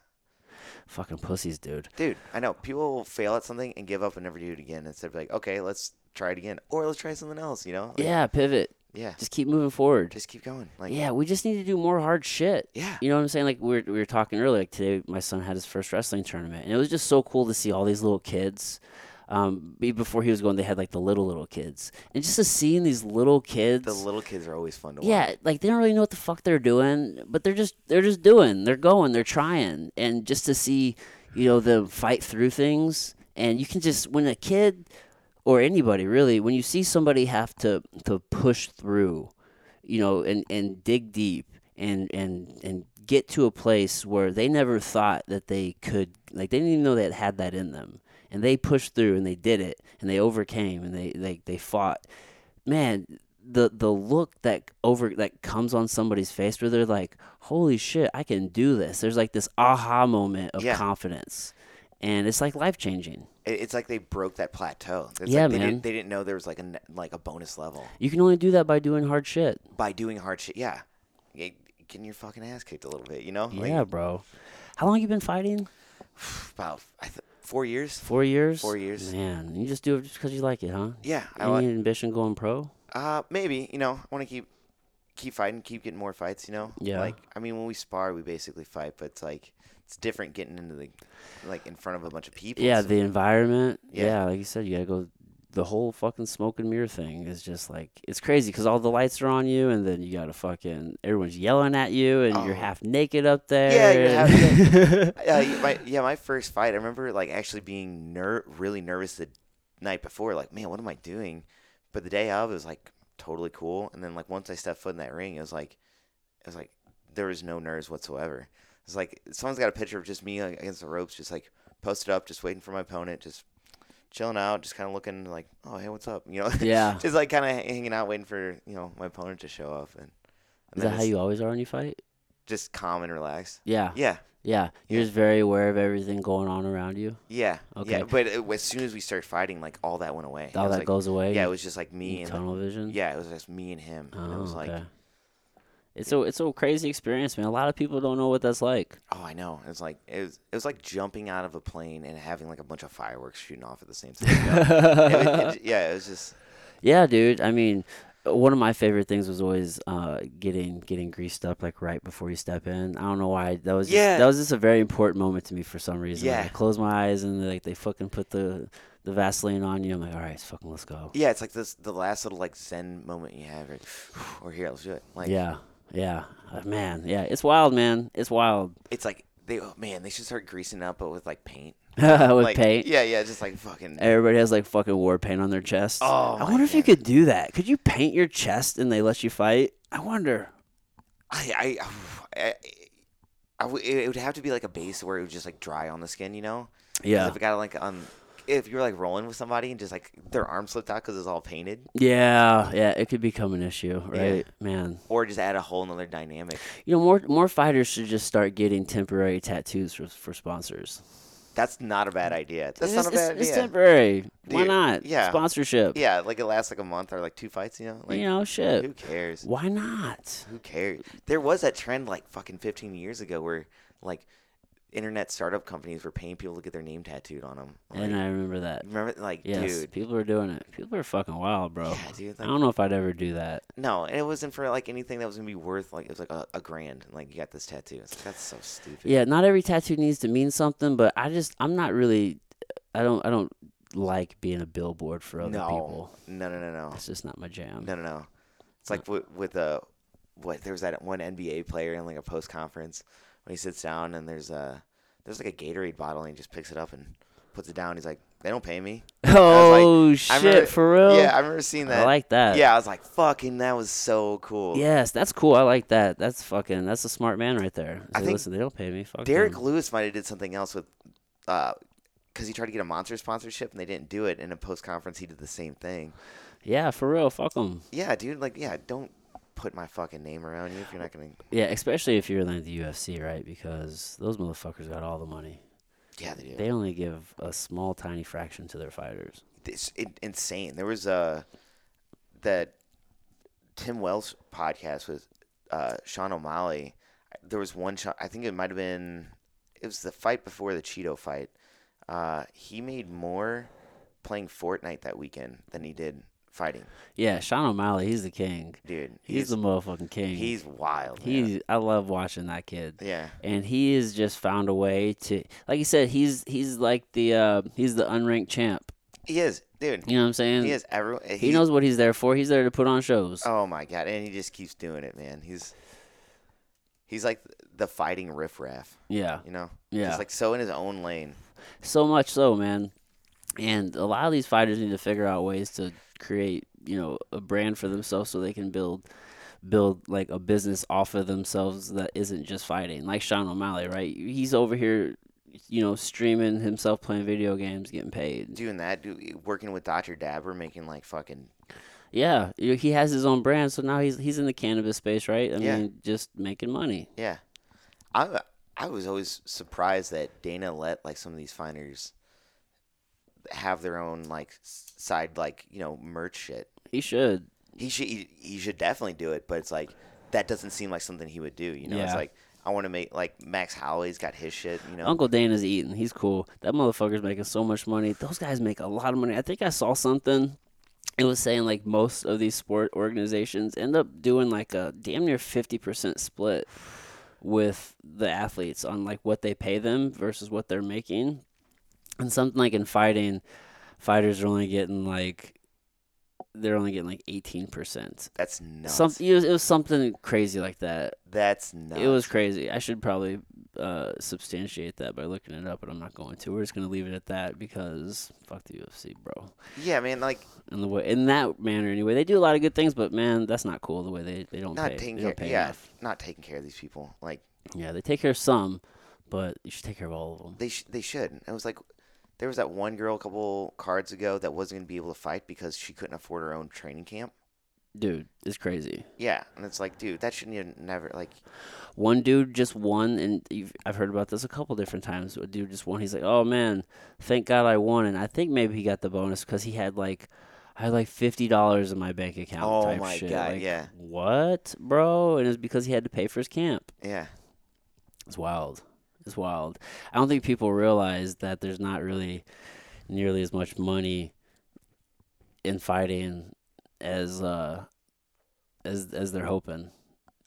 Speaker 1: Fucking pussies, dude.
Speaker 2: dude. I know people will fail at something and give up and never do it again. Instead of like, okay, let's try it again, or let's try something else. You know. Like,
Speaker 1: Yeah, pivot.
Speaker 2: Yeah.
Speaker 1: Just keep moving forward.
Speaker 2: Just keep going. Like.
Speaker 1: Yeah, we just need to do more hard shit.
Speaker 2: Yeah.
Speaker 1: You know what I'm saying? Like we were, we were talking earlier. Like today, my son had his first wrestling tournament, and it was just so cool to see all these little kids. Um, be- before he was going, they had like the little little kids, and just to seeing these little kids.
Speaker 2: The little kids are always fun to watch.
Speaker 1: yeah, like they don't really know what the fuck they're doing, but they're just they're just doing, they're going, they're trying, and just to see, you know, them fight through things, and you can just when a kid or anybody really, when you see somebody have to to push through, you know, and and dig deep and and and get to a place where they never thought that they could, like they didn't even know they had, had that in them, and they pushed through and they did it and they overcame and they they they fought. Man, the the look that over that comes on somebody's face where they're like, "Holy shit, I can do this." There's like this aha moment of
Speaker 2: Yeah.
Speaker 1: confidence. And it's like life changing.
Speaker 2: It- It's like they broke that plateau. It's
Speaker 1: Yeah,
Speaker 2: like they
Speaker 1: man.
Speaker 2: Didn't, they didn't know there was like a ne- like a bonus level
Speaker 1: You can only do that by doing hard shit.
Speaker 2: by doing hard shit. Yeah, Yeah, getting your fucking ass kicked a little bit. You know,
Speaker 1: Yeah, bro. How long you been fighting?
Speaker 2: like, about I th- four years.
Speaker 1: Four years.
Speaker 2: Four years.
Speaker 1: Man, you just do it just because you like it, huh?
Speaker 2: Yeah, I
Speaker 1: Any
Speaker 2: like.
Speaker 1: ambition going pro?
Speaker 2: Uh, maybe you know I want to keep keep fighting, keep getting more fights. You know,
Speaker 1: Yeah.
Speaker 2: Like I mean, when we spar, we basically fight, but it's like it's different getting into the like in front of a bunch of people.
Speaker 1: Yeah,
Speaker 2: so-
Speaker 1: the environment. Yeah.
Speaker 2: Yeah.
Speaker 1: like you said, you gotta go. The whole fucking smoke and mirror thing is just like it's crazy because all the lights are on you, and then you gotta fucking everyone's yelling at you, and you're
Speaker 2: Oh.
Speaker 1: half naked up there. and-
Speaker 2: Yeah, you're
Speaker 1: <laughs>
Speaker 2: uh, <laughs> y- my, yeah, my first fight, I remember like actually being ner- really nervous the night before, like, man, what am I doing? But the day of, it was like totally cool. And then like once I stepped foot in that ring, it was like, it was like there was no nerves whatsoever. It's like someone's got a picture of just me like, against the ropes, just like posted up, just waiting for my opponent, just chilling out, just kind of looking like, oh hey, what's up? You know,
Speaker 1: Yeah.
Speaker 2: <laughs> just like kind of hanging out, waiting for you know my opponent to show up, and, and
Speaker 1: Is
Speaker 2: then
Speaker 1: that how
Speaker 2: just,
Speaker 1: you Ah. always are when you fight?
Speaker 2: just calm and relaxed.
Speaker 1: Yeah, yeah.
Speaker 2: Yeah,
Speaker 1: You're
Speaker 2: Yeah.
Speaker 1: just very aware of everything going on around you.
Speaker 2: Yeah.
Speaker 1: Okay.
Speaker 2: Yeah, but it, as soon as we started fighting, like all that went away. It
Speaker 1: All
Speaker 2: was
Speaker 1: that
Speaker 2: like-
Speaker 1: goes away.
Speaker 2: Yeah, it
Speaker 1: you-
Speaker 2: was just like me
Speaker 1: you
Speaker 2: and
Speaker 1: tunnel vision.
Speaker 2: yeah, it was just me and him. and it was like,
Speaker 1: Oh, okay. It's a it's a crazy experience, man. A lot of people don't know what that's like.
Speaker 2: oh, I know. It was like it was it was like jumping out of a plane and having like a bunch of fireworks shooting off at the same time. you know?
Speaker 1: <laughs>
Speaker 2: It was- it- yeah, it was just
Speaker 1: Yeah, dude. I mean, uh, one of my favorite things was always uh, getting getting greased up like right before you step in. I don't know why that was. Just,
Speaker 2: Yeah.
Speaker 1: That was just a very important moment to me for some reason. Like, I
Speaker 2: Yeah.
Speaker 1: close my eyes and like they fucking put the the Vaseline on you. I'm like, all right, fucking let's go.
Speaker 2: yeah, it's like this the last little like zen moment you have. Like, or here, let's do it. Like
Speaker 1: yeah. Yeah. Uh, man. Yeah. It's wild, man. It's wild. <laughs>
Speaker 2: it's like they oh man, they should start greasing up, but with like paint.
Speaker 1: With
Speaker 2: like,
Speaker 1: paint.
Speaker 2: Yeah, yeah, just like fucking.
Speaker 1: Everybody has like fucking war paint on their chest.
Speaker 2: Oh,
Speaker 1: I
Speaker 2: my
Speaker 1: wonder if you
Speaker 2: God.
Speaker 1: could do that. Could you paint your chest and they let you fight? I wonder.
Speaker 2: I, <sighs> I, I, I w- it would have to be like a base where it would just like dry on the skin, you know. 'Cause
Speaker 1: Yeah.
Speaker 2: If it got like um, if you were like rolling with somebody and just like their arm slipped out because it's all painted,
Speaker 1: Yeah. Yeah. It could become an issue,
Speaker 2: Yeah.
Speaker 1: right? Man.
Speaker 2: or just add a whole nother dynamic.
Speaker 1: You know, more more fighters should just start getting temporary tattoos for for sponsors.
Speaker 2: That's not a bad idea. That's
Speaker 1: it's,
Speaker 2: not a
Speaker 1: it's-
Speaker 2: bad
Speaker 1: it's
Speaker 2: idea.
Speaker 1: temporary. Why
Speaker 2: Yeah,
Speaker 1: not?
Speaker 2: yeah.
Speaker 1: Sponsorship.
Speaker 2: yeah, like it lasts like a month or like two fights, you know. Like
Speaker 1: you know,
Speaker 2: who
Speaker 1: shit.
Speaker 2: cares?
Speaker 1: Why not?
Speaker 2: Who cares? There was that trend like fucking 15 years ago where like internet startup companies were paying people to get their name tattooed on them. Like,
Speaker 1: And I remember that.
Speaker 2: remember, like,
Speaker 1: Yes,
Speaker 2: dude.
Speaker 1: people are doing it. People are fucking wild, bro.
Speaker 2: Yeah, dude,
Speaker 1: I
Speaker 2: like,
Speaker 1: don't know if I'd ever do that.
Speaker 2: no, and it wasn't for like anything that was gonna be worth like it was like a, a grand. And, like you got this tattoo. It's like, that's so stupid.
Speaker 1: Yeah, not every tattoo needs to mean something, but I just I'm not really I don't I don't like being a billboard for other
Speaker 2: no,
Speaker 1: people.
Speaker 2: no, no, no, no,
Speaker 1: That's Mm. just not my jam.
Speaker 2: no, no, no. It's like with, with a what there was that one NBA player in like a post conference when he sits down and there's a there's like a Gatorade bottle and he just picks it up and puts it down. He's like, they don't pay me. like-
Speaker 1: <laughs> Oh
Speaker 2: I
Speaker 1: shit,
Speaker 2: remember-
Speaker 1: for real?
Speaker 2: Yeah, I remember seeing that.
Speaker 1: I like that.
Speaker 2: yeah, I was like, fucking, that was so cool.
Speaker 1: Yes, that's cool. I like that. That's fucking. That's a smart man right there.
Speaker 2: I
Speaker 1: Say,
Speaker 2: think
Speaker 1: listen, they don't pay me. Fuck
Speaker 2: Derek
Speaker 1: them.
Speaker 2: Lewis might have did something else with, uh, because he tried to get a monster sponsorship and they didn't do it. In a post conference, he did the same thing.
Speaker 1: Yeah, for real. Fuck them.
Speaker 2: Yeah, dude. Like, yeah, don't put my fucking name around you if you're not gonna.
Speaker 1: Yeah, especially if you're in the UFC, right? Because those motherfuckers got all the money.
Speaker 2: Yeah, they do.
Speaker 1: They only give a small, tiny fraction to their fighters.
Speaker 2: It's in- insane. There was uh, that Tim Wells podcast with uh, Sean O'Malley. There was one shot. I think it might have been. It was the fight before the Cheeto fight. Uh, he made more playing Fortnite that weekend than he did fighting.
Speaker 1: Yeah, Sean O'Malley, he's the king.
Speaker 2: Dude,
Speaker 1: He's, the motherfucking king.
Speaker 2: He's wild.
Speaker 1: he's.
Speaker 2: man.
Speaker 1: I love watching that kid.
Speaker 2: yeah.
Speaker 1: and he has just found a way to like you said he's he's like the uh he's the unranked champ
Speaker 2: He is, dude.
Speaker 1: you know what i'm saying
Speaker 2: He is everyone. He,
Speaker 1: he knows what he's there for he's there to put on shows
Speaker 2: Oh my god, and he just keeps doing it, man. He's he's like the fighting riffraff,
Speaker 1: yeah
Speaker 2: you know.
Speaker 1: yeah
Speaker 2: He's like so in his own lane.
Speaker 1: so much so man and a lot of these fighters need to figure out ways to create you know a brand for themselves so they can build build like a business off of themselves that isn't just fighting like sean o'malley right he's over here you know streaming himself playing video games getting paid
Speaker 2: Doing that, do, working with Dr. Dabber, making like fucking
Speaker 1: Yeah, you know, he has his own brand, so now he's he's in the cannabis space, right? I
Speaker 2: Yeah.
Speaker 1: mean, just making money.
Speaker 2: yeah. I I was always surprised that Dana let like some of these finders have their own like s- side like you know merch shit.
Speaker 1: He should.
Speaker 2: he should he, he should definitely do it, but it's like that doesn't seem like something he would do. You know, it's
Speaker 1: Yeah.
Speaker 2: like I want to make like Max Holloway's got his shit. You know,
Speaker 1: Uncle Dana's eating. He's cool. That motherfucker's making so much money. Those guys make a lot of money. I think I saw something. It was saying like most of these sport organizations end up doing like a damn near fifty percent split with the athletes on like what they pay them versus what they're making. And something like in fighting, fighters are only getting like they're only getting like eighteen percent.
Speaker 2: that's nuts.
Speaker 1: Some, it, was, it was something crazy like that.
Speaker 2: that's nuts.
Speaker 1: It was crazy. I should probably uh, substantiate that by looking it up, but I'm not going to. We're just gonna leave it at that because fuck the UFC, bro.
Speaker 2: yeah, man. Like
Speaker 1: In the way, in that manner, anyway, they do a lot of good things, but man, that's not cool. The way they they don't
Speaker 2: not
Speaker 1: pay,
Speaker 2: taking
Speaker 1: they
Speaker 2: care.
Speaker 1: don't pay
Speaker 2: yeah,
Speaker 1: enough.
Speaker 2: not taking care of these people. Like
Speaker 1: Yeah, they take care of some, but you should take care of all of them.
Speaker 2: they sh- they should. It was like there was that one girl a couple cards ago that wasn't gonna be able to fight because she couldn't afford her own training camp.
Speaker 1: Dude, it's crazy.
Speaker 2: Yeah, and it's like, dude, that shouldn't even never like.
Speaker 1: One dude just won, and you've, I've heard about this a couple different times. A dude just won. He's like, "Oh man, thank God I won!" And I think maybe he got the bonus because he had like, I had like fifty dollars in my bank account.
Speaker 2: Oh
Speaker 1: type
Speaker 2: my
Speaker 1: shit.
Speaker 2: God,
Speaker 1: Like,
Speaker 2: yeah.
Speaker 1: What, bro? And it's because he had to pay for his camp.
Speaker 2: Yeah,
Speaker 1: It's wild. It's wild. I don't think people realize that there's not really nearly as much money in fighting as uh as as they're hoping.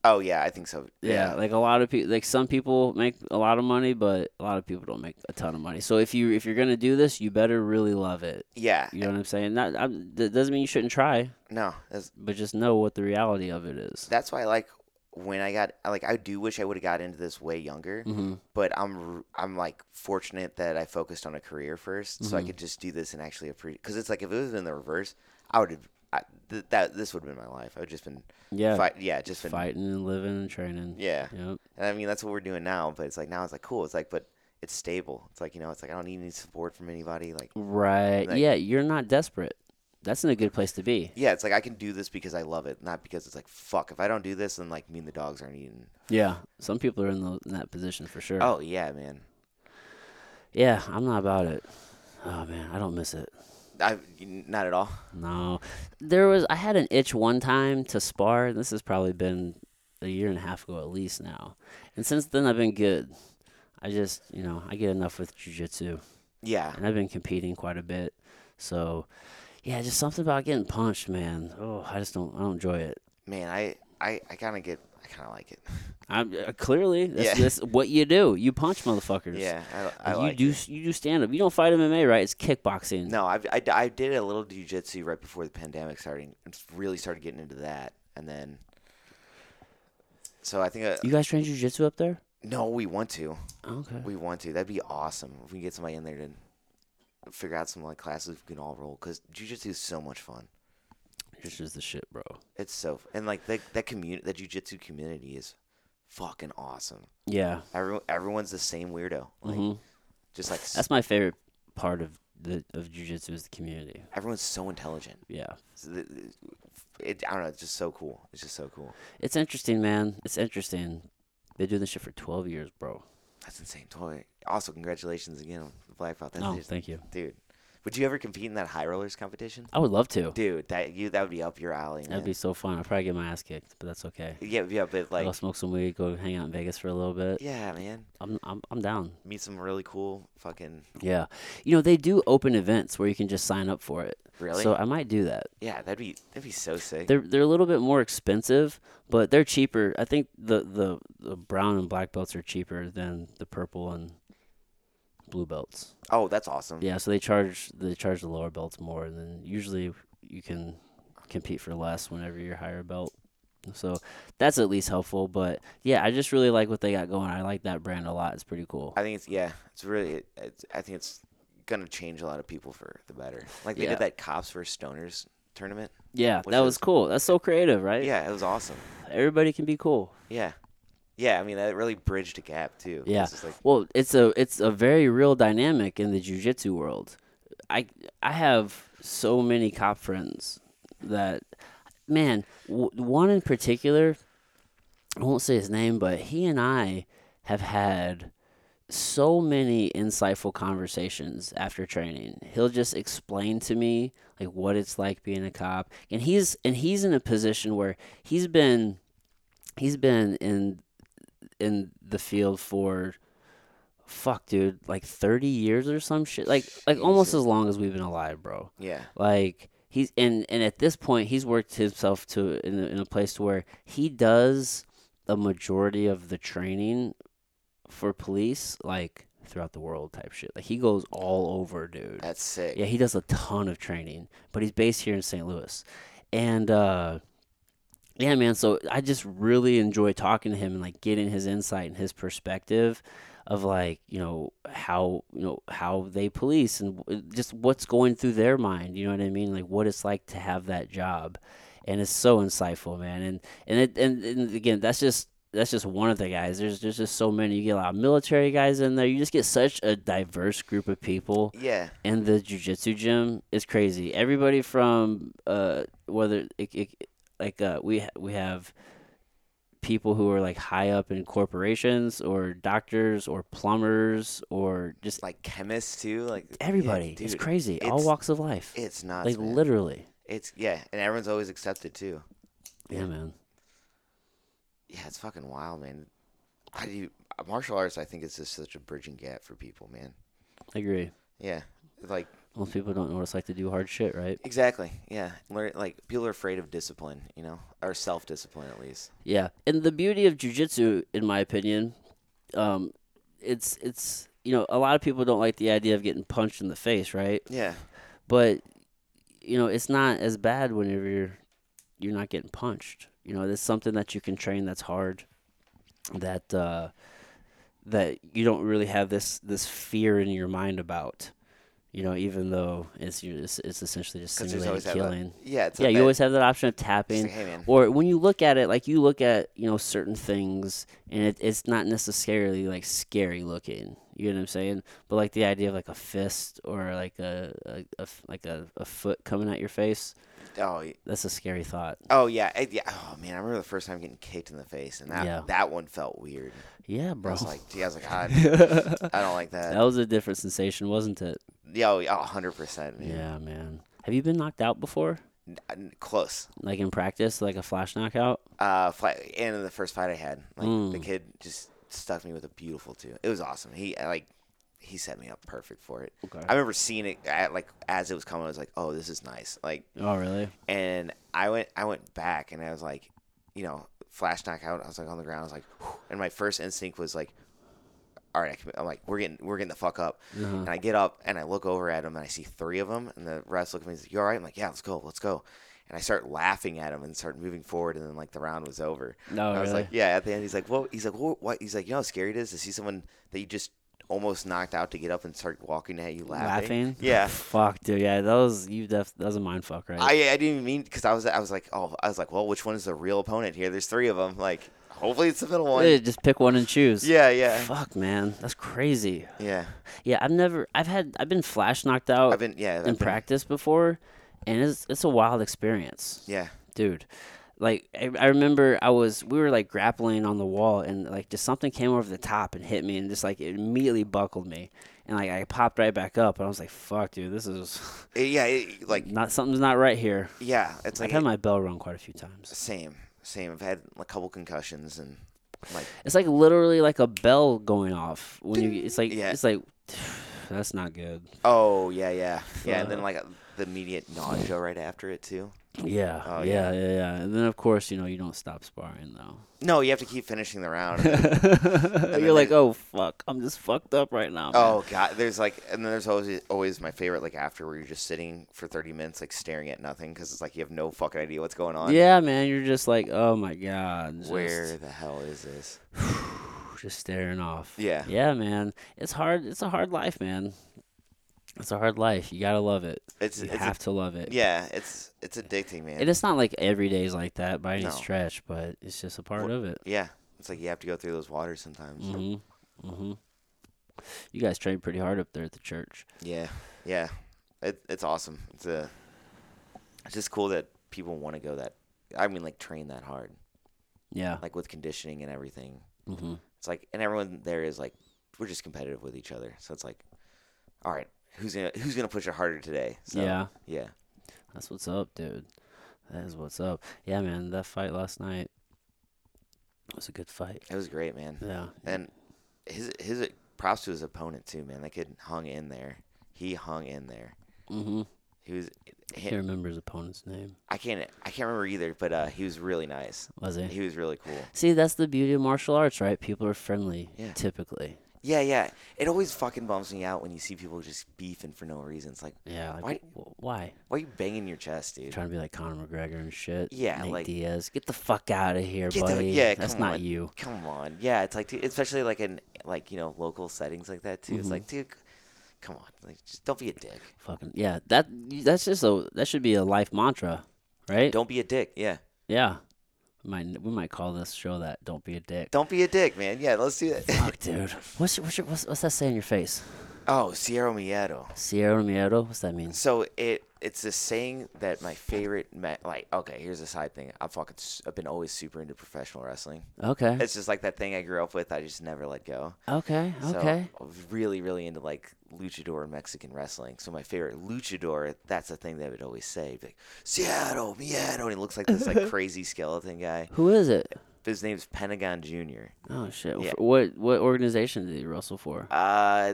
Speaker 2: oh yeah, I think so.
Speaker 1: Yeah, like a lot of people, like some people make a lot of money, but a lot of people don't make a ton of money. So if you if you're gonna do this, you better really love it.
Speaker 2: yeah,
Speaker 1: You know what I'm saying? Not I'm, that doesn't mean you shouldn't try,
Speaker 2: no, that's
Speaker 1: but just know what the reality of it is.
Speaker 2: that's why like when I got like I do wish I would have got into this way younger,
Speaker 1: Mm-hmm.
Speaker 2: but I'm r- I'm like fortunate that I focused on a career 1st so I
Speaker 1: Mhm.
Speaker 2: could just do this and actually appreciate because it's like if it was in the reverse, I would have I, th- that this would have been my life. I've just been
Speaker 1: Yeah,
Speaker 2: yeah, fight, yeah, just been
Speaker 1: fighting and living and training.
Speaker 2: yeah.
Speaker 1: Yep.
Speaker 2: And I mean that's what we're doing now, but it's like now it's like cool. It's like but it's stable. It's like you know it's like I don't need any support from anybody. Like
Speaker 1: Right.
Speaker 2: Like-
Speaker 1: yeah, you're not desperate. That's in a good place to be.
Speaker 2: yeah, it's like I can do this because I love it, not because it's like fuck. If I don't do this, then like me and the dogs aren't eating.
Speaker 1: Yeah. Some people are in, the, in that position for sure.
Speaker 2: Oh yeah, man.
Speaker 1: Yeah, I'm not about it. Oh man, I don't miss it.
Speaker 2: I not at all.
Speaker 1: No. There was I had an itch one time to spar. This has probably been a year and a half ago at least now. And since then I've been good. I just, you know, I get enough with jujitsu.
Speaker 2: Yeah.
Speaker 1: And I've been competing quite a bit. So yeah, just something about getting punched, man. Oh, I just don't I don't enjoy it.
Speaker 2: man, I I, I kind of get, I kind of like it.
Speaker 1: I'm uh, clearly that's,
Speaker 2: Yeah.
Speaker 1: that's what you do. You punch motherfuckers.
Speaker 2: Yeah, I, I
Speaker 1: you
Speaker 2: like
Speaker 1: do
Speaker 2: it.
Speaker 1: you do stand up. You don't fight MMA, right? It's kickboxing.
Speaker 2: No, I've, I, I did a little jujitsu right before the pandemic started. and Really started getting into that, and then. So I think uh,
Speaker 1: You guys train jujitsu up there?
Speaker 2: no, we want to,
Speaker 1: Okay.
Speaker 2: we want to. That'd be awesome if we can get somebody in there to figure out some like classes we can all roll. Cause jujitsu is so much fun.
Speaker 1: This is the shit, bro.
Speaker 2: It's so and like that that community, that jujitsu community is fucking awesome.
Speaker 1: Yeah.
Speaker 2: Everyone, everyone's the same weirdo. Like
Speaker 1: Mhm.
Speaker 2: just like s-
Speaker 1: That's my favorite part of the of jujitsu is the community.
Speaker 2: everyone's so intelligent.
Speaker 1: Yeah.
Speaker 2: It's- It, it- I don't know. It's just so cool. It's just so cool.
Speaker 1: It's interesting, man. It's interesting. They do this shit for 12 years, bro.
Speaker 2: That's insane. Totally. Also, congratulations again on the black belt. That's
Speaker 1: No,
Speaker 2: just-
Speaker 1: Oh, thank you.
Speaker 2: dude. Would you ever compete in that high rollers competition?
Speaker 1: I would love to.
Speaker 2: Dude, that you that would be up your alley, man.
Speaker 1: That'd be so fun. I'd probably get my ass kicked, but that's okay.
Speaker 2: yeah, yeah, but
Speaker 1: I'll
Speaker 2: like,
Speaker 1: smoke some weed, go hang out in Vegas for a little bit.
Speaker 2: yeah, man.
Speaker 1: I'm, I'm, I'm down.
Speaker 2: Meet some really cool fucking.
Speaker 1: Yeah. You know, they do open events where you can just sign up for it.
Speaker 2: Really?
Speaker 1: So I might do that.
Speaker 2: yeah, that'd be that'd be so sick.
Speaker 1: They're they're a little bit more expensive, but they're cheaper. I think the the, the brown and black belts are cheaper than the purple and blue belts.
Speaker 2: oh, that's awesome.
Speaker 1: Yeah, so they charge they charge the lower belts more, and then usually you can compete for less whenever you're higher belt. So that's at least helpful. But yeah, I just really like what they got going. I like that brand a lot. It's pretty cool.
Speaker 2: I think it's yeah, it's really. It's, I think it's gonna change a lot of people for the better. Like they
Speaker 1: Yeah.
Speaker 2: did that cops versus stoners tournament.
Speaker 1: Yeah,
Speaker 2: Which
Speaker 1: that
Speaker 2: is-
Speaker 1: was cool. That's so creative, right?
Speaker 2: Yeah, it was awesome.
Speaker 1: everybody can be cool.
Speaker 2: Yeah, yeah. I mean, that really bridged a gap too.
Speaker 1: Yeah.
Speaker 2: It's just like,
Speaker 1: Well, it's a it's a very real dynamic in the jujitsu world. I I have so many cop friends that man, w- one in particular, I won't say his name, but he and I have had so many insightful conversations after training. He'll just explain to me like what it's like being a cop, and he's and he's in a position where he's been he's been in in the field for fuck dude like 30 years or some shit like like almost
Speaker 2: Jesus.
Speaker 1: as long as we've been alive bro
Speaker 2: yeah,
Speaker 1: like he's and and at this point he's worked himself to in a, in a place to where he does a majority of the training for police like throughout the world type shit like he goes all over dude
Speaker 2: that's sick.
Speaker 1: yeah, he does a ton of training, but he's based here in St. Louis. And uh yeah, man, so I just really enjoy talking to him and like getting his insight and his perspective of like, you know, how, you know, how they police and w- just what's going through their mind, you know what I mean? Like what it's like to have that job. And it's so insightful, man. And and it and, and again, that's just that's just one of the guys. There's there's just so many. You get a lot of military guys in there. You just get such a diverse group of people
Speaker 2: Yeah,
Speaker 1: and the jujitsu gym is crazy. Everybody from uh, whether it, it, like uh, we ha- we have people who are like high up in corporations or doctors or plumbers or just
Speaker 2: like chemists too. Like yeah,
Speaker 1: everybody. it's
Speaker 2: dude,
Speaker 1: crazy. All
Speaker 2: it's-
Speaker 1: walks of life.
Speaker 2: It's not
Speaker 1: like literally.
Speaker 2: It's yeah, and everyone's always accepted too.
Speaker 1: Yeah, man.
Speaker 2: Yeah, it's fucking wild, man. How do you uh, martial arts? I think is just such a bridging gap for people, man.
Speaker 1: I agree.
Speaker 2: Yeah, like
Speaker 1: Most people don't know what it's like to do hard shit, right?
Speaker 2: exactly. Yeah, learn like people are afraid of discipline, you know, or self discipline at least.
Speaker 1: Yeah, and the beauty of jujitsu, in my opinion, um, it's it's you know a lot of people don't like the idea of getting punched in the face, right?
Speaker 2: Yeah,
Speaker 1: but you know it's not as bad whenever you're you're not getting punched you know there's something that you can train that's hard that uh that you don't really have this this fear in your mind about you know even though it's you it's, it's essentially just
Speaker 2: because there's
Speaker 1: simulated
Speaker 2: always that. uh,
Speaker 1: killing
Speaker 2: yeah, it's
Speaker 1: yeah
Speaker 2: like
Speaker 1: you
Speaker 2: that-
Speaker 1: always have that option of
Speaker 2: it's
Speaker 1: tapping
Speaker 2: like, hey man,
Speaker 1: or when you look at it like you look at you know certain things and it, it's not necessarily like scary looking you know what i'm saying but like the idea of like a fist or like a, a, a f- like a, a foot coming at your face
Speaker 2: oh y-
Speaker 1: that's a scary thought
Speaker 2: oh yeah, I, yeah, oh man, I remember the first time getting kicked in the face, and that
Speaker 1: Yeah.
Speaker 2: that one felt weird.
Speaker 1: yeah
Speaker 2: I
Speaker 1: bro
Speaker 2: was like, gee, I was like,
Speaker 1: <laughs>
Speaker 2: I,
Speaker 1: that
Speaker 2: I don't like that.
Speaker 1: was a different sensation wasn't it
Speaker 2: Yeah, oh, yeah, hundred percent, man.
Speaker 1: yeah man have you been knocked out before
Speaker 2: N- n- close.
Speaker 1: like in practice like a flash knockout
Speaker 2: Uh, fight, and in the first fight I had, like the
Speaker 1: Mm.
Speaker 2: kid just stuck me with a beautiful two. It was awesome. He I, like he set me up perfect for it.
Speaker 1: okay
Speaker 2: I remember seeing it at, like as it was coming. I was like, oh, this is nice. Like,
Speaker 1: oh really
Speaker 2: and I went I went back and I was like, you know, flash knockout. I was like on the ground. I was like, whew. and my first instinct was like, all right, I can, I'm like, we're getting, we're getting the fuck up.
Speaker 1: Uh-huh.
Speaker 2: And I get up and I look over at him and I see three of them and the rest look at me and say, you all right? I'm like, yeah, let's go, let's go. And I start laughing at him and start moving forward and then like the round was over.
Speaker 1: No,
Speaker 2: I was
Speaker 1: Oh, really?
Speaker 2: like, yeah. At the end, he's like, well, he's like, what? what? He's like, you know how scary it is to see someone that you just almost knocked out to get up and start walking at you laughing.
Speaker 1: Laughing?
Speaker 2: <laughs> Yeah.
Speaker 1: <laughs> Fuck, dude. Yeah, that was you. Def- that was a mind fuck, right?
Speaker 2: I, I didn't even mean because I was I was like oh I was like well which one is the real opponent here there's three of them like hopefully it's the middle one
Speaker 1: Yeah, just pick one and choose.
Speaker 2: yeah yeah
Speaker 1: Fuck, man, that's crazy.
Speaker 2: yeah
Speaker 1: Yeah, I've never. I've had. I've been flash knocked out
Speaker 2: I've been yeah I've
Speaker 1: in
Speaker 2: been-
Speaker 1: practice before, and it's it's a wild experience.
Speaker 2: yeah
Speaker 1: dude like I, I remember i was we were like grappling on the wall and like just something came over the top and hit me and just like it immediately buckled me and like i popped right back up and i was like fuck dude this is <laughs>
Speaker 2: It- yeah it, like
Speaker 1: not something's not right here
Speaker 2: yeah it's like
Speaker 1: i've had my bell rung quite a few times
Speaker 2: same same I've had a couple concussions and like
Speaker 1: it's like literally like a bell going off when you it's like
Speaker 2: Yeah.
Speaker 1: it's like <sighs> that's not good
Speaker 2: oh yeah yeah yeah and then like the immediate nausea right after it too
Speaker 1: yeah
Speaker 2: Oh,
Speaker 1: yeah, yeah yeah and then of course you know you don't stop sparring though
Speaker 2: <laughs> no you have to keep finishing the round <laughs>
Speaker 1: you're
Speaker 2: then
Speaker 1: like
Speaker 2: it-
Speaker 1: oh fuck i'm just fucked up right now man."
Speaker 2: Oh god, there's like, and then there's always always my favorite like after where you're just sitting for 30 minutes like staring at nothing because it's like you have no fucking idea what's going on.
Speaker 1: yeah man you're just like oh my god just-
Speaker 2: Where the hell is this?
Speaker 1: just staring off.
Speaker 2: Yeah.
Speaker 1: Yeah, man. It's hard. It's a hard life, man. It's a hard life. You gotta love it.
Speaker 2: It's
Speaker 1: You
Speaker 2: it's
Speaker 1: have to love it.
Speaker 2: a, yeah, it's it's addicting, man.
Speaker 1: And it's not like every day's like that by any
Speaker 2: No.
Speaker 1: stretch, but it's just a part
Speaker 2: Well,
Speaker 1: of it.
Speaker 2: Yeah, it's like you have to go through those waters sometimes.
Speaker 1: Mhm. Mhm. You guys train pretty hard up there at the church.
Speaker 2: Yeah, yeah, it, it's awesome. It's a it's just cool that people want to go that. I mean, like train that hard,
Speaker 1: Yeah.
Speaker 2: like with conditioning and everything.
Speaker 1: Mhm.
Speaker 2: It's like, and everyone there is like, we're just competitive with each other. So it's like, all right, who's gonna who's gonna push it harder today? So,
Speaker 1: Yeah.
Speaker 2: yeah,
Speaker 1: That's what's up, dude. That is what's up. Yeah, man. That fight last night was a good fight.
Speaker 2: it was great, man.
Speaker 1: Yeah.
Speaker 2: And his his props to his opponent too, man. That kid hung in there. He hung in there.
Speaker 1: Mhm.
Speaker 2: He was.
Speaker 1: Can't remember his opponent's name.
Speaker 2: I can't. I can't remember either. But uh, he was really nice.
Speaker 1: Was he?
Speaker 2: He was really cool.
Speaker 1: See, that's the beauty of martial arts, right? People are friendly,
Speaker 2: Yeah.
Speaker 1: typically.
Speaker 2: Yeah, yeah. It always fucking bums me out when you see people just beefing for no reason. It's like,
Speaker 1: Yeah, like,
Speaker 2: Why-
Speaker 1: why? W- why?
Speaker 2: why are you banging your chest, dude?
Speaker 1: Trying to be like Conor McGregor and shit.
Speaker 2: Yeah,
Speaker 1: Nate
Speaker 2: like-
Speaker 1: Diaz, get the fuck out of here,
Speaker 2: Get the-
Speaker 1: buddy.
Speaker 2: yeah,
Speaker 1: that's
Speaker 2: come
Speaker 1: not
Speaker 2: on.
Speaker 1: you.
Speaker 2: Come on. Yeah, it's like, dude, especially like in like you know local settings like that too. It's
Speaker 1: Mhm.
Speaker 2: like, dude, c- come on. Like, just don't be a dick.
Speaker 1: Fucking yeah. That that's just a that should be a life mantra, right?
Speaker 2: Don't be a dick. Yeah.
Speaker 1: Yeah. We might we might call this show that. Don't be a dick.
Speaker 2: Don't be a dick, man. Yeah, let's do that. <laughs>
Speaker 1: Fuck, dude. What's your, what's, your, what's what's that say in your face?
Speaker 2: oh, Sierra Miedo.
Speaker 1: Sierra Miedo. What's that mean?
Speaker 2: So it it's a saying that my favorite ma- like okay here's a side thing I'm fucking s- I've been always super into professional wrestling.
Speaker 1: Okay.
Speaker 2: It's just like that thing I grew up with. I just never let go.
Speaker 1: Okay.
Speaker 2: So
Speaker 1: Okay.
Speaker 2: I was really really into like luchador and Mexican wrestling. So my favorite luchador that's the thing they would always say Be like Seattle Miedo and he looks like this
Speaker 1: <laughs>
Speaker 2: like crazy skeleton guy.
Speaker 1: Who is it?
Speaker 2: His name's Pentagon Junior.
Speaker 1: Oh shit.
Speaker 2: Yeah.
Speaker 1: What what organization did he wrestle for?
Speaker 2: Uh,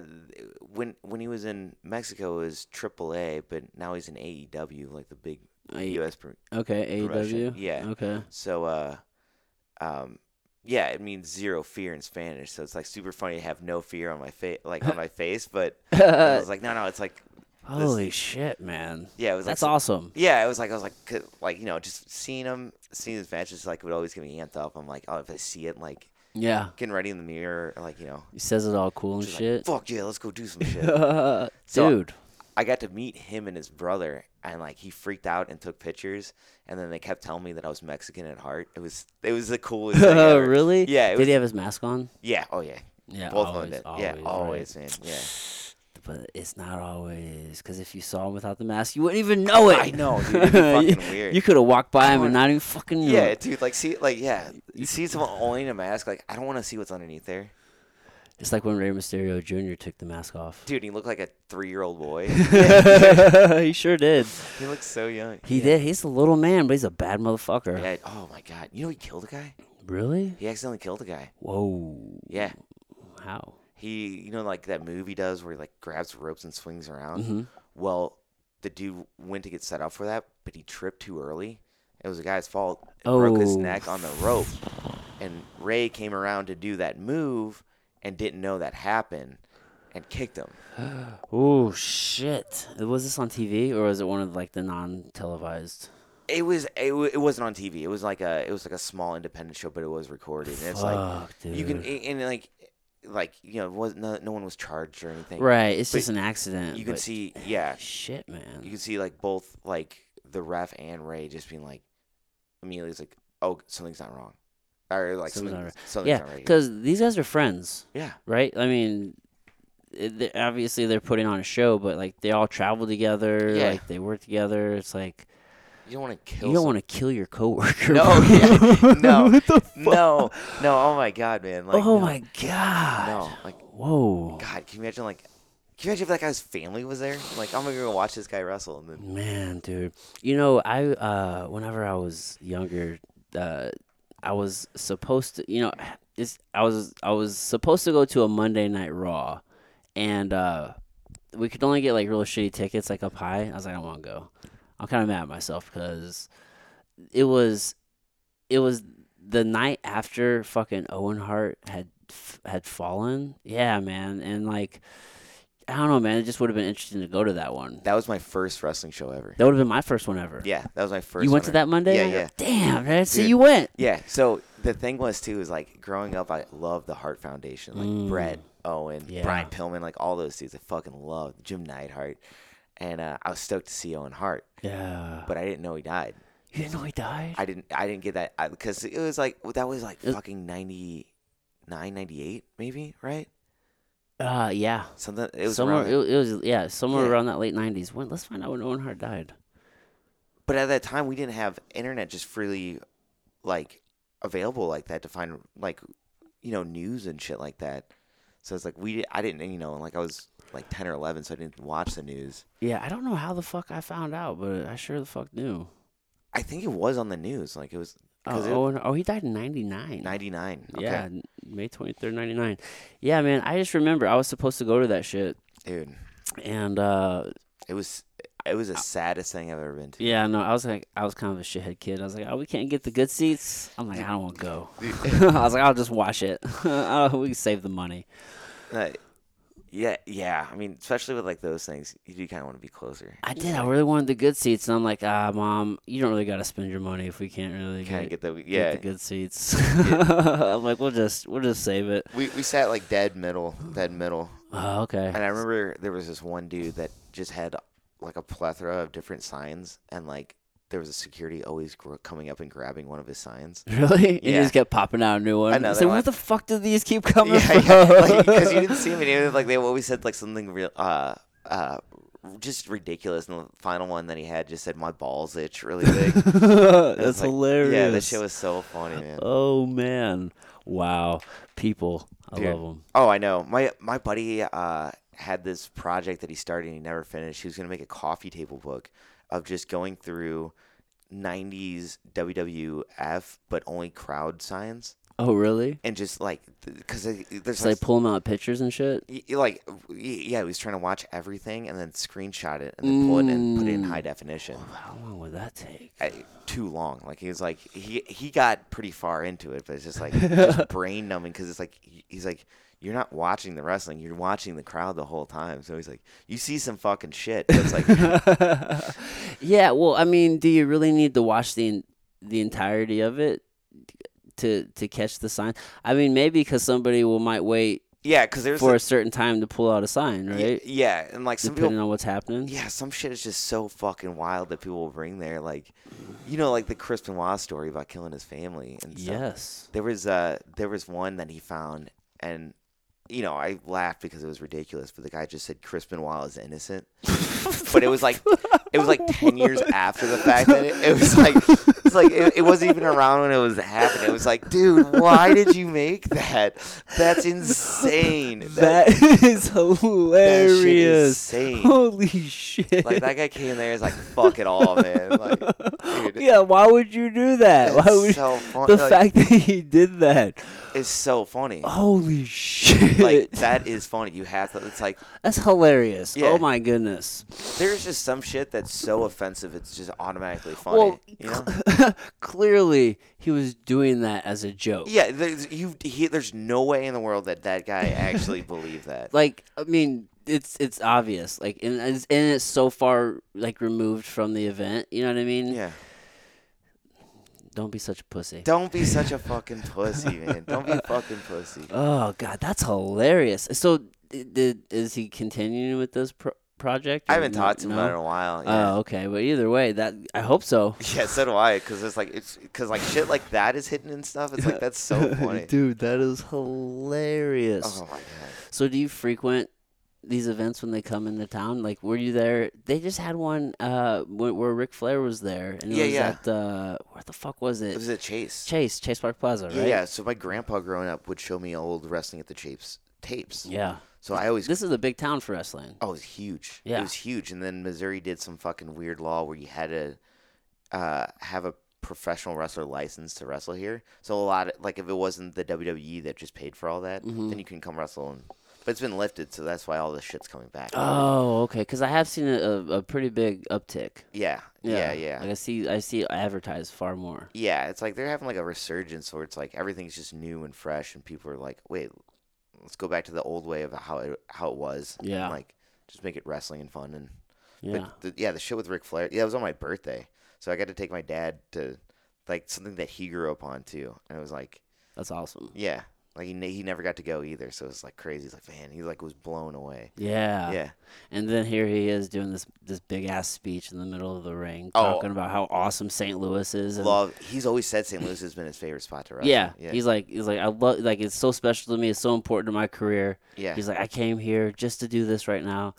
Speaker 2: when when he was in Mexico it was AAA, but now he's in AEW like the big
Speaker 1: I-
Speaker 2: U.S. pro-
Speaker 1: Okay,
Speaker 2: Progression,
Speaker 1: AEW.
Speaker 2: yeah.
Speaker 1: Okay.
Speaker 2: So, uh, um, yeah, it means zero fear in Spanish. So it's like super funny to have no fear on my face, like
Speaker 1: <laughs>
Speaker 2: on my face. But I was like, no, no, it's like,
Speaker 1: Holy shit, man.
Speaker 2: yeah, it was
Speaker 1: That's
Speaker 2: like,
Speaker 1: awesome.
Speaker 2: yeah, it was like, I was like, 'cause, like you know, just seeing him, seeing his matches, like would always get me amped up. I'm like, oh, if I see it, like
Speaker 1: Yeah.
Speaker 2: getting ready in the mirror, like you know,
Speaker 1: He says it all cool and
Speaker 2: just
Speaker 1: shit.
Speaker 2: like, fuck yeah, let's go do some shit.
Speaker 1: <laughs>
Speaker 2: So-
Speaker 1: Dude.
Speaker 2: <laughs> I got to meet him and his brother, and like he freaked out and took pictures, and then they kept telling me that I was Mexican at heart. It was it was the coolest.
Speaker 1: <laughs>
Speaker 2: thing
Speaker 1: Oh,
Speaker 2: ever.
Speaker 1: really?
Speaker 2: Yeah, it
Speaker 1: Did
Speaker 2: was-
Speaker 1: he have his mask on?
Speaker 2: Yeah. Oh yeah.
Speaker 1: Yeah.
Speaker 2: Both
Speaker 1: always,
Speaker 2: of them.
Speaker 1: Always,
Speaker 2: yeah.
Speaker 1: right?
Speaker 2: Always, man. Yeah.
Speaker 1: But it's not always because if you saw him without the mask, you wouldn't even know it.
Speaker 2: I know, dude. It'd be
Speaker 1: <laughs>
Speaker 2: fucking
Speaker 1: You-
Speaker 2: weird.
Speaker 1: You could have walked by him
Speaker 2: wanna-
Speaker 1: and not even fucking knew
Speaker 2: Yeah,
Speaker 1: it.
Speaker 2: dude. Like, see, like, yeah. You see someone owning a mask. Like, I don't want to see what's underneath there,
Speaker 1: It's like when Rey Mysterio Jr. took the mask
Speaker 2: <laughs>
Speaker 1: off.
Speaker 2: dude. He looked like a
Speaker 1: <laughs>
Speaker 2: three-year-old boy.
Speaker 1: he sure did.
Speaker 2: he looks so young.
Speaker 1: He
Speaker 2: yeah.
Speaker 1: did. He's a little man, but he's a bad motherfucker.
Speaker 2: Yeah. Oh my god. You know he killed a guy.
Speaker 1: Really?
Speaker 2: He accidentally killed a guy.
Speaker 1: Whoa.
Speaker 2: Yeah.
Speaker 1: How?
Speaker 2: He, you know, like that movie does where he like grabs ropes and swings around.
Speaker 1: hmm
Speaker 2: Well, the dude went to get set up for that, but he tripped too early It was a guy's fault. It broke his
Speaker 1: Oh.
Speaker 2: neck on the
Speaker 1: <gasps>
Speaker 2: rope. And Ray came around to do that move and didn't know that happened and kicked him.
Speaker 1: Oh shit! Was this on TV or was it one of like the non-televised?
Speaker 2: It was it, wa- it wasn't on TV. It was like a it was like a small independent show, but it was recorded. And it's like
Speaker 1: Fuck, dude.
Speaker 2: you can and like like you know, it was no, no one was charged or anything.
Speaker 1: right? It's
Speaker 2: but
Speaker 1: just an accident.
Speaker 2: You can
Speaker 1: but-
Speaker 2: see
Speaker 1: <sighs>
Speaker 2: yeah,
Speaker 1: Shit, man.
Speaker 2: you can see like both like the ref and Ray just being like immediately it's like oh something's not wrong or like
Speaker 1: Something's
Speaker 2: something's
Speaker 1: not
Speaker 2: something's,
Speaker 1: yeah,
Speaker 2: not right. here.
Speaker 1: because these guys are friends,
Speaker 2: yeah,
Speaker 1: right? I mean, it, they- obviously they're putting on a show, but like they all travel together,
Speaker 2: Yeah.
Speaker 1: like they work together. It's like
Speaker 2: you don't want to kill.
Speaker 1: you don't <laughs> want to kill your coworker.
Speaker 2: No,
Speaker 1: bro.
Speaker 2: <laughs> yeah,
Speaker 1: <laughs>
Speaker 2: no,
Speaker 1: What the
Speaker 2: some- no, no. Oh my god, man. Like,
Speaker 1: oh
Speaker 2: no,
Speaker 1: my god.
Speaker 2: No, like
Speaker 1: Whoa,
Speaker 2: God, can you imagine like. Can you imagine if that guy's family was there? Like, I'm gonna go watch this guy wrestle, and then
Speaker 1: man, dude. You know, I uh, whenever I was younger, uh, I was supposed to, you know, it's, I was I was supposed to go to a Monday Night Raw, and uh, we could only get like real shitty tickets, like up high. I was like, I don't want to go. I'm kind of mad at myself because it was, it was the night after fucking Owen Hart had f- had fallen. Yeah, man, and like. I don't know, man. It just would have been interesting to go to that one.
Speaker 2: that was my first wrestling show ever.
Speaker 1: That would have been my first one ever.
Speaker 2: Yeah, that was my first.
Speaker 1: you
Speaker 2: one
Speaker 1: went to
Speaker 2: ever.
Speaker 1: that Monday?
Speaker 2: Yeah,
Speaker 1: night?
Speaker 2: yeah.
Speaker 1: Damn, man. So
Speaker 2: Dude.
Speaker 1: you went.
Speaker 2: Yeah. So the thing was too is like growing up, I loved the Hart Foundation, like
Speaker 1: Mm.
Speaker 2: Brett Owen,
Speaker 1: Yeah.
Speaker 2: Brian Pillman, like all those dudes. I fucking loved Jim Neidhart, and uh, I was stoked to see Owen Hart,
Speaker 1: Yeah.
Speaker 2: but I didn't know he died.
Speaker 1: You didn't know he died?
Speaker 2: I didn't. I didn't get that because it was like that was like
Speaker 1: It-
Speaker 2: fucking 99, 98 maybe, right?
Speaker 1: uh, yeah.
Speaker 2: Something. It was
Speaker 1: somewhere.
Speaker 2: around
Speaker 1: It, it was yeah, somewhere
Speaker 2: Yeah.
Speaker 1: around that late '90s. When let's find out when Owen Hart died.
Speaker 2: but at that time we didn't have internet just freely like available like that to find like you know news and shit like that so it's like we i didn't you know like i was like 10 or 11 so i didn't watch the news
Speaker 1: Yeah, I don't know how the fuck I found out, but I sure the fuck knew.
Speaker 2: i think it was on the news like it was
Speaker 1: Oh,
Speaker 2: 'Cause it-
Speaker 1: Owen, oh, he died in '99.
Speaker 2: 99 okay
Speaker 1: Yeah, n- May 23rd, '99. Yeah, man. I just remember I was supposed to go to that shit,
Speaker 2: dude
Speaker 1: and uh,
Speaker 2: it was it was the saddest thing i've ever been to
Speaker 1: yeah, no, I was like, I was kind of a shithead kid. I was like, oh, we can't get the good seats. I'm like, I don't want to go. <laughs> I was like, I'll just watch it. <laughs> Uh, we can save the money.
Speaker 2: Uh, yeah yeah i mean especially with like those things you do kind of want to be closer
Speaker 1: I did. I really wanted the good seats, and I'm like, ah, mom, you don't really got to spend your money if we can't really
Speaker 2: kind
Speaker 1: get,
Speaker 2: of
Speaker 1: get,
Speaker 2: get the yeah
Speaker 1: the good seats. <laughs> I'm like, we'll just we'll just save it.
Speaker 2: we, we sat like dead middle dead middle
Speaker 1: Oh, okay.
Speaker 2: And I remember there was this one dude that just had like a plethora of different signs, and like there was a security always gr- coming up and grabbing one of his
Speaker 1: <laughs>
Speaker 2: signs.
Speaker 1: <laughs> Really? You
Speaker 2: Yeah.
Speaker 1: just kept popping out a new one.
Speaker 2: Another
Speaker 1: It's like,
Speaker 2: one.
Speaker 1: where the fuck do these keep coming
Speaker 2: yeah, <laughs>
Speaker 1: from?
Speaker 2: yeah, because you
Speaker 1: <laughs>
Speaker 2: didn't see him, and it was, like they always said like something real, uh, uh, just ridiculous. And the final one that he had just said, "My balls itch really
Speaker 1: <laughs>
Speaker 2: big." It was,
Speaker 1: That's
Speaker 2: like-
Speaker 1: hilarious.
Speaker 2: Yeah, that shit was so funny, man.
Speaker 1: Oh man, wow, people, I
Speaker 2: Dude.
Speaker 1: love them.
Speaker 2: Oh, I know. My my buddy uh, had this project that he started and he never finished. He was gonna make a coffee table book of just going through '90s WWF, but only crowd signs
Speaker 1: Oh really?
Speaker 2: and just like because there's
Speaker 1: So they
Speaker 2: like,
Speaker 1: pull them out pictures and shit.
Speaker 2: y- y- like y- yeah, he was trying to watch everything and then screenshot it and then pull it and put it in
Speaker 1: Mm.
Speaker 2: high definition.
Speaker 1: How long would that take?
Speaker 2: <laughs> I, too long. Like he was like he he got pretty far into it, but it's just like
Speaker 1: <laughs>
Speaker 2: just brain numbing because it's like he- he's like you're not watching the wrestling, you're watching the crowd the whole time. So he's like you see some fucking shit. But it's
Speaker 1: <laughs>
Speaker 2: like
Speaker 1: yeah, well, I mean, do you really need to watch the the entirety of it to to catch the sign? I mean, maybe because somebody will might wait
Speaker 2: yeah, because there's
Speaker 1: for a certain time to pull out a sign,
Speaker 2: like-
Speaker 1: right?
Speaker 2: yeah, yeah, and like some
Speaker 1: Depending
Speaker 2: people.
Speaker 1: on what's happening.
Speaker 2: Yeah, some shit is just so fucking wild that people will bring there, like, you know, like the Chris Benoit story about killing his family and stuff.
Speaker 1: Yes.
Speaker 2: there was uh there was one that he found and you know I laughed because it was ridiculous but the guy just said Chris Benoit
Speaker 1: <laughs>
Speaker 2: is innocent but it was like it was like 10 years after the fact that it, it was like it's like it, it wasn't even around when it was happening it was like dude why did you make that that's insane
Speaker 1: That <laughs> is
Speaker 2: that shit is
Speaker 1: hilarious.
Speaker 2: insane
Speaker 1: Holy shit. <laughs>
Speaker 2: like that guy came there is like fuck it all man like dude
Speaker 1: yeah, why would you do that? Why would
Speaker 2: it's so funny
Speaker 1: the
Speaker 2: <laughs> like,
Speaker 1: fact Oh, that he did that?
Speaker 2: it's so funny
Speaker 1: Holy shit.
Speaker 2: like that is funny you have to it's like
Speaker 1: That's hilarious.
Speaker 2: Yeah.
Speaker 1: Oh my goodness.
Speaker 2: There's just some shit that's so offensive. It's just automatically funny.
Speaker 1: Well, <laughs>
Speaker 2: you know?
Speaker 1: Clearly, he was doing that as a joke.
Speaker 2: Yeah, there's, you, he, there's no way in the world that that guy
Speaker 1: <laughs>
Speaker 2: actually believed that.
Speaker 1: Like, I mean, it's it's obvious. Like, and it's, and it's so far like removed from the event. You know what I mean?
Speaker 2: Yeah.
Speaker 1: Don't be such a pussy.
Speaker 2: Don't be such a fucking pussy, man. Don't be a fucking
Speaker 1: <laughs>
Speaker 2: pussy.
Speaker 1: Oh God, that's hilarious. So, i- did, is he continuing with this pro- project?
Speaker 2: I
Speaker 1: or
Speaker 2: haven't
Speaker 1: n-
Speaker 2: talked to
Speaker 1: no?
Speaker 2: him about it in a while. Yeah.
Speaker 1: Oh, okay. Well, either way, that I hope so.
Speaker 2: <laughs> Yeah, so do I. Because it's like it's because like shit like that is hidden and stuff.
Speaker 1: <laughs>
Speaker 2: It's like that's so funny.
Speaker 1: dude. That is hilarious.
Speaker 2: Oh my god.
Speaker 1: <laughs> So, do you frequent these events when they come into town? Like, were you there? They just had one uh, where, where Ric Flair was there, and it
Speaker 2: Yeah,
Speaker 1: was
Speaker 2: yeah.
Speaker 1: at uh, where the fuck was it?
Speaker 2: It was a chase.
Speaker 1: Chase, Chase Park Plaza,
Speaker 2: Yeah,
Speaker 1: right?
Speaker 2: yeah. So my grandpa growing up would show me old wrestling at the Chase tapes.
Speaker 1: Yeah.
Speaker 2: So I always
Speaker 1: This is a big town for wrestling.
Speaker 2: oh it was huge.
Speaker 1: Yeah.
Speaker 2: It was huge. And then Missouri did some fucking weird law where you had to uh, have a professional wrestler license to wrestle here. So a lot of like if it wasn't the WWE that just paid for all that,
Speaker 1: Mm-hmm.
Speaker 2: then you can come wrestle. And, but it's been lifted, so that's why all this shit's coming back.
Speaker 1: Oh, okay. Because I have seen a, a, a pretty big uptick.
Speaker 2: yeah, yeah, yeah.
Speaker 1: Like I see, I see it advertised far more.
Speaker 2: Yeah, it's like they're having like a resurgence where it's like everything's just new and fresh, and people are like, "Wait, let's go back to the old way of how it how it was." and,
Speaker 1: Yeah.
Speaker 2: like just make it wrestling and fun. And
Speaker 1: Yeah.
Speaker 2: but the, yeah, the shit with Ric Flair. Yeah, it was on my birthday, so I got to take my dad to like something that he grew up on too, and it was like,
Speaker 1: That's awesome.
Speaker 2: yeah, like he ne- he never got to go either, so it's like crazy. He's like, man, he like was blown away.
Speaker 1: Yeah.
Speaker 2: yeah,
Speaker 1: And then here he is doing this this big ass speech in the middle of the ring,
Speaker 2: Oh.
Speaker 1: talking about how awesome St. Louis is. And
Speaker 2: love. He's always said St. Louis has been his favorite spot to wrestle.
Speaker 1: yeah,
Speaker 2: yeah,
Speaker 1: he's like, he's like, I love, like, it's so special to me. It's so important to my career.
Speaker 2: yeah.
Speaker 1: He's like, I came here just to do this right now.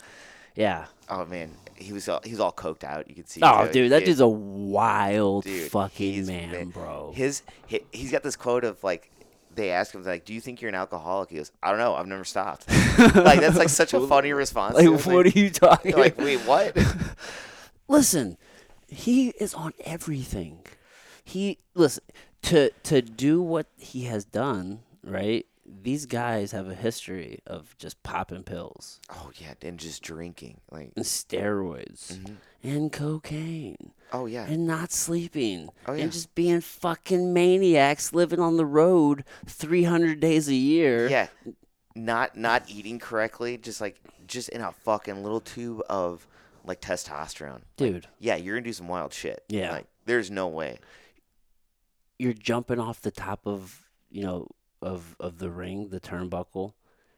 Speaker 1: Yeah.
Speaker 2: oh man, he was all, he was all coked out. You could see.
Speaker 1: Oh,
Speaker 2: too.
Speaker 1: dude, that
Speaker 2: Yeah.
Speaker 1: dude's a wild
Speaker 2: Dude,
Speaker 1: fucking
Speaker 2: he's
Speaker 1: man,
Speaker 2: been-
Speaker 1: bro.
Speaker 2: His he, he's got this quote of like they ask him like, "Do you think you're an alcoholic?" He goes, "I don't know. I've
Speaker 1: <laughs>
Speaker 2: never stopped." like that's like such a funny response.
Speaker 1: like,
Speaker 2: to it.
Speaker 1: what are you talking?
Speaker 2: You're <laughs> like, wait, what?
Speaker 1: <laughs> listen, he is on everything. He listen to to do what he has done, right? These guys have a history of just popping pills
Speaker 2: oh yeah, and just drinking. Like,
Speaker 1: and steroids
Speaker 2: Mm-hmm.
Speaker 1: and cocaine
Speaker 2: oh yeah,
Speaker 1: and not sleeping
Speaker 2: Oh, yeah.
Speaker 1: and just being fucking maniacs living on the road 300 days a year.
Speaker 2: yeah. Not not eating correctly, just like just in a fucking little tube of like testosterone.
Speaker 1: Dude,
Speaker 2: Yeah, you're gonna do some wild shit.
Speaker 1: Yeah.
Speaker 2: like there's no way.
Speaker 1: you're jumping off the top of, you know, of of the ring, the turnbuckle.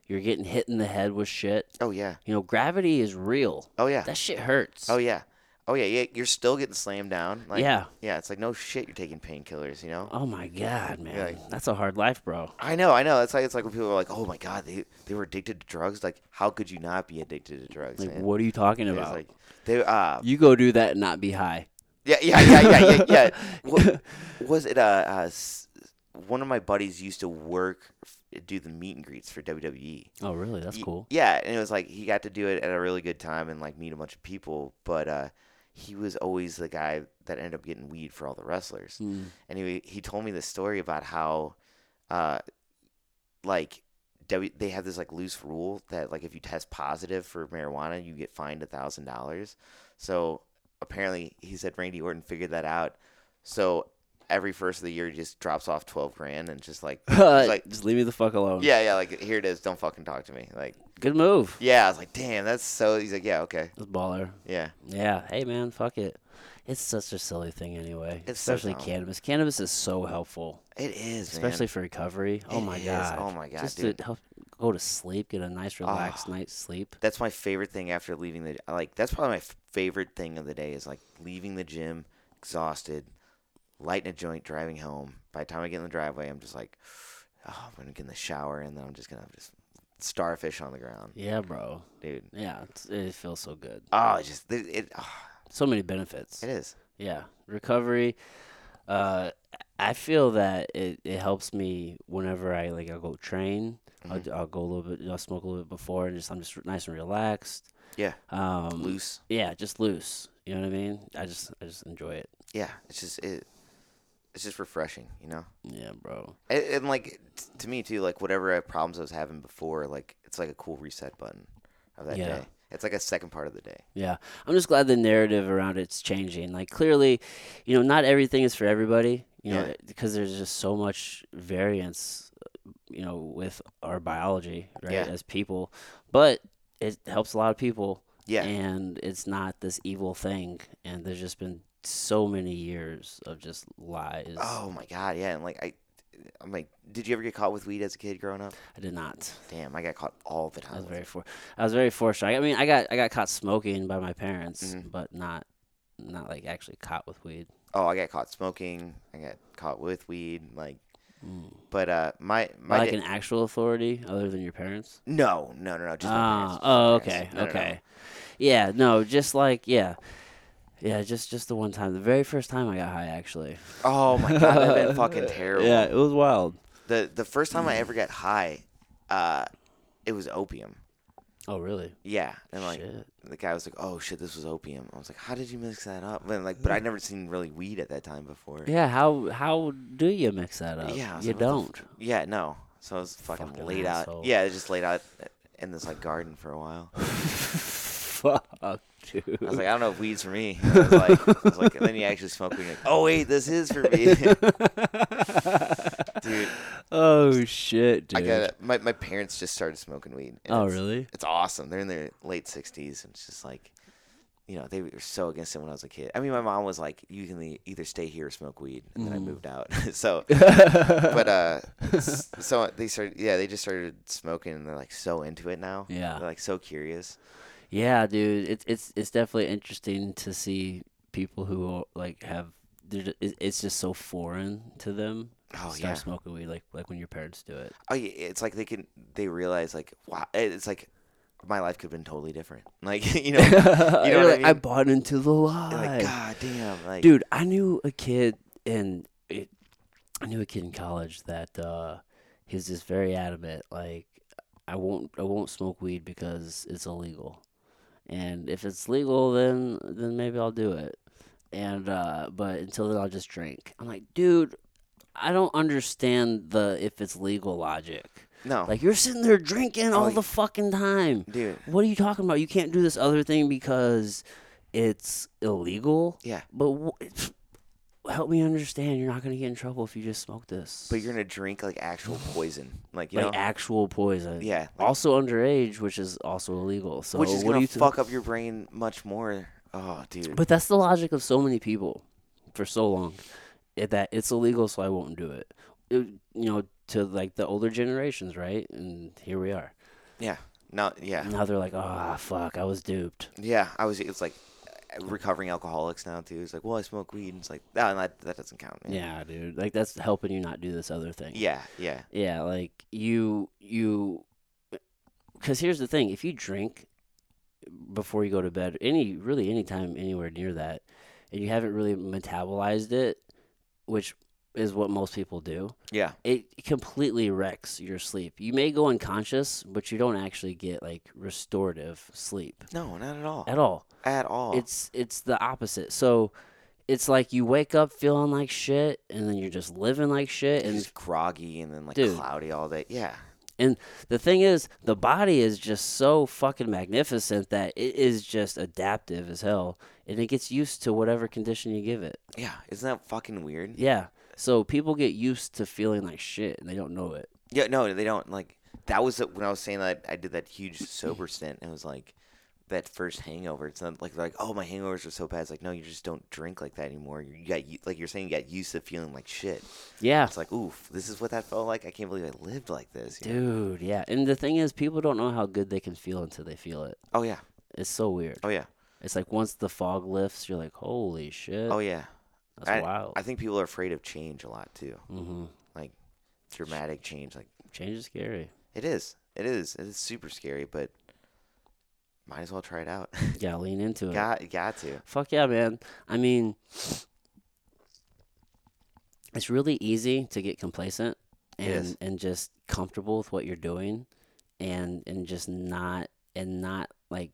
Speaker 1: You're getting hit in the head with shit.
Speaker 2: Oh yeah,
Speaker 1: You know, gravity is real.
Speaker 2: oh yeah,
Speaker 1: That shit hurts.
Speaker 2: oh yeah, oh yeah. Yeah, you're still getting slammed down. Like,
Speaker 1: yeah.
Speaker 2: yeah. It's like no shit, you're taking painkillers. You know.
Speaker 1: Oh my god, man.
Speaker 2: like-
Speaker 1: That's a hard life, bro.
Speaker 2: I know, I know. That's like it's like when people are like, "Oh my god, they they were addicted to drugs." Like, how could you not be addicted to drugs?
Speaker 1: Like,
Speaker 2: man?
Speaker 1: what are you talking
Speaker 2: It's
Speaker 1: about?
Speaker 2: like they uh
Speaker 1: you go do that and not be high.
Speaker 2: yeah yeah <laughs> yeah yeah yeah. yeah. What, was it uh, uh s- one of my buddies used to work f- do the meet and greets for WWE?
Speaker 1: <laughs> Oh, really? That's
Speaker 2: Y-
Speaker 1: cool.
Speaker 2: Yeah, and it was like he got to do it at a really good time and like meet a bunch of people, but uh he was always the guy that ended up getting weed for all the wrestlers.
Speaker 1: <laughs> Mm.
Speaker 2: and he he told me this story about how, uh, like, w, they have this like loose rule that like if you test positive for marijuana, you get fined a thousand dollars. So apparently, he said Randy Orton figured that out. So every first of the year, he just drops off twelve grand and just like, like-
Speaker 1: Just leave me the fuck alone.
Speaker 2: yeah, yeah, like here it is. Don't fucking talk to me. Like,
Speaker 1: Good move.
Speaker 2: yeah, I was like, damn, that's so. He's like, yeah, okay,
Speaker 1: That's baller.
Speaker 2: yeah,
Speaker 1: Yeah. Hey, man. Fuck it. It's such a silly thing anyway.
Speaker 2: It's so
Speaker 1: Especially
Speaker 2: dumb.
Speaker 1: cannabis. Cannabis is so helpful,
Speaker 2: it is, man.
Speaker 1: especially for recovery. Oh
Speaker 2: It
Speaker 1: my
Speaker 2: is.
Speaker 1: god.
Speaker 2: Oh my God,
Speaker 1: Just
Speaker 2: dude. Ah.
Speaker 1: to help go to sleep, get a nice relaxed night's sleep.
Speaker 2: that's my favorite thing after leaving the like that's probably my f- favorite thing of the day is like leaving the gym exhausted lighting a joint driving home by the time i get in the driveway i'm just like oh, i'm gonna get in the shower and then i'm just gonna just starfish on the ground
Speaker 1: Yeah, bro.
Speaker 2: dude
Speaker 1: Yeah, it's, it feels so good.
Speaker 2: oh it's just it, it, oh,
Speaker 1: So many benefits.
Speaker 2: it is
Speaker 1: Yeah, recovery. Uh, I feel that it, it helps me whenever I like I'll go train.
Speaker 2: Mm-hmm.
Speaker 1: I'll, d- I'll go a little bit. I'll smoke a little bit before, and just I'm just nice and relaxed.
Speaker 2: yeah
Speaker 1: Um,
Speaker 2: loose
Speaker 1: Yeah, just loose. You know what I mean? I just I just enjoy it.
Speaker 2: yeah it's just it it's just refreshing you know
Speaker 1: Yeah, bro.
Speaker 2: and, and like t- to me too like whatever problems i was having before like it's like a cool reset button of that
Speaker 1: Yeah.
Speaker 2: day It's like a second part of the day.
Speaker 1: Yeah. I'm just glad the narrative around it's changing. Like clearly, you know, not everything is for everybody, you know,
Speaker 2: Yeah.
Speaker 1: because there's just so much variance, you know, with our biology, right,
Speaker 2: Yeah.
Speaker 1: as people. But it helps a lot of people
Speaker 2: Yeah.
Speaker 1: and it's not this evil thing and there's just been so many years of just lies.
Speaker 2: oh my god, yeah. And like I, I'm like, did you ever get caught with weed as a kid growing up?
Speaker 1: I did not.
Speaker 2: Damn, I got caught all the
Speaker 1: I
Speaker 2: time.
Speaker 1: was
Speaker 2: with
Speaker 1: very
Speaker 2: it.
Speaker 1: for I was very fortunate. I mean, I got I got caught smoking by my parents,
Speaker 2: Mhm.
Speaker 1: but not not like actually caught with weed.
Speaker 2: oh, I got caught smoking. I got caught with weed. Like,
Speaker 1: Mm.
Speaker 2: but uh, my
Speaker 1: By,
Speaker 2: my
Speaker 1: like
Speaker 2: da-
Speaker 1: an actual authority other than your parents?
Speaker 2: no, no, no, no, just my parents,
Speaker 1: Ah,
Speaker 2: just my
Speaker 1: oh, okay,
Speaker 2: parents. No, no, no.
Speaker 1: okay, yeah, no, just like yeah, yeah, just just the one time, the very first time I got high, actually.
Speaker 2: Oh my god,
Speaker 1: <laughs>
Speaker 2: that been fucking terrible.
Speaker 1: Yeah, Mm. it was wild.
Speaker 2: The the first time I ever got high, uh, it was opium.
Speaker 1: Oh, really?
Speaker 2: Yeah, and like
Speaker 1: Shit.
Speaker 2: the guy was like, "Oh shit, this was opium." I was like, "How did you mix that up?" And like, but
Speaker 1: Mm.
Speaker 2: I never seen really weed at that time before.
Speaker 1: Yeah, how how do you mix that up?
Speaker 2: Yeah, I was
Speaker 1: you
Speaker 2: like, what
Speaker 1: don't.
Speaker 2: the f- yeah, no. So I was fucking,
Speaker 1: Fucking
Speaker 2: laid
Speaker 1: asshole.
Speaker 2: out. Yeah, I was just laid out in this like garden for a while.
Speaker 1: Fuck, <laughs> dude.
Speaker 2: I was like, I don't know if weed's for me. I was like, I was like and
Speaker 1: <laughs>
Speaker 2: then you actually smoke weed. Like, oh wait, this is for me, dude.
Speaker 1: oh shit, dude.
Speaker 2: I got my my parents just started smoking weed. and
Speaker 1: Oh
Speaker 2: it's-
Speaker 1: really?
Speaker 2: It's awesome. They're in their late sixties, and it's just like, you know, they were so against it when I was a kid. I mean, my mom was like, "You can le- either stay here or smoke weed," and
Speaker 1: Mm-hmm.
Speaker 2: then I moved out. <laughs> so, but uh, s-
Speaker 1: <laughs>
Speaker 2: so they started. Yeah, they just started smoking, and they're like so into it now.
Speaker 1: Yeah.
Speaker 2: they're like so curious.
Speaker 1: Yeah, dude, it's it's it's definitely interesting to see people who like have they're ju- it- it's just so foreign to them.
Speaker 2: Oh
Speaker 1: start
Speaker 2: yeah.
Speaker 1: smoking weed like like when your parents do it.
Speaker 2: Oh yeah. It's like they can. They realize like wow. It's like my life could have been totally different. <laughs> Like
Speaker 1: <laughs>
Speaker 2: you know, you know what
Speaker 1: You're
Speaker 2: I
Speaker 1: like,
Speaker 2: mean?
Speaker 1: bought into the lie,
Speaker 2: They're like God damn. Like
Speaker 1: dude. I knew a kid in it. I knew a kid in college that uh, he was just very adamant. Like, I won't I won't smoke weed because it's illegal, and if it's legal, then then maybe I'll do it. and uh but until then I'll just drink. I'm like, dude, I don't understand the if it's legal logic.
Speaker 2: no,
Speaker 1: Like you're sitting there drinking all
Speaker 2: like-
Speaker 1: the fucking time.
Speaker 2: dude.
Speaker 1: What are you talking about? You can't do this other thing because it's illegal.
Speaker 2: Yeah.
Speaker 1: But wh- <sighs> help me understand, you're not going to get in trouble if you just smoke this.
Speaker 2: But you're gonna drink like actual poison. Like you
Speaker 1: like
Speaker 2: know.
Speaker 1: actual poison.
Speaker 2: Yeah. like,
Speaker 1: Also underage, which is also illegal. So
Speaker 2: which is
Speaker 1: what do
Speaker 2: gonna
Speaker 1: you th-
Speaker 2: fuck up your brain much more. Oh, dude.
Speaker 1: But that's the logic of so many people for so long it- that it's illegal, so I won't do it. It- You know, to like the older generations, right? And here we are.
Speaker 2: yeah. No. Yeah.
Speaker 1: Now they're like, ah, fuck, I was duped.
Speaker 2: Yeah. I was. It's like uh, recovering alcoholics now too. It's like, well, I smoke weed. And it's like, no, that that doesn't count. man."
Speaker 1: Yeah, dude. Like that's helping you not do this other thing.
Speaker 2: Yeah. Yeah.
Speaker 1: Yeah, like you, you. Because here's the thing: if you drink before you go to bed, any really any time anywhere near that, and you haven't really metabolized it, which is what most people do.
Speaker 2: Yeah.
Speaker 1: it completely wrecks your sleep. You may go unconscious, but you don't actually get like restorative sleep
Speaker 2: No, not at all.
Speaker 1: at all.
Speaker 2: At all.
Speaker 1: It's it's the opposite. So it's like you wake up feeling like shit and then you're just living like shit
Speaker 2: You're
Speaker 1: and
Speaker 2: just groggy and then like
Speaker 1: Dude.
Speaker 2: cloudy all day. Yeah.
Speaker 1: the thing is the body is just so fucking magnificent that it is just adaptive as hell and it gets used to whatever condition you give it.
Speaker 2: Yeah. Isn't that fucking weird?
Speaker 1: Yeah. So people get used to feeling like shit and they don't know it.
Speaker 2: Yeah, no, they don't. Like that was the, when I was saying that I did that huge sober stint, and it was like that first hangover. It's not like like oh my hangovers are so bad. It's like no, you just don't drink like that anymore. You got u- like you're saying you got used to feeling like shit.
Speaker 1: Yeah.
Speaker 2: It's like oof, this is what that felt like. I can't believe I lived like this. you know?
Speaker 1: Dude, yeah. And the thing is, people don't know how good they can feel until they feel it.
Speaker 2: Oh yeah,
Speaker 1: It's so weird.
Speaker 2: oh yeah,
Speaker 1: It's like once the fog lifts, you're like, holy shit.
Speaker 2: oh yeah.
Speaker 1: that's wild.
Speaker 2: I think people are afraid of change a lot too.
Speaker 1: mm-hmm.
Speaker 2: Like dramatic change. Like
Speaker 1: Change is scary.
Speaker 2: it is, it is, it is super scary, but might as well try it out. <laughs>
Speaker 1: Yeah, lean into it.
Speaker 2: got got to.
Speaker 1: Fuck yeah, man. I mean, <sighs> it's really easy to get complacent
Speaker 2: It
Speaker 1: and
Speaker 2: is.
Speaker 1: and just comfortable with what you're doing, and and just not and not like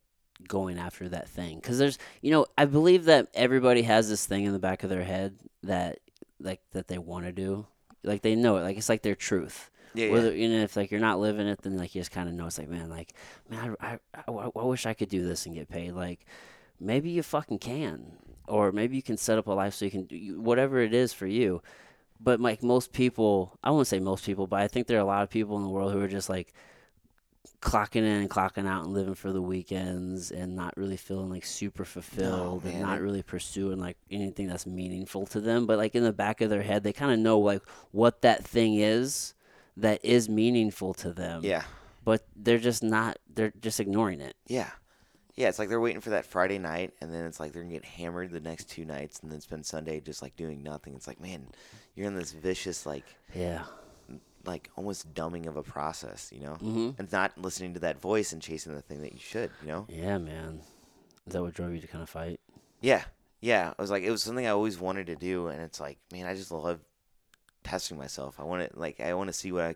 Speaker 1: going after that thing because there's you know I believe that everybody has this thing in the back of their head that like that they want to do like they know it like it's like their truth
Speaker 2: Yeah,
Speaker 1: Whether you know, if like you're not living it, then like you just kind of know it's like, man, like, man, I, I, I, I wish I could do this and get paid. Like, maybe you fucking can, or maybe you can set up a life so you can do you- whatever it is for you. But like most people, I won't say most people, but I think there are a lot of people in the world who are just like clocking in and clocking out and living for the weekends and not really feeling like super fulfilled
Speaker 2: man,
Speaker 1: and not
Speaker 2: it-
Speaker 1: really pursuing like anything that's meaningful to them. But like in the back of their head, they kind of know like what that thing is that is meaningful to them.
Speaker 2: yeah,
Speaker 1: But they're just not, they're just ignoring it.
Speaker 2: yeah, yeah. It's like they're waiting for that Friday night, and then it's like they're gonna get hammered the next two nights, and then spend Sunday just like doing nothing. It's like, man, you're in this vicious like
Speaker 1: Yeah.
Speaker 2: like almost dumbing of a process, you know,
Speaker 1: hmm
Speaker 2: and not listening to that voice and chasing the thing that you should, you know.
Speaker 1: Yeah, man. Is that what drove you to kind of fight?
Speaker 2: Yeah, yeah. I was like, it was something I always wanted to do, and it's like, man, I just love testing myself. I want to like, I want to see what I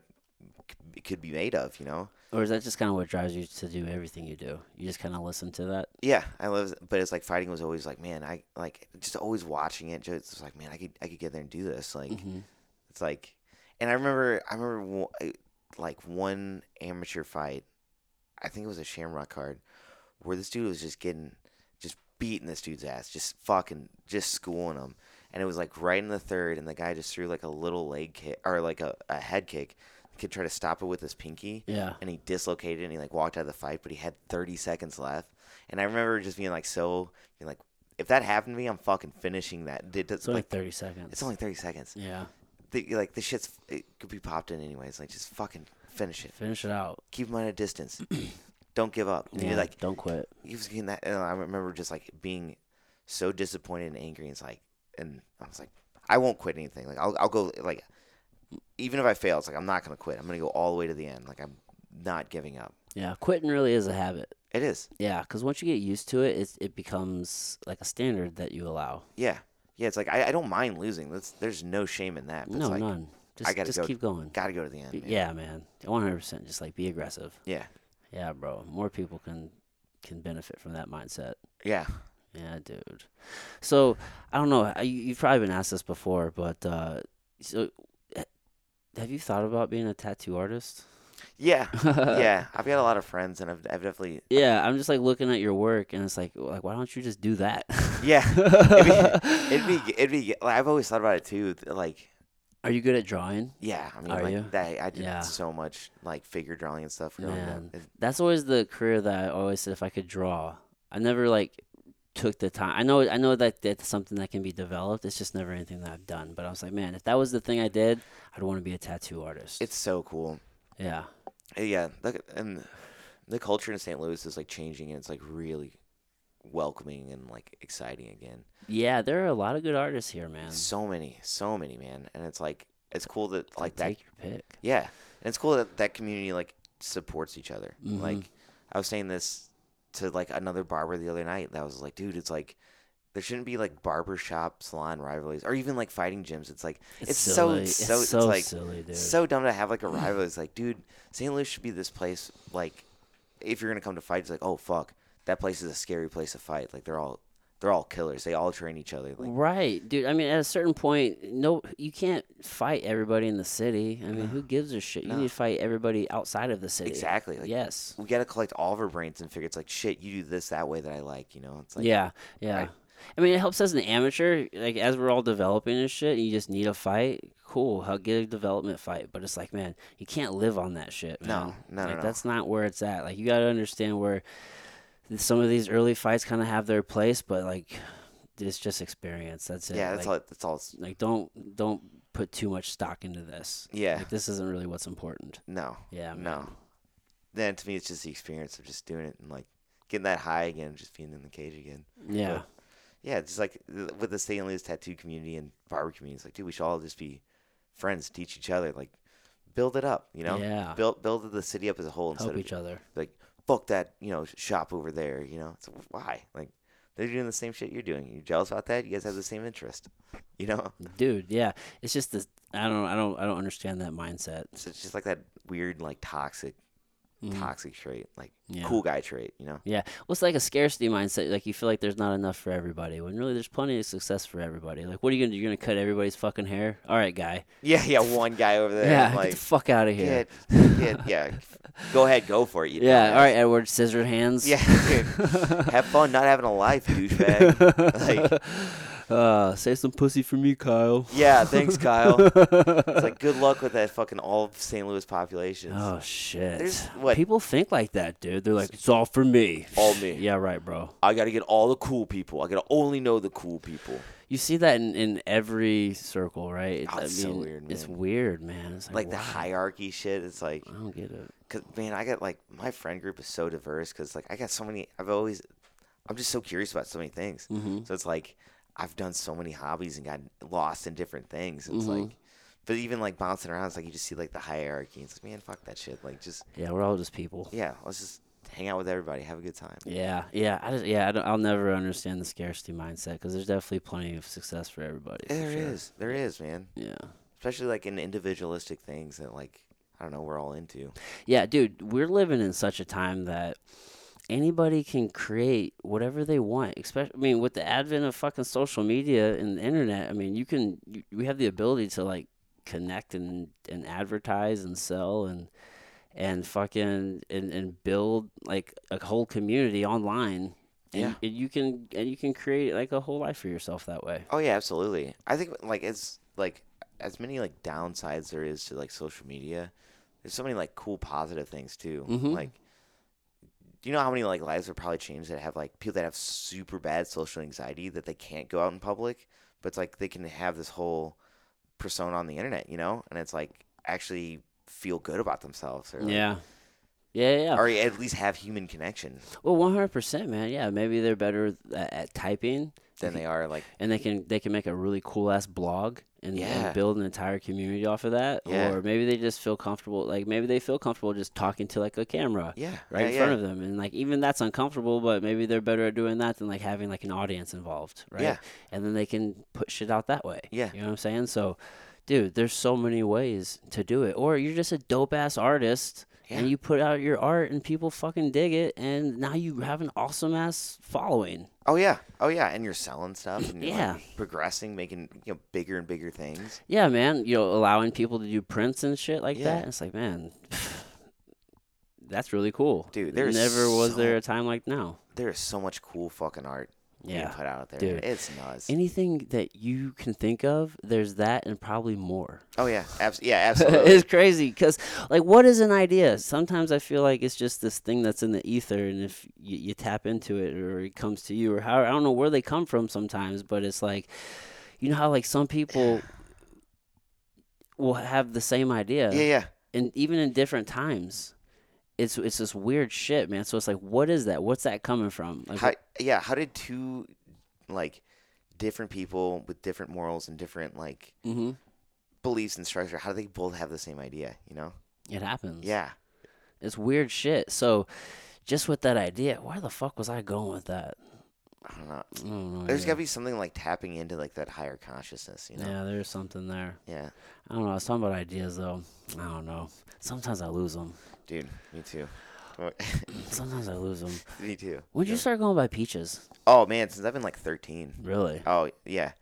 Speaker 2: c- could be made of, you know.
Speaker 1: Or is that just kind of what drives you to do everything you do? You just kind of listen to that?
Speaker 2: Yeah, I love, but it's like fighting was always like, man, I like just always watching it. Just it's like, man, I could, I could get there and do this. Like,
Speaker 1: hmm
Speaker 2: it's like, and I remember, I remember wo- I- like one amateur fight. I think it was a Shamrock card, where this dude was just getting, just beating this dude's ass, just fucking, just schooling him, and it was like right in the third, and the guy just threw like a little leg kick or like a, a head kick. The kid tried to stop it with his pinky,
Speaker 1: Yeah.
Speaker 2: and he dislocated it and he like walked out of the fight, but he had 30 seconds left. And I remember just being like so, being like, if that happened to me, I'm fucking finishing that. Did
Speaker 1: It's
Speaker 2: that's
Speaker 1: only
Speaker 2: like
Speaker 1: 30 seconds.
Speaker 2: it's only 30 seconds.
Speaker 1: Yeah.
Speaker 2: The, like the shit's it could be popped in anyways. Like just fucking finish it.
Speaker 1: Finish it out.
Speaker 2: Keep him at a distance. Don't give up. And
Speaker 1: Yeah,
Speaker 2: you're like
Speaker 1: don't quit.
Speaker 2: he was getting that. And I remember just like being so disappointed and angry. And it's like, and I was like, I won't quit anything. Like I'll, I'll go like, even if I fail, it's like I'm not gonna quit. I'm gonna go all the way to the end. Like I'm not giving up.
Speaker 1: Yeah. Quitting really is a habit.
Speaker 2: It is.
Speaker 1: Yeah. Because once you get used to it, it's, it becomes like a standard that you allow.
Speaker 2: Yeah. Yeah, it's like I, I don't mind losing. That's there's no shame in that. But
Speaker 1: no,
Speaker 2: it's like
Speaker 1: none. Just,
Speaker 2: gotta
Speaker 1: just
Speaker 2: go-
Speaker 1: keep going.
Speaker 2: gotta go to the end.
Speaker 1: Be-
Speaker 2: man.
Speaker 1: yeah, man. 100%. Just like be aggressive.
Speaker 2: Yeah.
Speaker 1: Yeah, bro. More people can can benefit from that mindset.
Speaker 2: Yeah.
Speaker 1: Yeah, dude. So I don't know. I- you- You've probably been asked this before, but uh, so eh, have you thought about being a tattoo artist?
Speaker 2: Yeah. <laughs>
Speaker 1: <laughs>
Speaker 2: Yeah. I've got a lot of friends and I've I've definitely
Speaker 1: yeah. I'm just like looking at your work, and it's like, like, why don't you just do that?
Speaker 2: Yeah.
Speaker 1: <laughs>
Speaker 2: It'd be it'd be like, I've always thought about it too. th- Like
Speaker 1: Are you good at drawing?
Speaker 2: yeah, I mean
Speaker 1: Are
Speaker 2: like
Speaker 1: you?
Speaker 2: that I did
Speaker 1: Yeah.
Speaker 2: so much like figure drawing and stuff growing up.
Speaker 1: Man.
Speaker 2: It-
Speaker 1: That's always the career that I always said if I could draw. I never like took the time. I know I know that that's something that can be developed. It's just never anything that I've done. But I was like, man, if that was the thing I did, I'd want to be a tattoo artist.
Speaker 2: It's so cool.
Speaker 1: yeah.
Speaker 2: Uh, Yeah. Look and the culture in St. Louis is like changing and it's like really welcoming and like exciting again.
Speaker 1: Yeah, there are a lot of good artists here, man.
Speaker 2: So many, so many, man. And it's like it's cool that like that
Speaker 1: take your pick.
Speaker 2: Yeah, and it's cool that that community like supports each other.
Speaker 1: Mhm.
Speaker 2: Like I was saying this to like another barber the other night. That was like, dude, it's like there shouldn't be like barber shop salon rivalries or even like fighting gyms. It's like It's so-
Speaker 1: silly.
Speaker 2: so-
Speaker 1: it's
Speaker 2: it's
Speaker 1: so
Speaker 2: like-
Speaker 1: silly, dude.
Speaker 2: so dumb to have
Speaker 1: <clears throat>
Speaker 2: like a rivalry. It's like, dude, St. Louis should be this place. Like, if you're gonna come to fight, it's like, oh fuck, that place is a scary place to fight. Like they're all they're all killers. They all train each other. Like,
Speaker 1: right, dude. I mean, at a certain point, no, you can't fight everybody in the city. I mean, who gives a shit? You
Speaker 2: No.
Speaker 1: need to fight everybody outside of the city.
Speaker 2: exactly. Like,
Speaker 1: yes.
Speaker 2: we gotta collect all of our brains and figure. It's like, shit, you do this that way that I like. You know, it's like,
Speaker 1: yeah, yeah.
Speaker 2: Right.
Speaker 1: I mean, it helps as an amateur. Like as we're all developing and shit, you just need a fight. Cool, I'll get a development fight. But it's like, man, you can't live on that shit.
Speaker 2: No,
Speaker 1: man.
Speaker 2: no, no,
Speaker 1: like,
Speaker 2: no.
Speaker 1: That's not where it's at. Like you got to understand where th- some of these early fights kind of have their place, but like it's just experience. That's it.
Speaker 2: yeah. That's
Speaker 1: like,
Speaker 2: all. That's all. it's-
Speaker 1: Like don't don't put too much stock into this.
Speaker 2: Yeah.
Speaker 1: Like this isn't really what's important.
Speaker 2: No.
Speaker 1: Yeah. man.
Speaker 2: No. Then to me, it's just the experience of just doing it and like getting that high again, just being in the cage again.
Speaker 1: Yeah.
Speaker 2: Yeah, it's just like th- with the St. Louis tattoo community and barber community, it's like, dude, we should all just be friends, teach each other, like build it up, you know?
Speaker 1: yeah.
Speaker 2: Build build the city up as a whole instead
Speaker 1: Help
Speaker 2: of
Speaker 1: each other.
Speaker 2: like fuck that, you know, shop over there, you know? It's like, why? Like they're doing the same shit you're doing. You jealous about that? You guys have the same interest, you know?
Speaker 1: Dude, yeah. It's just this. I don't. I don't. I don't understand that mindset.
Speaker 2: So it's just like that weird, like toxic
Speaker 1: Mhm.
Speaker 2: toxic trait, like
Speaker 1: Yeah.
Speaker 2: cool guy trait, you know?
Speaker 1: Well, it's like a scarcity mindset. Like you feel like there's not enough for everybody, when really there's plenty of success for everybody. Like, what are you gonna do? You're gonna cut everybody's fucking hair? All right, guy.
Speaker 2: Yeah, yeah, one guy over there.
Speaker 1: <laughs> yeah, get
Speaker 2: like,
Speaker 1: the fuck out of here.
Speaker 2: get, get, yeah, go ahead, go for it. You
Speaker 1: yeah.
Speaker 2: dumbass.
Speaker 1: All right, Edward Scissorhands.
Speaker 2: <laughs> Yeah, dude. Have fun not having a life,
Speaker 1: <laughs>
Speaker 2: douchebag. Like-
Speaker 1: uh, save some pussy for me, Kyle.
Speaker 2: yeah, thanks, Kyle. It's
Speaker 1: it's
Speaker 2: like, good luck with that fucking all of St. Louis population.
Speaker 1: oh shit.
Speaker 2: There's- what-
Speaker 1: People think like that, dude. They're like, it's all for me.
Speaker 2: All me.
Speaker 1: Yeah, right, bro.
Speaker 2: I got to get all the cool people. I got to only know the cool people.
Speaker 1: You see that in, in every circle, right? It's,
Speaker 2: Oh, it's
Speaker 1: I
Speaker 2: so
Speaker 1: mean,
Speaker 2: weird,
Speaker 1: It's
Speaker 2: man.
Speaker 1: weird, man. It's like,
Speaker 2: Like the
Speaker 1: why?
Speaker 2: hierarchy shit. It's like,
Speaker 1: I don't get it.
Speaker 2: cause, man, I got like, my friend group is so diverse because, like, I got so many, I've always, I'm just so curious about so many things.
Speaker 1: Mm-hmm.
Speaker 2: So it's like I've done so many hobbies and gotten lost in different things. It's
Speaker 1: Mhm.
Speaker 2: like, but even like bouncing around, it's like you just see like the hierarchy. It's like, man, fuck that shit. Like, just
Speaker 1: Yeah, we're all just people.
Speaker 2: yeah, let's just hang out with everybody, have a good time.
Speaker 1: Yeah, yeah, I just, yeah. I don't, I'll never understand the scarcity mindset because there's definitely plenty of success for everybody. for
Speaker 2: There is,
Speaker 1: sure.
Speaker 2: there is, man.
Speaker 1: Yeah,
Speaker 2: Especially like in individualistic things that like I don't know, we're all into.
Speaker 1: yeah, dude. We're living in such a time that anybody can create whatever they want. Especially, I mean, with the advent of fucking social media and the internet, I mean, you can. You, we have the ability to like connect and and advertise and sell and and fucking and, and build like a whole community online. And,
Speaker 2: Yeah.
Speaker 1: and you can and you can create like a whole life for yourself that way.
Speaker 2: Oh yeah, absolutely. I think like it's like as many like downsides there is to like social media. There's so many like cool positive things too.
Speaker 1: Mhm.
Speaker 2: Like, do you know how many like lives are probably changed that have like people that have super bad social anxiety that they can't go out in public, but it's like they can have this whole persona on the internet, you know, and it's like actually feel good about themselves or like,
Speaker 1: Yeah. Yeah, yeah, yeah.
Speaker 2: or at least have human connection
Speaker 1: Well, one hundred percent, man. Yeah, maybe they're better at, at typing,
Speaker 2: than they are like
Speaker 1: and they can they can make a really cool ass blog and, and
Speaker 2: Yeah.
Speaker 1: build an entire community off of that.
Speaker 2: Yeah.
Speaker 1: Or maybe they just feel comfortable, like maybe they feel comfortable just talking to like a camera
Speaker 2: yeah
Speaker 1: right
Speaker 2: yeah,
Speaker 1: in
Speaker 2: yeah.
Speaker 1: front of them, and like even that's uncomfortable. But maybe they're better at doing that than like having like an audience involved, right?
Speaker 2: yeah
Speaker 1: And then they can put shit out that way.
Speaker 2: yeah
Speaker 1: You know what I'm saying? So, dude, there's so many ways to do it. Or you're just a dope ass artist
Speaker 2: yeah
Speaker 1: and you put out your art and people fucking dig it and now you have an awesome ass following
Speaker 2: Oh yeah, oh yeah, and you're selling stuff, and you're
Speaker 1: Yeah.
Speaker 2: like, progressing, making you know bigger and bigger things.
Speaker 1: yeah man you know allowing people to do prints and shit like
Speaker 2: Yeah.
Speaker 1: that it's like man <sighs> that's really cool
Speaker 2: Dude, there's
Speaker 1: never was
Speaker 2: so-
Speaker 1: there a time like now
Speaker 2: There is so much cool fucking art being
Speaker 1: yeah
Speaker 2: put out there.
Speaker 1: dude.
Speaker 2: It's nuts.
Speaker 1: anything that you can think of there's that and probably
Speaker 2: <laughs>
Speaker 1: more
Speaker 2: oh yeah, abs- yeah, absolutely.
Speaker 1: <laughs> it's crazy because like what is an idea sometimes i feel like it's just this thing that's in the ether and if you, you tap into it or it comes to you or how i don't know where they come from sometimes but it's like you know how like some
Speaker 2: <sighs>
Speaker 1: people will have the same idea
Speaker 2: yeah, yeah,
Speaker 1: and even in different times it's it's this weird shit man so it's like what is that what's that coming from like
Speaker 2: how, yeah. How did two like different people with different morals and different like
Speaker 1: hmm
Speaker 2: beliefs and structure? How do they both have the same idea? You know?
Speaker 1: it happens
Speaker 2: Yeah,
Speaker 1: it's weird shit so just with that idea where the fuck was i going with that
Speaker 2: I don't know.
Speaker 1: I don't know, Oh,
Speaker 2: There's
Speaker 1: yeah.
Speaker 2: gotta be something like tapping into like that higher consciousness. You know?
Speaker 1: Yeah, there's something there.
Speaker 2: Yeah,
Speaker 1: I don't know. I was talking about ideas though. I don't know. Sometimes I lose them.
Speaker 2: dude. Me too. <laughs>
Speaker 1: Sometimes I lose them.
Speaker 2: me too.
Speaker 1: When would
Speaker 2: Yeah.
Speaker 1: you start going by peaches?
Speaker 2: Oh man, since I've been like 13.
Speaker 1: Really?
Speaker 2: Oh yeah,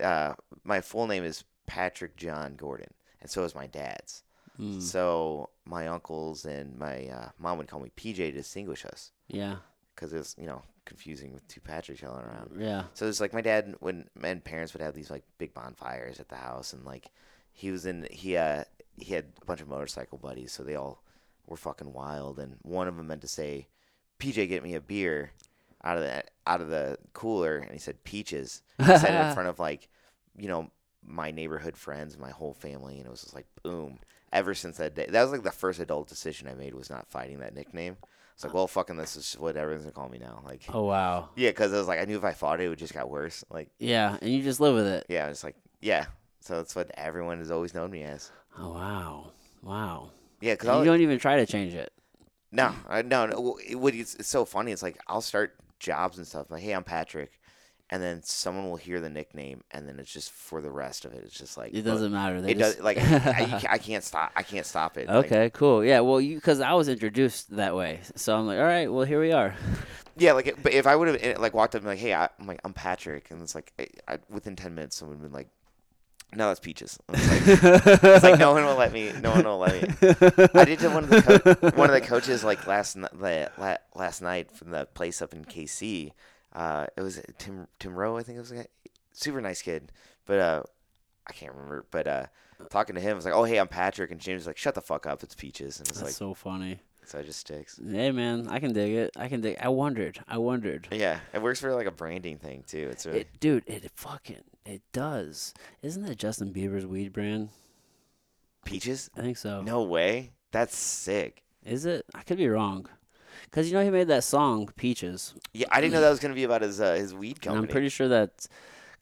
Speaker 2: uh, my full name is Patrick John Gordon, and so is my dad's.
Speaker 1: Mm,
Speaker 2: So my uncles and my uh, mom would call me PJ to distinguish us,
Speaker 1: yeah.
Speaker 2: because it's you know confusing with two Patricks yelling around.
Speaker 1: Yeah.
Speaker 2: So it's like my dad when and parents would have these like big bonfires at the house, and like he was in he uh he had a bunch of motorcycle buddies, so they all were fucking wild, and one of them meant to say, "PJ, get me a beer." Out of the out of the cooler, and he said peaches. I said it in front of like, you know, my neighborhood friends, my whole family, and it was just like boom. Ever since that day, that was like the first adult decision I made was not fighting that nickname. It's like, well, fucking, this is what everyone's gonna call me now. Like,
Speaker 1: oh wow.
Speaker 2: yeah, because I was like, I knew if I fought it, it would just got worse. Like,
Speaker 1: Yeah, and you just live with it.
Speaker 2: yeah, it's like, yeah. So that's what everyone has always known me as.
Speaker 1: Oh wow. Wow.
Speaker 2: Yeah, because
Speaker 1: And you
Speaker 2: I'll
Speaker 1: don't even try to change it.
Speaker 2: no, I, no, no. well, It, what it's, it's so funny. It's like I'll start jobs and stuff. Like, hey, I'm Patrick, and then someone will hear the nickname, and then it's just for the rest of it. It's just like
Speaker 1: It doesn't matter. They
Speaker 2: It
Speaker 1: just, <laughs>
Speaker 2: does like I, you ca- I can't stop. I can't stop it. Like,
Speaker 1: okay, cool. Yeah, well, you because I was introduced that way, so I'm like, all right, well, here we are.
Speaker 2: yeah, like it- but if I would have eh, like walked up and like, hey, I, I'm like I'm Patrick, and it's like eh, I, I, within ten minutes someone would have been like, no, that's Peaches. And It's like, it's
Speaker 1: <laughs>
Speaker 2: like no one will let me. No one will let me. I did to one of the co- one of the coaches like last n- the, la- last night from the place up in KC. Uh, it was Tim Tim Rowe, I think it was. A guy. Super nice kid, but uh, I can't remember. But uh, talking to him, I was like, "Oh, hey, I'm Patrick," and James was like, "Shut the fuck up, it's Peaches," and it's
Speaker 1: That's
Speaker 2: <laughs> like,
Speaker 1: so funny.
Speaker 2: so it just sticks.
Speaker 1: Hey, man, I can dig it. I can dig. I wondered. I wondered.
Speaker 2: Yeah, it works for like a branding thing too. It's really,
Speaker 1: It, dude, it fucking it does. Isn't that Justin Bieber's weed brand?
Speaker 2: Peaches.
Speaker 1: I think so.
Speaker 2: No way, that's sick.
Speaker 1: Is it? I could be wrong. Cause you know he made that song Peaches,
Speaker 2: Yeah, I didn't know that was gonna be about his uh, his weed company.
Speaker 1: and I'm pretty sure that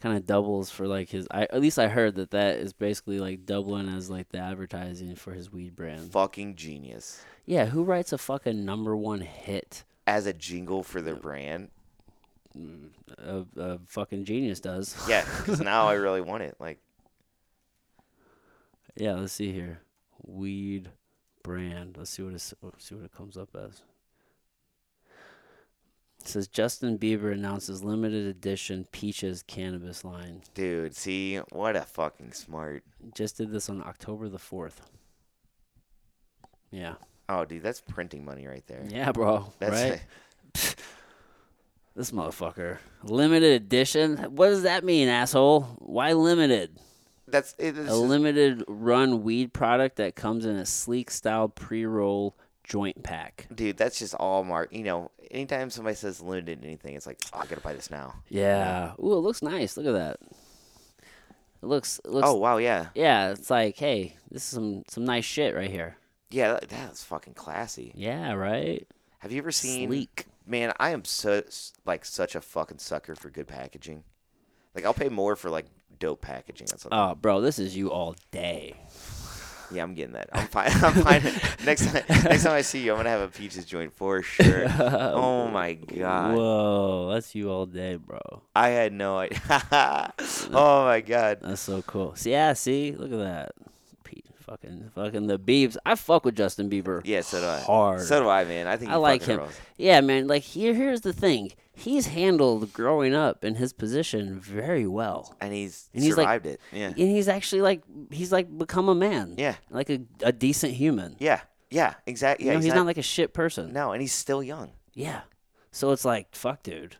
Speaker 1: kind of doubles for like his. I at least I heard that that is basically like doubling as like the advertising for his weed brand.
Speaker 2: fucking genius.
Speaker 1: Yeah, who writes a fucking number one hit?
Speaker 2: As a jingle for their brand,
Speaker 1: A, a fucking genius does. <laughs>
Speaker 2: Yeah, because now I really want it. Like,
Speaker 1: Yeah, let's see here. Weed brand. Let's see what it's, let's see what it comes up as. It says Justin Bieber announces limited edition peaches cannabis line.
Speaker 2: dude, see, what a fucking smart.
Speaker 1: Just did this on October the fourth. Yeah.
Speaker 2: Oh, dude, that's printing money right there.
Speaker 1: Yeah, bro.
Speaker 2: That's
Speaker 1: right? This motherfucker. Limited edition? What does that mean, asshole? Why limited?
Speaker 2: <laughs> that's it, it's
Speaker 1: a
Speaker 2: just-
Speaker 1: limited run weed product that comes in a sleek style pre roll joint pack.
Speaker 2: dude. That's just all mark. You know, anytime somebody says limited anything, it's like oh, I gotta buy this now.
Speaker 1: Yeah. Ooh, it looks nice. Look at that. It looks it looks
Speaker 2: Oh wow, yeah,
Speaker 1: yeah, it's like, hey, this is some some nice shit right here.
Speaker 2: yeah, that, that's fucking classy.
Speaker 1: Yeah, right?
Speaker 2: Have you ever seen?
Speaker 1: Sleek.
Speaker 2: Man, I am so like such a fucking sucker for good packaging. Like, I'll pay more for like dope packaging. That's something.
Speaker 1: Oh, bro, this is you all day.
Speaker 2: yeah, I'm getting that. I'm fine. <laughs> I'm fine. next time, next time I see you, I'm gonna have a peaches joint for sure.
Speaker 1: <laughs>
Speaker 2: oh my god.
Speaker 1: Whoa, that's you all day, bro.
Speaker 2: I <laughs> had no idea. oh my god.
Speaker 1: That's so cool. See, yeah, see, look at that. Pe- fucking, fucking the Biebs. I fuck with Justin Bieber.
Speaker 2: Yeah, so do I.
Speaker 1: Hard.
Speaker 2: So do I, man. I think
Speaker 1: I
Speaker 2: he
Speaker 1: like
Speaker 2: fucking
Speaker 1: him.
Speaker 2: rules.
Speaker 1: Yeah, man. Like here, here's the thing. He's handled growing up in his position very well,
Speaker 2: and he's
Speaker 1: And he's like-
Speaker 2: survived it. Yeah.
Speaker 1: and he's actually like he's like become a man.
Speaker 2: Yeah.
Speaker 1: like a, a decent human.
Speaker 2: Yeah. Yeah. Exactly.
Speaker 1: you
Speaker 2: Yeah.
Speaker 1: know, he's, not, like a shit person.
Speaker 2: no, and he's still young.
Speaker 1: Yeah. So it's like fuck, dude.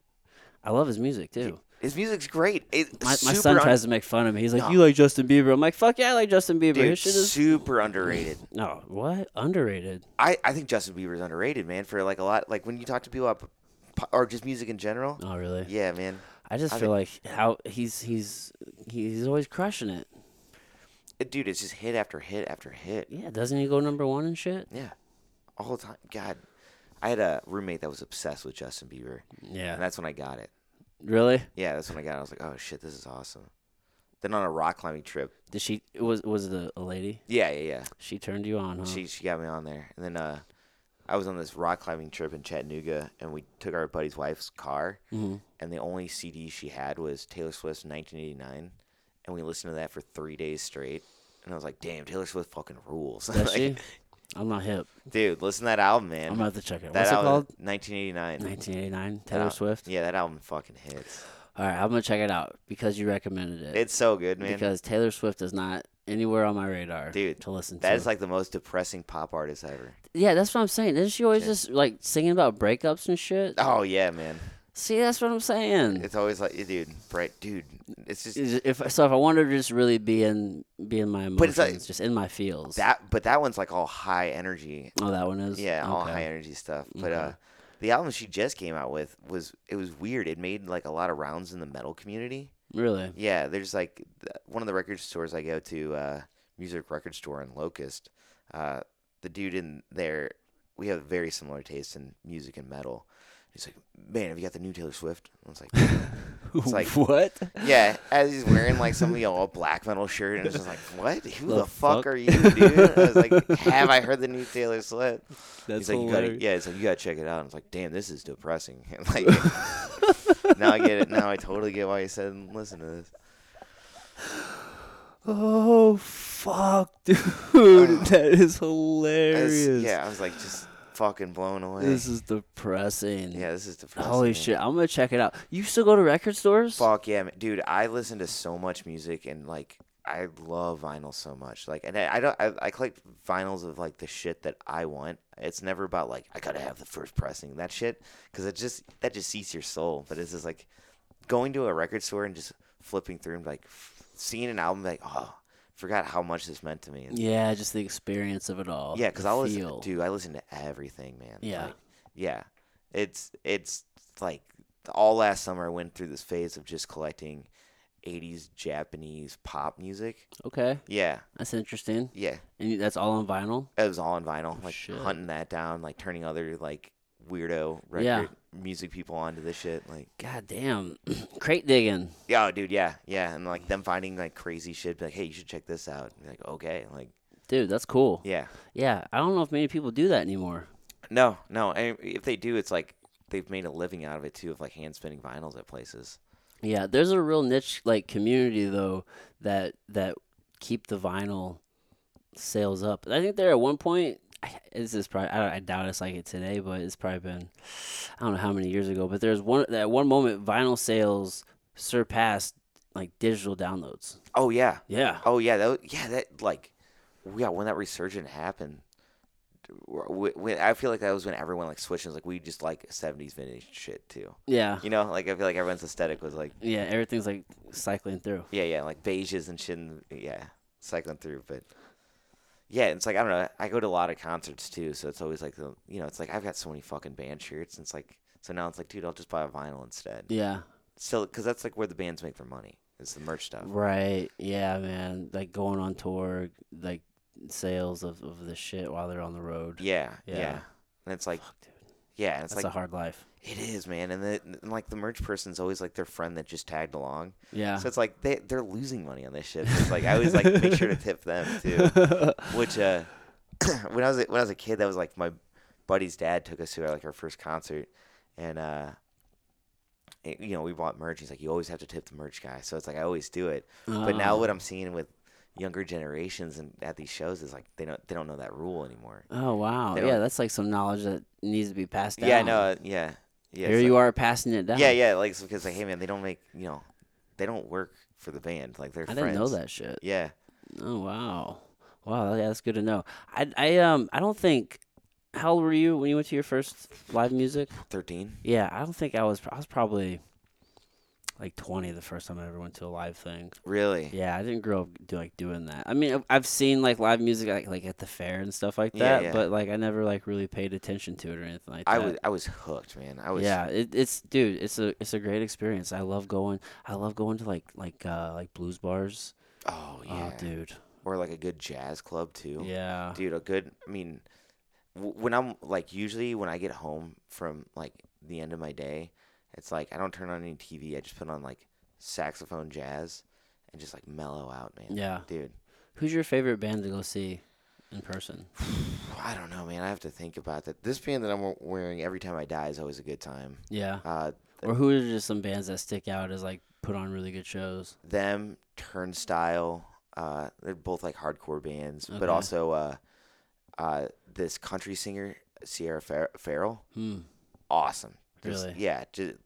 Speaker 1: I love his music too.
Speaker 2: His music's great. It's
Speaker 1: My, my
Speaker 2: super
Speaker 1: son
Speaker 2: un-
Speaker 1: tries to make fun of me. He's like,
Speaker 2: No.
Speaker 1: "You like Justin Bieber?" I'm like, "Fuck yeah, I like Justin Bieber."
Speaker 2: dude,
Speaker 1: His shit is
Speaker 2: super underrated.
Speaker 1: no what underrated.
Speaker 2: I, I think Justin Bieber's underrated, man. For like a lot, like when you talk to people about p- or just music in general.
Speaker 1: Oh really?
Speaker 2: Yeah, man.
Speaker 1: I just
Speaker 2: I
Speaker 1: feel like how he's he's he's always crushing it.
Speaker 2: It- dude, it's just hit after hit after hit.
Speaker 1: Yeah, doesn't he go number one and shit?
Speaker 2: Yeah. All the time. God. I had a roommate that was obsessed with Justin Bieber, and
Speaker 1: Yeah.
Speaker 2: that's when I got it.
Speaker 1: Really?
Speaker 2: Yeah, that's when I got. It. I was like, oh shit, this is awesome. Then on a rock climbing trip.
Speaker 1: Did she was was the a lady?
Speaker 2: Yeah, yeah, yeah.
Speaker 1: She turned you on, huh?
Speaker 2: She she got me on there, and then uh, I was on this rock climbing trip in Chattanooga, and we took our buddy's wife's car,
Speaker 1: Mhm.
Speaker 2: and the only CD she had was Taylor Swift's 1989, and we listened to that for three days straight. And I was like, damn, Taylor Swift fucking rules.
Speaker 1: Does
Speaker 2: <laughs> Like,
Speaker 1: she? I'm not hip.
Speaker 2: Dude, listen to that album, man.
Speaker 1: I'm gonna have to check it.
Speaker 2: that
Speaker 1: What's it
Speaker 2: album,
Speaker 1: called?
Speaker 2: 1989.
Speaker 1: 1989.
Speaker 2: That
Speaker 1: Taylor
Speaker 2: al-
Speaker 1: Swift.
Speaker 2: Yeah, that album fucking hits.
Speaker 1: All right, I'm gonna check it out because you recommended it.
Speaker 2: It's so good, man.
Speaker 1: because Taylor Swift is not anywhere on my radar,
Speaker 2: Dude,
Speaker 1: To listen
Speaker 2: that
Speaker 1: to.
Speaker 2: is like the most depressing pop artist ever.
Speaker 1: yeah, that's what I'm saying. Isn't she always just like singing about breakups and shit?
Speaker 2: Oh yeah, man.
Speaker 1: See, that's what I'm saying.
Speaker 2: It's always like, dude, Brett, dude. It's just
Speaker 1: Is- if so if I wanted to just really be in be in my emotions,
Speaker 2: But it's like-
Speaker 1: just in my feels.
Speaker 2: that, but that one's like all high energy.
Speaker 1: oh, that one is
Speaker 2: Yeah, all
Speaker 1: Okay.
Speaker 2: high energy stuff. But
Speaker 1: Okay.
Speaker 2: uh, the album she just came out with was it was weird. It made like a lot of rounds in the metal community.
Speaker 1: Really?
Speaker 2: Yeah, there's like th- one of the record stores I go to, uh, music record store in Locust. Uh, the dude in there, we have very similar taste in music and metal. He's like, man, have you got the new Taylor Swift? I was like,
Speaker 1: <laughs> It's
Speaker 2: like-
Speaker 1: what?
Speaker 2: <laughs> yeah. As he's wearing like some you know all black metal shirt, and it's just like, what? Who
Speaker 1: The
Speaker 2: the, fuck,
Speaker 1: fuck?
Speaker 2: are you, dude? I was like, have I heard the new Taylor Swift?
Speaker 1: That's
Speaker 2: he's like, you
Speaker 1: hilarious.
Speaker 2: gotta, yeah. It's like you gotta check it out. I was like, damn, this is depressing. <laughs> And like, now I get it. Now I totally get why he said, listen to this.
Speaker 1: Oh fuck, <laughs> dude, that is hilarious.
Speaker 2: That's- Uh, yeah, I was like just fucking blown away.
Speaker 1: This is depressing.
Speaker 2: yeah, this is depressing.
Speaker 1: Holy
Speaker 2: man.
Speaker 1: shit, I'm gonna check it out. You still go to record stores?
Speaker 2: Fuck yeah, man. dude! I listen to so much music and like I love vinyl so much. Like, and I, I don't. I, I collect vinyls of like the shit that I want. It's never about like I gotta have the first pressing that shit because it just that just seats your soul. But it's just like going to a record store and just flipping through and like f- seeing an album like oh forgot how much this meant to me. It's-
Speaker 1: Yeah, just the experience of it all.
Speaker 2: yeah, because
Speaker 1: the
Speaker 2: I listen,
Speaker 1: feel.
Speaker 2: dude. I listen to everything, man.
Speaker 1: Yeah.
Speaker 2: Like, yeah. It's it's like all last summer I went through this phase of just collecting '80s Japanese pop music.
Speaker 1: Okay,
Speaker 2: Yeah,
Speaker 1: that's interesting.
Speaker 2: yeah.
Speaker 1: And you- that's all on vinyl.
Speaker 2: It was all on vinyl, like
Speaker 1: Shit.
Speaker 2: hunting that down, like turning other like weirdo record
Speaker 1: Yeah.
Speaker 2: music people onto this shit. Like,
Speaker 1: God damn, <clears throat> crate digging.
Speaker 2: yeah, oh, dude, yeah, yeah, and like them finding like crazy shit, be like, hey, you should check this out. And be like, okay, like,
Speaker 1: Dude, that's cool. Yeah.
Speaker 2: yeah.
Speaker 1: I don't know if many people do that anymore.
Speaker 2: No, no. And if they do, it's like they've made a living out of it too, of like hand spinning vinyls at places.
Speaker 1: Yeah, there's a real niche like community though that that keep the vinyl sales up. I think there at one point I- this is probably I, don't, I doubt it's like it today, but it's probably been I don't know how many years ago. But there's one at one moment vinyl sales surpassed like digital downloads.
Speaker 2: Oh yeah,
Speaker 1: Yeah,
Speaker 2: oh yeah, that wa- yeah that like yeah when that resurgent happened. w- When, I feel like that was when everyone like switched. and was like we just like seventies vintage shit too.
Speaker 1: yeah,
Speaker 2: You know, like I feel like everyone's aesthetic was like
Speaker 1: yeah. Everything's like cycling through.
Speaker 2: yeah yeah like beiges and shit. And, yeah, cycling through, but yeah, it's like I don't know. I go to a lot of concerts too, so it's always like the you know it's like I've got so many fucking band shirts. And it's like so now it's like dude, I'll just buy a vinyl instead.
Speaker 1: Yeah,
Speaker 2: still because that's like where the bands make their money. It's the merch stuff.
Speaker 1: right. Yeah, man. Like going on tour, like sales of of the shit while they're on the road.
Speaker 2: Yeah,
Speaker 1: Yeah.
Speaker 2: yeah, And it's like,
Speaker 1: Fuck, dude.
Speaker 2: yeah, and it's
Speaker 1: That's a
Speaker 2: like
Speaker 1: hard life.
Speaker 2: it is, man. And, the, and like the merch person's always like their friend that just tagged along.
Speaker 1: Yeah.
Speaker 2: So it's like they they're losing money on this shit. It's like I always like make sure to tip them
Speaker 1: <laughs>
Speaker 2: too. Which uh, <clears throat> when I was a- when I was a kid, that was like my buddy's dad took us to like our first concert, and uh. it- you know, we bought merch. He's like, you always have to tip the merch guy. So it's like I always do it. But now
Speaker 1: Oh.
Speaker 2: what I'm seeing with younger generations and at these shows is like they don't they don't know that rule anymore.
Speaker 1: Oh wow!
Speaker 2: they
Speaker 1: Yeah,
Speaker 2: don't-
Speaker 1: that's like some knowledge that needs to be passed down.
Speaker 2: Yeah, no, uh, yeah, yeah.
Speaker 1: Here
Speaker 2: so-
Speaker 1: you are passing it down.
Speaker 2: Yeah, yeah. Like because like, hey man, they don't make you know, they don't work for the band. Like they're
Speaker 1: I
Speaker 2: friends.
Speaker 1: didn't know that shit.
Speaker 2: Yeah,
Speaker 1: Oh wow! Wow, yeah, that's good to know. I I um I don't think. How old were you when you went to your first live music?
Speaker 2: thirteen.
Speaker 1: Yeah, I don't think I was. I was probably like twenty the first time I ever went to a live thing.
Speaker 2: Really?
Speaker 1: Yeah, I didn't grow up do, like doing that. I mean, I've- I've seen like live music like, like at the fair and stuff like
Speaker 2: Yeah,
Speaker 1: that,
Speaker 2: yeah.
Speaker 1: but like I never like really paid attention to it or anything like
Speaker 2: I
Speaker 1: that.
Speaker 2: was I was hooked, man. I was.
Speaker 1: yeah, it, it's dude, it's a it's a great experience. I love going. I love going to like like uh like blues bars.
Speaker 2: Oh yeah.
Speaker 1: Oh, dude.
Speaker 2: Or like a good jazz club too.
Speaker 1: Yeah.
Speaker 2: Dude, a good. I mean, w- when I'm like usually when I get home from like the end of my day, it's like I don't turn on any TV. I just put on like saxophone jazz and just like mellow out, man.
Speaker 1: Yeah.
Speaker 2: Dude,
Speaker 1: Who's your favorite band to go see in person?
Speaker 2: I don't know, man. I have to think about that. This band that I'm w- wearing every time I die is always a good time.
Speaker 1: Yeah.
Speaker 2: Uh,
Speaker 1: Or who are just some bands that stick out as like put on really good shows?
Speaker 2: them, Turnstile, uh, they're both like hardcore bands,
Speaker 1: Okay.
Speaker 2: but also uh, uh, this country singer Sierra Fer- Farrell,
Speaker 1: Hmm.
Speaker 2: awesome. Just-
Speaker 1: Really?
Speaker 2: Yeah. Just,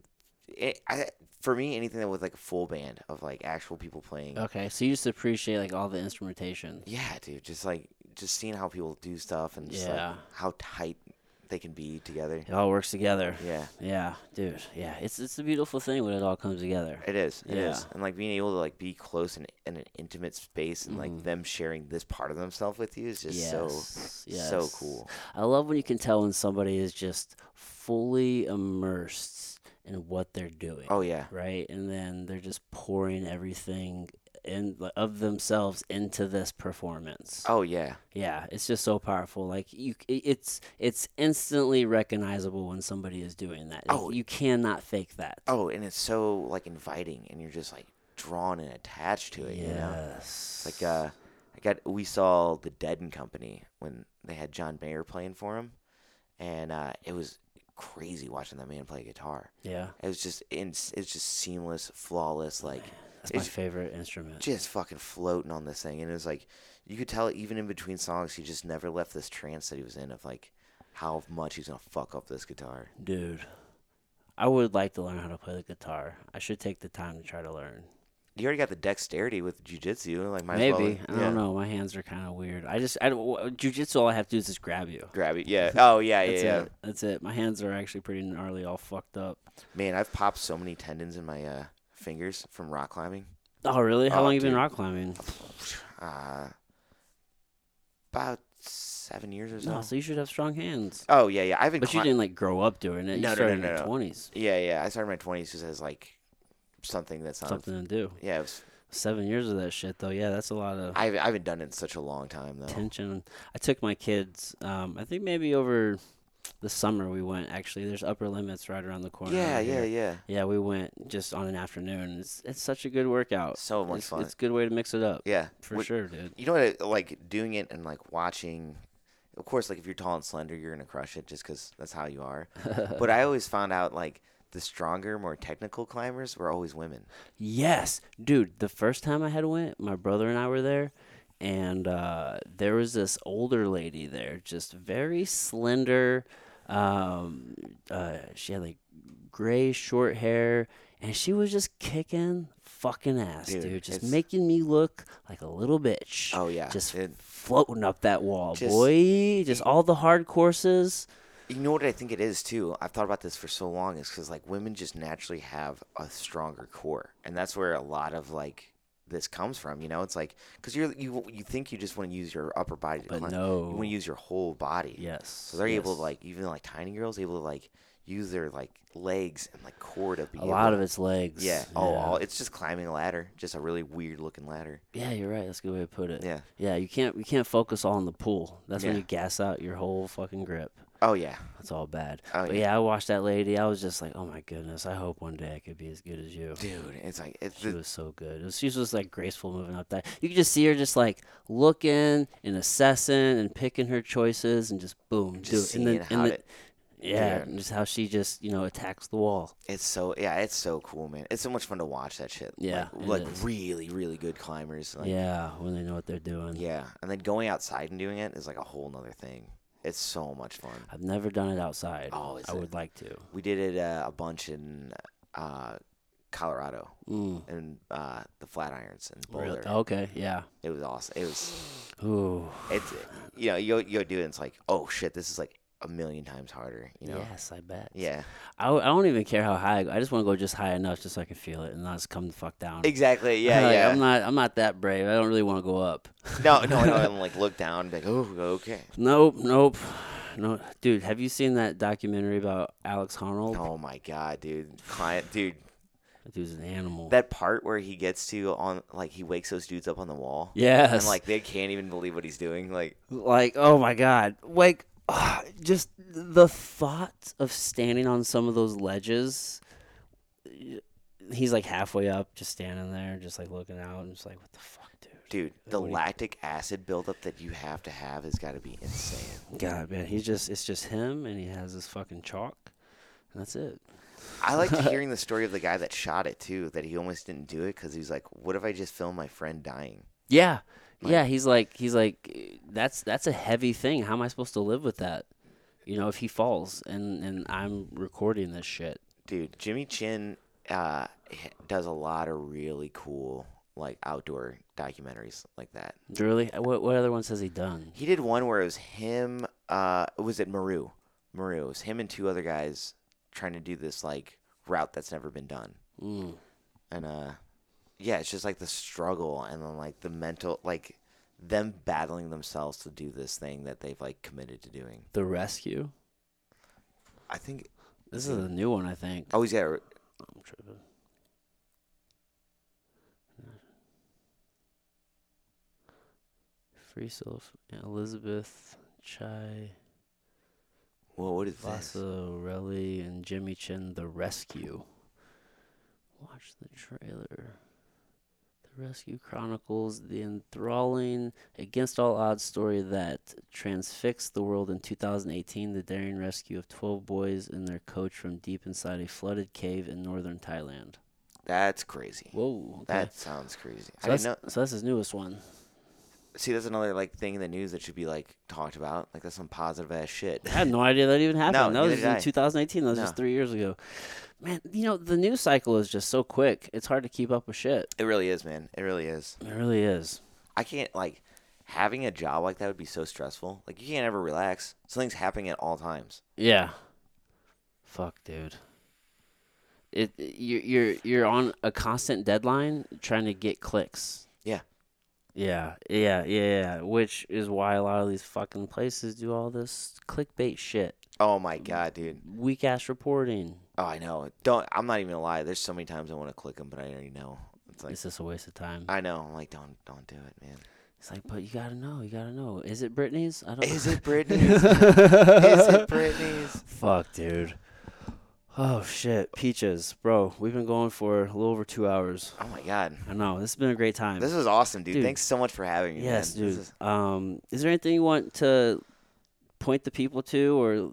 Speaker 2: it, I, for me, anything that was like a full band of like actual people playing.
Speaker 1: Okay, so you just appreciate like all the instrumentation.
Speaker 2: Yeah, dude. Just like just seeing how people do stuff and just like
Speaker 1: Yeah.
Speaker 2: how tight they can be together.
Speaker 1: It all works together.
Speaker 2: Yeah.
Speaker 1: Yeah, dude. Yeah, it's it's a beautiful thing when it all comes together.
Speaker 2: It is. it is,
Speaker 1: Yeah.
Speaker 2: And like being able to like be close in, in an intimate space and
Speaker 1: Mhm.
Speaker 2: like them sharing this part of themselves with you is just so
Speaker 1: yes.
Speaker 2: so
Speaker 1: yes.
Speaker 2: cool.
Speaker 1: I love when you can tell when somebody is just fully immersed in what they're doing.
Speaker 2: Oh yeah.
Speaker 1: Right? And then they're just pouring everything in of themselves into this performance.
Speaker 2: Oh yeah.
Speaker 1: Yeah, it's just so powerful. Like you, it's it's instantly recognizable when somebody is doing that. Like,
Speaker 2: Oh.
Speaker 1: you cannot fake that.
Speaker 2: Oh, and it's so like inviting, and you're just like drawn and attached to it. You know?
Speaker 1: yes.
Speaker 2: Like uh, I got we saw the Dead and Company when they had John Mayer playing for him, and uh, it was crazy watching that man play guitar.
Speaker 1: yeah,
Speaker 2: It was just ins it's just seamless, flawless, like
Speaker 1: that's my
Speaker 2: it's-
Speaker 1: favorite instrument.
Speaker 2: just fucking floating on this thing. And it was like you could tell even in between songs, he just never left this trance that he was in of like how much he's gonna fuck up this guitar.
Speaker 1: Dude, I would like to learn how to play the guitar. I should take the time to try to learn.
Speaker 2: You already got the dexterity with jujitsu, like might as well, e-,
Speaker 1: Maybe I
Speaker 2: yeah,
Speaker 1: don't know. My hands are kind of weird. I just I don't. w- Jujitsu. All I have to do is just grab you.
Speaker 2: Grab
Speaker 1: <laughs>
Speaker 2: it, yeah. Oh yeah, yeah,
Speaker 1: That's
Speaker 2: yeah.
Speaker 1: it. That's it. My hands are actually pretty gnarly, all fucked up.
Speaker 2: Man, I've popped so many tendons in my uh, fingers from rock climbing.
Speaker 1: Oh really? How
Speaker 2: Oh,
Speaker 1: long you been
Speaker 2: dude.
Speaker 1: rock climbing?
Speaker 2: Uh, about seven years or so.
Speaker 1: No, so you should have strong hands.
Speaker 2: Oh yeah, yeah. I've been.
Speaker 1: But you
Speaker 2: cli-
Speaker 1: didn't like grow up doing it. You
Speaker 2: No, no,
Speaker 1: started
Speaker 2: no,
Speaker 1: in
Speaker 2: no,
Speaker 1: your
Speaker 2: no.
Speaker 1: twenties.
Speaker 2: Yeah, yeah. I started my twenties just as like something that's not.
Speaker 1: Something to do.
Speaker 2: Yeah, it was,
Speaker 1: Seven years of that shit though. Yeah, that's a lot of
Speaker 2: I haven't- I haven't done it in such a long time though.
Speaker 1: tension. I took my kids. Um, I think maybe over the summer we went. Actually, there's upper limits right around the corner.
Speaker 2: Yeah,
Speaker 1: over
Speaker 2: yeah,
Speaker 1: here.
Speaker 2: yeah.
Speaker 1: Yeah, we went just on an afternoon. It's it's such a good workout.
Speaker 2: So much
Speaker 1: it's,
Speaker 2: fun.
Speaker 1: It's a good way to mix it up
Speaker 2: yeah,
Speaker 1: for
Speaker 2: What-
Speaker 1: sure, dude.
Speaker 2: You know what? I- Like doing it and like watching. Of course, like if you're tall and slender, you're gonna crush it just because that's how you are. but I always found out like the stronger, more technical climbers were always women.
Speaker 1: Yes, dude. The first time I had went, my brother and I were there, and uh, there was this older lady there, just very slender. Um, uh, she had like gray short hair, and she was just kicking fucking ass, dude.
Speaker 2: Dude,
Speaker 1: Just
Speaker 2: it's-
Speaker 1: making me look like a little bitch.
Speaker 2: Oh yeah,
Speaker 1: just
Speaker 2: It-
Speaker 1: floating up that wall,
Speaker 2: Just-
Speaker 1: boy. Just all the hard courses.
Speaker 2: You know what I think it is too. I've thought about this for so long. Is because like women just naturally have a stronger core, and that's where a lot of like this comes from. You know, it's like because you're you you think you just want to use your upper body to
Speaker 1: But
Speaker 2: climb.
Speaker 1: no.
Speaker 2: You want to use your whole body.
Speaker 1: Yes.
Speaker 2: So they're able
Speaker 1: yes.
Speaker 2: to like even like tiny girls able to like use their like legs and like core to be
Speaker 1: a lot
Speaker 2: able-
Speaker 1: of its legs.
Speaker 2: yeah. Oh, all, it's just climbing a ladder, just a really weird looking ladder.
Speaker 1: Yeah, you're right. That's a good way to put it.
Speaker 2: Yeah.
Speaker 1: Yeah, you can't you can't focus all on the pool. That's when
Speaker 2: Yeah.
Speaker 1: you gas out your whole fucking grip.
Speaker 2: Oh yeah.
Speaker 1: That's all bad.
Speaker 2: Oh,
Speaker 1: but
Speaker 2: yeah.
Speaker 1: yeah. I watched that lady. I was just like, oh my goodness. I hope one day I could be as good as you.
Speaker 2: Dude, it's like it's
Speaker 1: She
Speaker 2: the,
Speaker 1: was so good. It was, she was just like graceful moving up that. You could just see her just like looking and assessing and picking her choices and just boom,
Speaker 2: Just
Speaker 1: do it. And
Speaker 2: seeing how
Speaker 1: and
Speaker 2: it-
Speaker 1: yeah,
Speaker 2: yeah.
Speaker 1: and just how she just you know attacks the wall.
Speaker 2: It's so yeah, it's so cool, man. It's so much fun to watch that shit.
Speaker 1: Yeah, it
Speaker 2: like, like
Speaker 1: is.
Speaker 2: really, really good climbers. Like,
Speaker 1: yeah, when they know what they're doing.
Speaker 2: yeah, and then going outside and doing it is like a whole nother thing. It's so much fun.
Speaker 1: I've never done it outside.
Speaker 2: Oh, is
Speaker 1: I
Speaker 2: it?
Speaker 1: would like to.
Speaker 2: We did it uh, a bunch in uh, Colorado
Speaker 1: Mm.
Speaker 2: and uh, the Flatirons and
Speaker 1: Really?
Speaker 2: Boulder.
Speaker 1: Okay, yeah.
Speaker 2: It was awesome. It was
Speaker 1: Ooh.
Speaker 2: it's you know you you do it. And it's like oh shit, this is like a million times harder. You know.
Speaker 1: Yes, I bet.
Speaker 2: Yeah,
Speaker 1: I, w- I don't even care how high I go. I just want to go just high enough just so I can feel it and not just come the fuck down. <laughs>
Speaker 2: exactly. Yeah,
Speaker 1: Like,
Speaker 2: yeah.
Speaker 1: I'm not I'm not that brave. I don't really want to go up.
Speaker 2: <laughs> no,
Speaker 1: <laughs>
Speaker 2: no, no. I'm like look down, and be like oh, okay.
Speaker 1: Nope, nope. No, dude, have you seen that documentary about Alex Honnold?
Speaker 2: Oh my god, dude, client, dude,
Speaker 1: That dude's an animal.
Speaker 2: that part where he gets to on like he wakes those dudes up on the wall
Speaker 1: yes.
Speaker 2: and like they can't even believe what he's doing like
Speaker 1: like oh my god like ah, just the thought of standing on some of those ledges he's like halfway up just standing there just like looking out and just like what the fuck dude
Speaker 2: dude the
Speaker 1: What do you-
Speaker 2: lactic acid buildup that you have to have has got to be insane
Speaker 1: god man he's just it's just him and he has his fucking chalk and that's it <laughs>
Speaker 2: i liked hearing the story of the guy that shot it too that he almost didn't do it because he's like what if i just film my friend dying
Speaker 1: yeah
Speaker 2: Like-
Speaker 1: yeah he's like he's like that's that's a heavy thing how am i supposed to live with that you know if he falls and and i'm recording this shit
Speaker 2: dude jimmy chin uh, h- does a lot of really cool like outdoor documentaries like that
Speaker 1: really what, what other ones has he done
Speaker 2: He did one where it was him. Uh, was it Maru? Maru. It was him and two other guys trying to do this like route that's never been done.
Speaker 1: mm.
Speaker 2: And uh, yeah, it's just like the struggle and then like the mental like them battling themselves to do this thing that they've like committed to doing.
Speaker 1: the rescue
Speaker 2: I think
Speaker 1: This is a new one, I think.
Speaker 2: Oh. always yeah.
Speaker 1: I'm tripping. Free Sylph, Elizabeth Chai,
Speaker 2: Whoa, what is this?
Speaker 1: Vasarelli, and Jimmy Chin, The Rescue. Watch the trailer. The Rescue chronicles the enthralling, against all odds story that transfixed the world in 2018 the daring rescue of 12 boys and their coach from deep inside a flooded cave in northern Thailand.
Speaker 2: That's crazy.
Speaker 1: Whoa. okay.
Speaker 2: That sounds crazy.
Speaker 1: So
Speaker 2: I
Speaker 1: that's,
Speaker 2: didn't know.
Speaker 1: so that's his newest one.
Speaker 2: See, that's another like thing in the news that should be like talked about. Like that's some positive ass shit. <laughs>
Speaker 1: I had no idea that even happened. that
Speaker 2: neither
Speaker 1: was
Speaker 2: did
Speaker 1: in
Speaker 2: I.
Speaker 1: 2018. That was
Speaker 2: No.
Speaker 1: just three years ago. Man, you know the news cycle is just so quick. It's hard to keep up with shit.
Speaker 2: It really is, man. It really is.
Speaker 1: It really is.
Speaker 2: I can't like having a job like that would be so stressful. Like you can't ever relax. Something's happening at all times.
Speaker 1: Yeah. Fuck, dude. It you're you're you're on a constant deadline trying to get clicks.
Speaker 2: Yeah.
Speaker 1: Yeah, yeah, yeah, yeah. Which is why a lot of these fucking places do all this clickbait shit,
Speaker 2: Oh my god, dude.
Speaker 1: weak ass reporting.
Speaker 2: Oh, I know. Don't. I'm not even gonna lie. There's so many times I want to click them, but I already know. It's like
Speaker 1: It's just a waste of time.
Speaker 2: I know. I'm like, don't, don't do it, man.
Speaker 1: It's like, but you gotta know, you gotta know. Is it Britney's? I don't.
Speaker 2: Is it
Speaker 1: Is
Speaker 2: Britney's?
Speaker 1: it
Speaker 2: Britney's?
Speaker 1: <laughs> Fuck, dude. Oh shit, peaches, bro. We've been going for a little over two hours.
Speaker 2: Oh my god,
Speaker 1: I know this has been a great time.
Speaker 2: this was awesome, dude.
Speaker 1: Dude.
Speaker 2: Thanks so much for having me.
Speaker 1: yes,
Speaker 2: man. This
Speaker 1: dude.
Speaker 2: is-
Speaker 1: um, is there anything you want to point the people to, or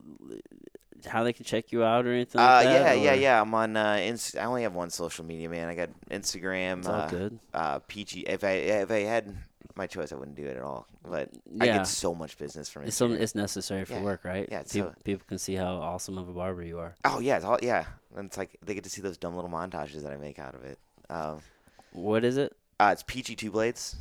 Speaker 1: how they can check you out, or anything?
Speaker 2: uh,
Speaker 1: like that,
Speaker 2: yeah, yeah,
Speaker 1: or-
Speaker 2: yeah. I'm on. Uh, Inst- I only have one social media, man. I got Instagram.
Speaker 1: It's all
Speaker 2: uh,
Speaker 1: good.
Speaker 2: uh, peachy. If I if I had my choice, I wouldn't do it at all. But I
Speaker 1: Yeah.
Speaker 2: get so much business from it.
Speaker 1: It's something it's necessary for
Speaker 2: Yeah,
Speaker 1: work, right?
Speaker 2: yeah, it's
Speaker 1: people,
Speaker 2: so-
Speaker 1: people can see how awesome of a barber you are.
Speaker 2: oh yeah, it's all yeah. And it's like they get to see those dumb little montages that I make out of it. Um,
Speaker 1: What is it?
Speaker 2: uh, it's peachy two blades.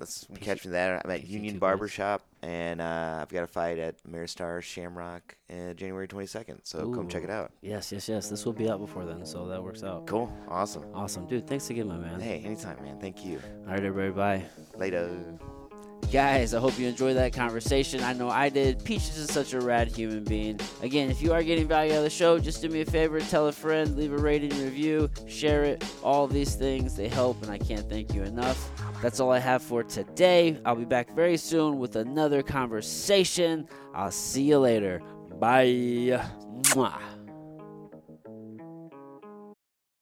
Speaker 2: Let's
Speaker 1: Peachy-
Speaker 2: catch me there. I'm at
Speaker 1: Peachy Two
Speaker 2: Union
Speaker 1: Blades.
Speaker 2: Barber Shop, and uh, I've got a fight at Maristar Shamrock uh, January 22nd. So come check
Speaker 1: Ooh.
Speaker 2: it out.
Speaker 1: Yes, yes, yes. This will be out before then, so that works out.
Speaker 2: Cool, awesome.
Speaker 1: Awesome, dude. Thanks again, my man.
Speaker 2: Hey, anytime, man. Thank you.
Speaker 1: All right, everybody. Bye.
Speaker 2: Later.
Speaker 1: Guys, I hope you enjoyed that conversation. I know I did. Peaches is such a rad human being. Again, if you are getting value out of the show, just do me a favor, tell a friend, leave a rating, review, share it. All these things, they help, and I can't thank you enough. That's all I have for today. I'll be back very soon with another conversation. I'll see you later. Bye. Mwah.